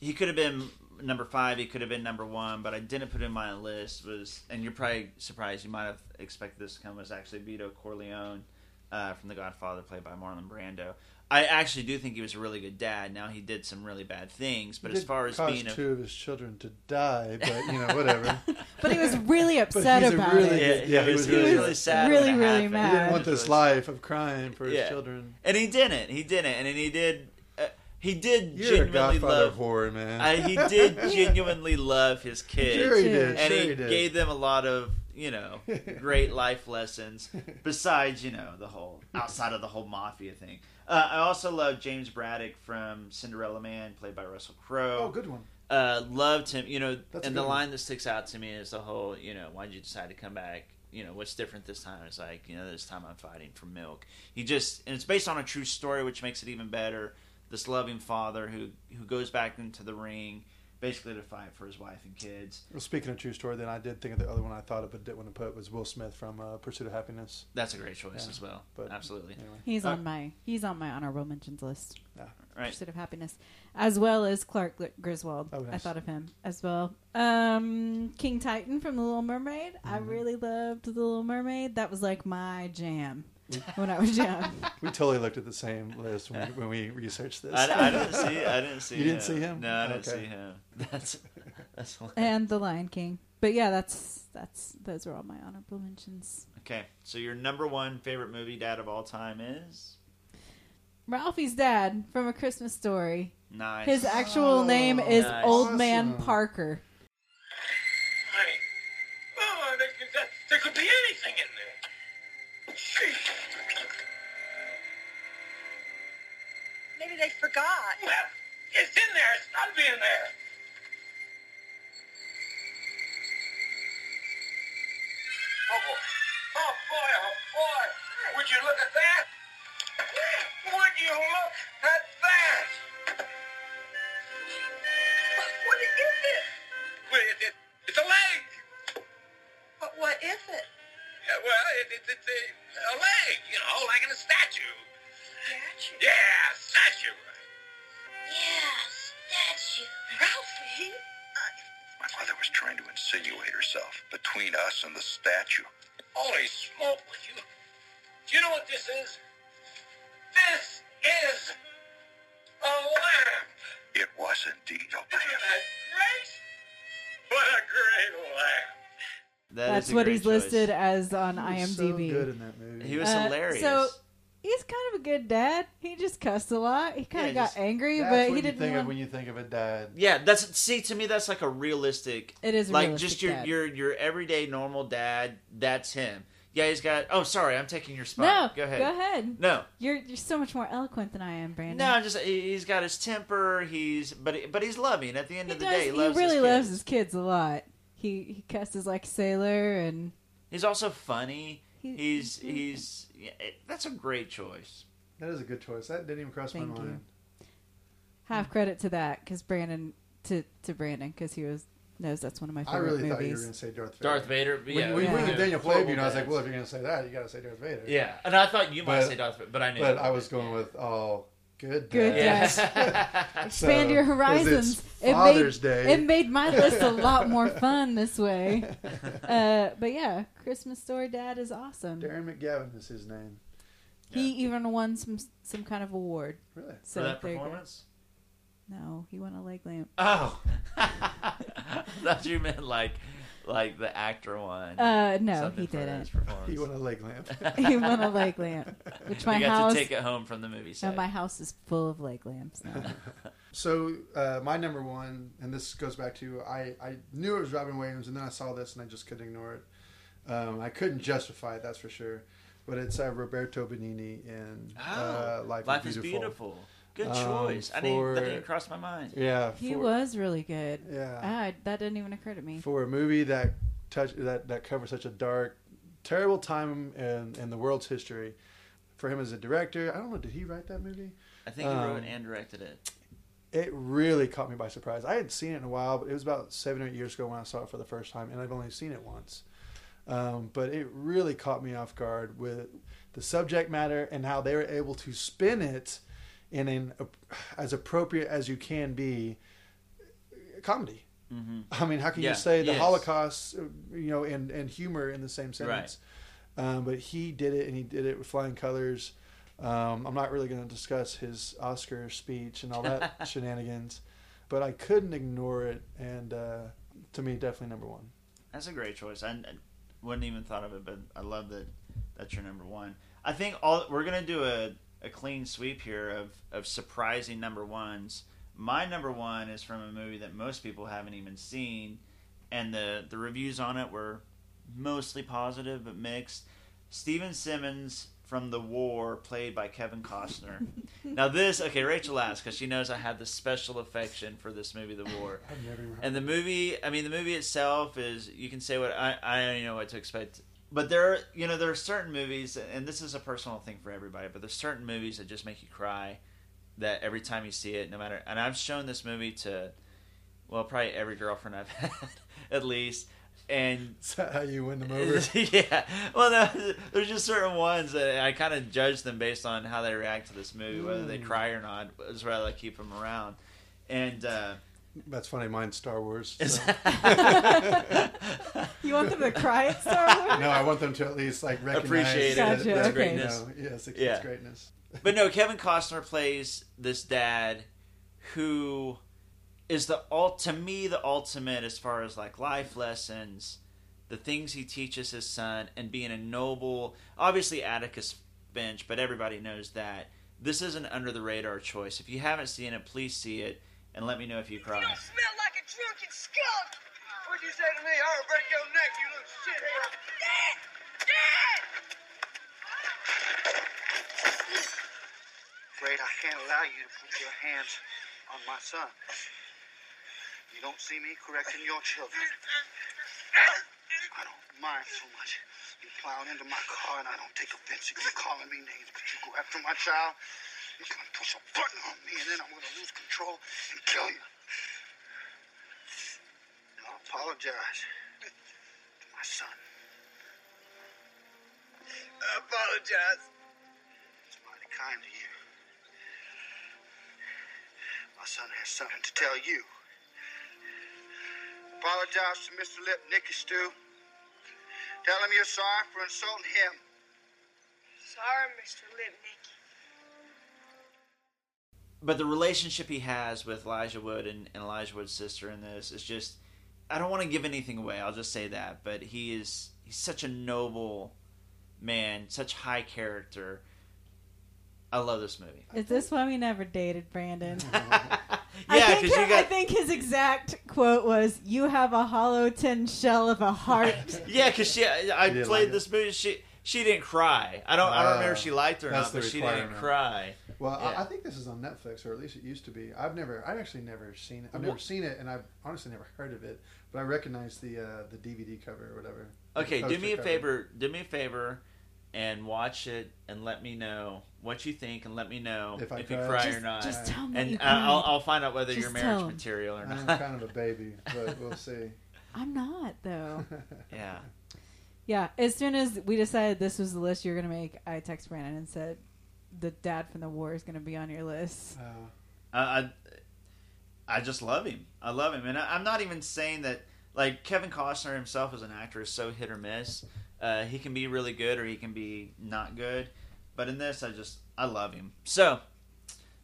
Speaker 1: he could have been number five, he could have been number one, but I didn't put in my list was and you're probably surprised you might have expected this to come was actually Vito Corleone uh, from The Godfather played by Marlon Brando. I actually do think he was a really good dad. Now he did some really bad things, but
Speaker 2: He
Speaker 1: as
Speaker 2: did
Speaker 1: far as
Speaker 2: cause
Speaker 1: being a
Speaker 2: two of his children to die, but you know whatever.
Speaker 3: But he was really
Speaker 2: But
Speaker 3: upset
Speaker 2: he's a
Speaker 3: about
Speaker 2: really
Speaker 3: it.
Speaker 1: Yeah,
Speaker 2: good- yeah,
Speaker 1: he
Speaker 2: he
Speaker 1: was
Speaker 2: was
Speaker 1: really,
Speaker 2: really-
Speaker 1: really sad.
Speaker 3: really,
Speaker 1: when it
Speaker 3: really
Speaker 1: happened.
Speaker 3: mad.
Speaker 2: He didn't want
Speaker 1: It
Speaker 2: this
Speaker 1: was-
Speaker 2: life of crime for
Speaker 1: Yeah.
Speaker 2: his children.
Speaker 1: and he didn't. He didn't, and then he did. Uh, he did
Speaker 2: You're a
Speaker 1: genuinely
Speaker 2: godfather
Speaker 1: love
Speaker 2: of horror, man.
Speaker 1: Uh, he did genuinely love his kids,
Speaker 2: Sure he did.
Speaker 1: and
Speaker 2: sure
Speaker 1: he
Speaker 2: he did.
Speaker 1: gave them a lot of you know great life lessons. Besides, you know, the whole outside of the whole mafia thing. Uh, I also love James Braddock from Cinderella Man, played by Russell Crowe.
Speaker 2: oh, good one.
Speaker 1: Uh, loved him, you know.
Speaker 2: That's a
Speaker 1: and the
Speaker 2: good
Speaker 1: line that sticks out to me is the whole, you know, why'd you decide to come back? You know, what's different this time? It's like, you know, this time I'm fighting for milk. He just, and it's based on a true story, which makes it even better. This loving father who who goes back into the ring, basically to fight for his wife and kids.
Speaker 2: Well, speaking of true story, then I did think of the other one I thought of but didn't want to put was Will Smith from uh, Pursuit of Happiness.
Speaker 1: That's a great choice
Speaker 2: Yeah,
Speaker 1: as well.
Speaker 2: but-
Speaker 1: Absolutely.
Speaker 2: Anyway,
Speaker 3: He's
Speaker 1: Uh,
Speaker 3: on my he's on my honorable mentions list.
Speaker 1: Right.
Speaker 3: Pursuit of Happiness, as well as Clark Gr- Griswold.
Speaker 2: Oh, nice.
Speaker 3: I thought of him as well. Um, King Titan from The Little Mermaid. I
Speaker 1: Mm-hmm.
Speaker 3: really loved The Little Mermaid. That was like my jam when I was young.
Speaker 2: we totally looked at the same list when we, when we researched this.
Speaker 1: I, I didn't see. I didn't see.
Speaker 2: You didn't
Speaker 1: him.
Speaker 2: see him?
Speaker 1: No, I didn't
Speaker 2: Okay.
Speaker 1: see him. That's that's
Speaker 3: and The Lion King. But yeah, that's that's those are all my honorable mentions.
Speaker 1: okay. So your number one favorite movie dad of all time is
Speaker 3: Ralphie's dad from A Christmas Story.
Speaker 1: nice.
Speaker 3: His actual
Speaker 2: Oh,
Speaker 3: name is
Speaker 1: nice.
Speaker 3: Old Man
Speaker 2: Awesome.
Speaker 3: Parker.
Speaker 7: Honey, Mama, uh, there could, there could be anything in there.
Speaker 5: Maybe they forgot.
Speaker 7: Well, it's in there. It's got to be in there. Oh, boy. oh boy, oh boy. Would you look at that? Would you look at that? What is it? Well, it, it, it's a leg.
Speaker 5: But what is it?
Speaker 7: Yeah, well, it, it, it's a, a leg, you know, like in a statue.
Speaker 5: Statue.
Speaker 7: Yeah, statue.
Speaker 9: Yeah, statue.
Speaker 5: Ralphie?
Speaker 10: My mother was trying to insinuate herself between us and the statue.
Speaker 7: Holy smoke with you. Do you know what this is? This is a lamp.
Speaker 10: It was indeed a
Speaker 7: Isn't that great?
Speaker 1: That
Speaker 3: That's
Speaker 1: is a
Speaker 3: what
Speaker 1: great
Speaker 3: he's
Speaker 1: choice.
Speaker 3: listed as on
Speaker 2: He was so
Speaker 3: IMDb.
Speaker 2: good in that movie.
Speaker 1: He was
Speaker 3: Uh,
Speaker 1: hilarious.
Speaker 3: So he's kind of a good dad. He just cussed a lot. He kind
Speaker 1: Yeah,
Speaker 3: of got
Speaker 1: just-
Speaker 3: angry,
Speaker 2: That's
Speaker 3: but
Speaker 2: what
Speaker 3: he
Speaker 2: you
Speaker 3: didn't.
Speaker 2: think of
Speaker 3: want-
Speaker 2: when you think of a dad.
Speaker 1: Yeah, that's see to me that's like a realistic.
Speaker 3: It is a
Speaker 1: like
Speaker 3: realistic
Speaker 1: just your
Speaker 3: dad.
Speaker 1: your your everyday normal dad. That's him. Yeah, he's got. Oh, sorry, I'm taking your
Speaker 3: no,
Speaker 1: spot. go ahead.
Speaker 3: Go ahead.
Speaker 1: No,
Speaker 3: You're you're so much more eloquent than I am, Brandon.
Speaker 1: no, just he- he's got his temper. He's but but he's loving. At the end
Speaker 3: he
Speaker 1: of the
Speaker 3: does.
Speaker 1: day,
Speaker 3: he
Speaker 1: he loves
Speaker 3: really
Speaker 1: his
Speaker 3: loves
Speaker 1: kids.
Speaker 3: his kids a lot. He he cusses like a sailor, and
Speaker 1: He's also funny.
Speaker 3: He-
Speaker 1: He's
Speaker 3: he's-
Speaker 1: he's yeah, it- that's a great choice.
Speaker 2: That is a good choice. That didn't even cross my
Speaker 3: Thank you.
Speaker 2: mind.
Speaker 3: half credit to that because Brandon to to Brandon because he was knows that's one of my
Speaker 2: I
Speaker 3: favorite
Speaker 2: really
Speaker 3: movies.
Speaker 2: thought you were going to say Darth Vader.
Speaker 1: Darth Vader.
Speaker 2: When,
Speaker 1: yeah,
Speaker 2: when you
Speaker 3: yeah.
Speaker 2: went to
Speaker 1: yeah.
Speaker 2: Daniel
Speaker 1: Horrible
Speaker 2: Plague, and I was like,
Speaker 1: dads.
Speaker 2: well, if you're going to say that, you got to say Darth Vader.
Speaker 1: yeah, and I thought you might
Speaker 2: But-
Speaker 1: say Darth Vader, but I knew.
Speaker 2: But I was going with, oh, good
Speaker 3: Good
Speaker 2: dad.
Speaker 1: yeah.
Speaker 3: Expand your
Speaker 2: 'cause it's
Speaker 3: horizons. It made-
Speaker 2: Father's Day.
Speaker 3: It made my list a lot more fun this way. Uh, but yeah, Christmas Story Dad is awesome.
Speaker 2: Darren McGavin is his name.
Speaker 3: He even won some some kind of award.
Speaker 2: Really?
Speaker 3: So
Speaker 1: For that
Speaker 3: there you go.
Speaker 1: performance.
Speaker 3: No, he won a leg lamp.
Speaker 1: Oh, I thought you meant like like the actor one.
Speaker 3: Uh, no,
Speaker 1: Something
Speaker 3: he
Speaker 1: for his
Speaker 3: didn't.
Speaker 1: performance.
Speaker 2: He won a leg lamp.
Speaker 3: he won a leg lamp, which my
Speaker 1: you got
Speaker 3: house.
Speaker 1: to take it home from the movie
Speaker 3: no,
Speaker 1: set.
Speaker 3: my house is full of leg lamps now.
Speaker 2: So uh, my number one, and this goes back to I, I knew it was Robin Williams, and then I saw this and I just couldn't ignore it. Um, I couldn't justify it, that's for sure. But it's uh, Roberto Benigni in uh, Life, is Beautiful.
Speaker 1: Good
Speaker 2: Um,
Speaker 1: choice. I didn't,
Speaker 2: for-
Speaker 1: that didn't cross my mind.
Speaker 2: Yeah,
Speaker 3: he
Speaker 2: for,
Speaker 3: was really good.
Speaker 2: Yeah.
Speaker 3: Ah, that didn't even occur to me.
Speaker 2: for a movie that touch that that covers such a dark, terrible time in in the world's history. For him as a director, I don't know. Did he write that movie?
Speaker 1: I think he wrote
Speaker 2: Um,
Speaker 1: and directed it.
Speaker 2: it really caught me by surprise. I hadn't seen it in a while, but it was about seven or eight years ago when I saw it for the first time, and I've only seen it once. Um, but it really caught me off guard with the subject matter and how they were able to spin it in an as appropriate as you can be comedy. I mean, how can
Speaker 1: Yeah,
Speaker 2: you say the
Speaker 1: Mm-hmm. yes.
Speaker 2: Holocaust, you know, and, and humor in the same sentence? Um, but he did it, and he did it with flying colors. Um, I'm not really going to discuss his Oscar speech and all that shenanigans, but I couldn't ignore it, and uh, to me, definitely number one.
Speaker 1: That's a great choice. I, I wouldn't even thought of it, but I love that that's your number one. I think all we're gonna do a, a clean sweep here of, of surprising number ones. My number one is from a movie that most people haven't even seen, and the, the reviews on it were mostly positive but mixed. Steven Simmons from The War, played by Kevin Costner. now this, okay, Rachel asked because she knows I have this special affection for this movie, The War.
Speaker 2: I've never even heard.
Speaker 1: And the movie, I mean, the movie itself is you can say what I I don't know what to expect, but there are you know there are certain movies, and this is a personal thing for everybody, but there's certain movies that just make you cry, that every time you see it, no matter. And I've shown this movie to, well, probably every girlfriend I've had, at least, and
Speaker 2: Is that how you win them over?
Speaker 1: yeah. Well, no, there's just certain ones that I kind of judge them based on how they react to this movie, whether they cry or not. Is why I like keep them around, and. uh
Speaker 2: That's funny. Mine's Star Wars. so-
Speaker 3: You want them to cry at Star Wars?
Speaker 2: no, I want them to at least like recognize
Speaker 1: Appreciate it.
Speaker 2: that-
Speaker 3: Gotcha,
Speaker 2: that,
Speaker 3: okay.
Speaker 2: you
Speaker 1: greatness.
Speaker 2: know, yes, it's,
Speaker 1: Yeah.
Speaker 2: greatness.
Speaker 1: But no, Kevin Costner plays this dad who is the ult to me the ultimate as far as like life lessons, the things he teaches his son, and being a noble. Obviously, Atticus Finch, but everybody knows that this is an under the radar choice. If you haven't seen it, please see it and let me know if you cry.
Speaker 7: smell like a drunken skunk! What'd you say to me? I'll break your neck, you little shithead! Dad! Dad!
Speaker 8: Afraid I can't allow you to put your hands on my son. You don't see me correcting your children. I don't mind so much. You plowing into my car and I don't take offense at you calling me names, but you go after my child, you're gonna push a button on me and then I'm gonna lose control and kill you. And I'll apologize to my son.
Speaker 7: I apologize.
Speaker 8: It's mighty kind of you. My son has something to tell you. Apologize to Mr. Lipnicki, Stu. Tell him you're sorry for insulting him.
Speaker 9: Sorry, Mr. Lipnicki.
Speaker 1: but the relationship he has with Elijah Wood and, and Elijah Wood's sister in this is just I don't want to give anything away. I'll just say that, but he is he's such a noble man, such high character. I love this movie.
Speaker 3: Is this why we never dated, Brandon? I
Speaker 1: Yeah,
Speaker 3: think,
Speaker 1: because you
Speaker 3: I
Speaker 1: got
Speaker 3: think his exact quote was, "You have a hollow tin shell of a heart."
Speaker 1: yeah, because she I, I played
Speaker 2: didn't like it. Uh,
Speaker 1: this movie. She she didn't cry. I don't I don't remember if she liked it or
Speaker 2: That's
Speaker 1: not,
Speaker 2: the
Speaker 1: but she didn't
Speaker 2: requirement.
Speaker 1: cry.
Speaker 2: Well,
Speaker 1: Yeah.
Speaker 2: I, I think this is on Netflix, or at least it used to be. I've never, I've actually never seen it. I've never
Speaker 1: Wha-
Speaker 2: seen it, and I've honestly never heard of it. But I recognize the uh, the DVD cover or whatever. the
Speaker 1: Okay, do
Speaker 2: poster
Speaker 1: me a
Speaker 2: cover.
Speaker 1: favor. Do me a favor, and watch it, and let me know what you think, and let me know if,
Speaker 2: If I
Speaker 1: you
Speaker 2: cry.
Speaker 1: cry
Speaker 3: just,
Speaker 1: or not.
Speaker 3: just tell me. you
Speaker 1: and
Speaker 3: cried.
Speaker 1: I- I'll, I'll find out whether
Speaker 3: Just
Speaker 1: you're marriage
Speaker 3: tell 'em.
Speaker 1: material or
Speaker 2: I'm
Speaker 1: not.
Speaker 2: kind of a baby, but we'll see.
Speaker 3: I'm not though.
Speaker 1: Oh, yeah.
Speaker 3: Yeah, as soon as we decided this was the list you were going to make, I texted Brandon and said, the dad from the war is going to be on your list.
Speaker 2: Uh,
Speaker 1: I, I I just love him. I love him, and I, I'm not even saying that. Like Kevin Costner himself as an actor is so hit or miss. Uh, he can be really good or he can be not good. But in this, I just I love him. So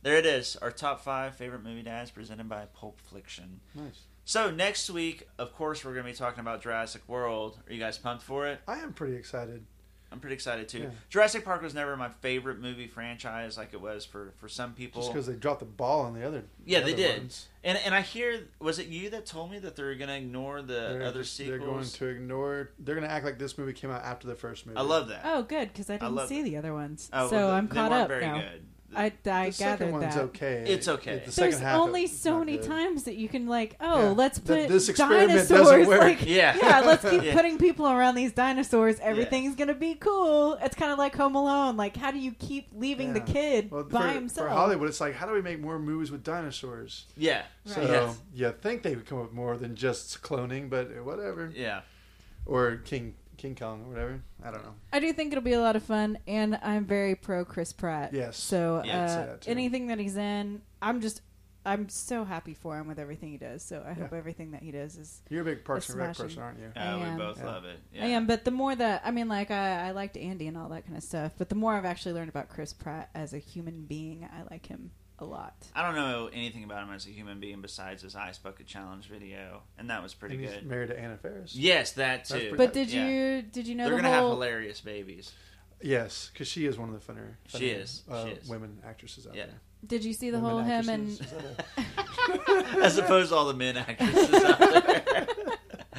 Speaker 1: there it is. Our top five favorite movie dads presented by Pulp Fiction.
Speaker 2: nice.
Speaker 1: So next week, of course, we're going to be talking about Jurassic World. Are you guys pumped for it?
Speaker 2: I am pretty excited.
Speaker 1: I'm pretty excited too.
Speaker 2: Yeah.
Speaker 1: Jurassic Park was never my favorite movie franchise, like it was for for some people.
Speaker 2: Just because they dropped the ball on the other.
Speaker 1: Yeah,
Speaker 2: the
Speaker 1: they
Speaker 2: other
Speaker 1: did.
Speaker 2: ones.
Speaker 1: And and I hear was it you that told me that they're gonna ignore the
Speaker 2: They're
Speaker 1: Uh, other
Speaker 2: just- They're going
Speaker 1: sequels?
Speaker 2: to ignore. They're going to act like this movie came out after the first movie.
Speaker 1: I love that.
Speaker 3: Oh, good, because I didn't
Speaker 1: love
Speaker 3: see
Speaker 1: it.
Speaker 3: the other ones.
Speaker 1: Oh,
Speaker 3: so
Speaker 1: well, the-
Speaker 3: I'm
Speaker 1: they
Speaker 3: caught
Speaker 1: weren't
Speaker 3: up
Speaker 1: very
Speaker 3: now.
Speaker 1: Good.
Speaker 3: I, I
Speaker 2: The second
Speaker 3: gathered
Speaker 2: one's
Speaker 3: that.
Speaker 2: okay.
Speaker 1: It's okay.
Speaker 2: The second
Speaker 3: There's
Speaker 2: half of
Speaker 3: only
Speaker 2: it's
Speaker 3: so
Speaker 2: not
Speaker 3: many
Speaker 2: good.
Speaker 3: times that you can like, oh,
Speaker 2: Yeah.
Speaker 3: let's
Speaker 2: Th-
Speaker 3: put
Speaker 2: this experiment
Speaker 3: dinosaurs.
Speaker 2: doesn't work.
Speaker 3: Like,
Speaker 1: Yeah.
Speaker 3: let's keep
Speaker 1: Yeah.
Speaker 3: putting people around these dinosaurs. Everything's gonna be cool. It's kind of like Home Alone. Like, how do you keep leaving the
Speaker 2: Yeah.
Speaker 3: kid
Speaker 2: Well, for,
Speaker 3: by himself?
Speaker 2: For Hollywood, it's like, how do we make more movies with dinosaurs?
Speaker 1: Yeah.
Speaker 3: Right.
Speaker 2: So
Speaker 1: Yes.
Speaker 2: you think they would come up with more than just cloning, but whatever.
Speaker 1: Yeah.
Speaker 2: Or King King Kong or whatever. I don't know.
Speaker 3: I do think it'll be a lot of fun, and I'm very pro Chris Pratt.
Speaker 2: Yes.
Speaker 3: So
Speaker 1: Yeah, I'd
Speaker 2: say
Speaker 3: uh,
Speaker 2: that too.
Speaker 3: anything that he's in, I'm just, I'm so happy for him with everything he does. So I hope everything that he does is.
Speaker 2: You're a big Parks
Speaker 3: It's
Speaker 2: and Rec
Speaker 3: smashing.
Speaker 2: person, aren't you?
Speaker 1: Uh,
Speaker 3: I am.
Speaker 1: we both
Speaker 2: Yeah.
Speaker 1: love it. Yeah.
Speaker 3: I am, but the more that I mean, like I, I liked Andy and all that kind of stuff, but the more I've actually learned about Chris Pratt as a human being, I like him a lot.
Speaker 1: I don't know anything about him as a human being besides his Ice Bucket Challenge video, and that was pretty
Speaker 2: and he's
Speaker 1: good.
Speaker 2: married to Anna Faris.
Speaker 1: Yes, that too.
Speaker 2: pretty-
Speaker 3: But did
Speaker 1: Yeah.
Speaker 3: you did you know
Speaker 1: They're
Speaker 3: the
Speaker 1: gonna have
Speaker 3: whole?
Speaker 1: hilarious babies.
Speaker 2: Yes, because she is one of the funner,
Speaker 1: She is.
Speaker 2: Uh,
Speaker 1: She is.
Speaker 2: women actresses out
Speaker 1: Yeah.
Speaker 2: there.
Speaker 3: did you see the
Speaker 2: Women
Speaker 3: whole him and
Speaker 2: actresses. Is that a-
Speaker 1: As opposed to all the men actresses out there.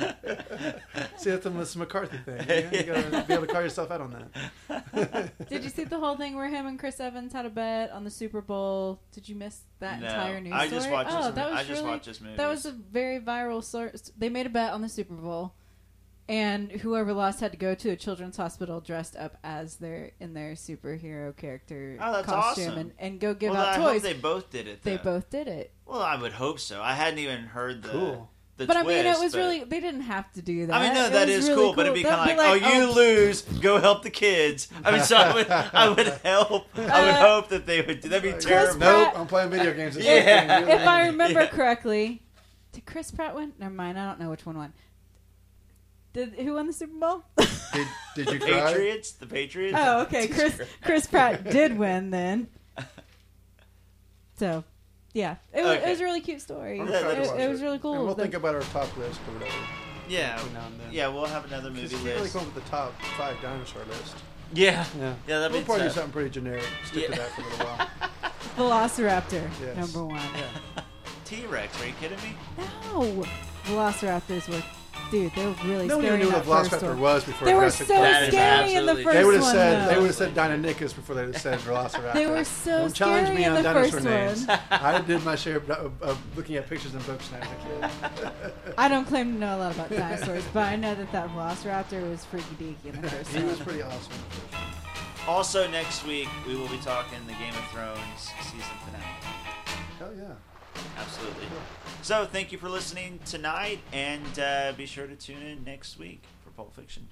Speaker 2: See, that's the Melissa McCarthy thing. You, know? you gotta be able to call yourself out on that.
Speaker 3: Did you see the whole thing where him and Chris Evans had a bet on the Super Bowl? Did you miss that
Speaker 1: No,
Speaker 3: entire news
Speaker 1: I
Speaker 3: story?
Speaker 1: just watched
Speaker 3: oh,
Speaker 1: this.
Speaker 3: that was
Speaker 1: I just
Speaker 3: really
Speaker 1: watched this movie.
Speaker 3: that was a very viral source. They made a bet on the Super Bowl, and whoever lost had to go to a children's hospital dressed up as their in their superhero character
Speaker 1: Oh, that's
Speaker 3: costume
Speaker 1: awesome.
Speaker 3: and, and go give
Speaker 1: well,
Speaker 3: out
Speaker 1: I hope
Speaker 3: toys.
Speaker 1: they both did it.
Speaker 3: They
Speaker 1: though.
Speaker 3: both did it,
Speaker 1: Well, I would hope so. I hadn't even heard the
Speaker 2: Cool.
Speaker 1: the
Speaker 3: but
Speaker 1: twist.
Speaker 3: I mean, it was
Speaker 1: but-
Speaker 3: really they didn't have to do that.
Speaker 1: I mean, no,
Speaker 3: It
Speaker 1: that
Speaker 3: was
Speaker 1: is
Speaker 3: really
Speaker 1: cool, but it'd be kind of like, oh, you lose, go help the kids. I mean, so I would, I would help. I would
Speaker 3: Uh,
Speaker 1: hope that they would. do That'd be
Speaker 2: Like,
Speaker 1: terrible.
Speaker 2: Nope,
Speaker 3: Pratt-
Speaker 2: I'm playing video games. It's
Speaker 1: Yeah.
Speaker 2: my thing.
Speaker 3: if I remember
Speaker 1: Yeah.
Speaker 3: correctly, did Chris Pratt win? Never mind, I don't know which one won. Did who won the Super Bowl?
Speaker 2: did, did you cry?
Speaker 1: Patriots, the Patriots.
Speaker 3: oh, okay. Chris Chris Pratt did win then. So, yeah, it was, it
Speaker 1: Okay.
Speaker 3: was a really cute story.
Speaker 2: I'm
Speaker 3: It,
Speaker 1: Yeah,
Speaker 2: excited to
Speaker 1: that's-
Speaker 3: was-
Speaker 2: watch
Speaker 3: it was really cool.
Speaker 2: And we'll
Speaker 3: The-
Speaker 2: think about our top list or whatever.
Speaker 1: Yeah,
Speaker 2: Between now and then.
Speaker 1: yeah. We'll have another
Speaker 2: Because
Speaker 1: movie
Speaker 2: you can't really
Speaker 1: list.
Speaker 2: come up with the top five dinosaur list.
Speaker 1: Yeah,
Speaker 2: Yeah.
Speaker 1: yeah. That'd
Speaker 2: We'll
Speaker 1: be
Speaker 2: probably do
Speaker 1: tough.
Speaker 2: something pretty generic. Stick
Speaker 1: Yeah.
Speaker 2: to that for a little while.
Speaker 3: Velociraptor
Speaker 2: Yes.
Speaker 3: number one.
Speaker 1: T-Rex. Are you kidding me?
Speaker 3: No, Velociraptors were, dude, they were really
Speaker 2: Nobody
Speaker 3: scary.
Speaker 2: knew
Speaker 3: in
Speaker 2: what a
Speaker 3: that first
Speaker 2: Velociraptor
Speaker 3: one.
Speaker 2: was before
Speaker 3: They were so
Speaker 2: Jurassic Park.
Speaker 1: That is
Speaker 3: scary in the
Speaker 1: absolutely
Speaker 3: first
Speaker 2: They would have
Speaker 3: one.
Speaker 2: said they
Speaker 3: though.
Speaker 2: would have said Deinonychus before they said Velociraptor.
Speaker 3: They were so
Speaker 2: Don't challenge
Speaker 3: scary
Speaker 2: me
Speaker 3: in
Speaker 2: on
Speaker 3: the
Speaker 2: dinosaur
Speaker 3: first
Speaker 2: names.
Speaker 3: one.
Speaker 2: I did my share of, of, of looking at pictures and books when I was a kid.
Speaker 3: I don't claim to know a lot about dinosaurs, but I know that that Velociraptor was freaky deaky in the first
Speaker 2: He was
Speaker 3: one.
Speaker 2: pretty awesome.
Speaker 1: Also, next week we will be talking the Game of Thrones season finale.
Speaker 2: Hell yeah.
Speaker 1: Absolutely. So, thank you for listening tonight, and uh, be sure to tune in next week for Pulp Fiction.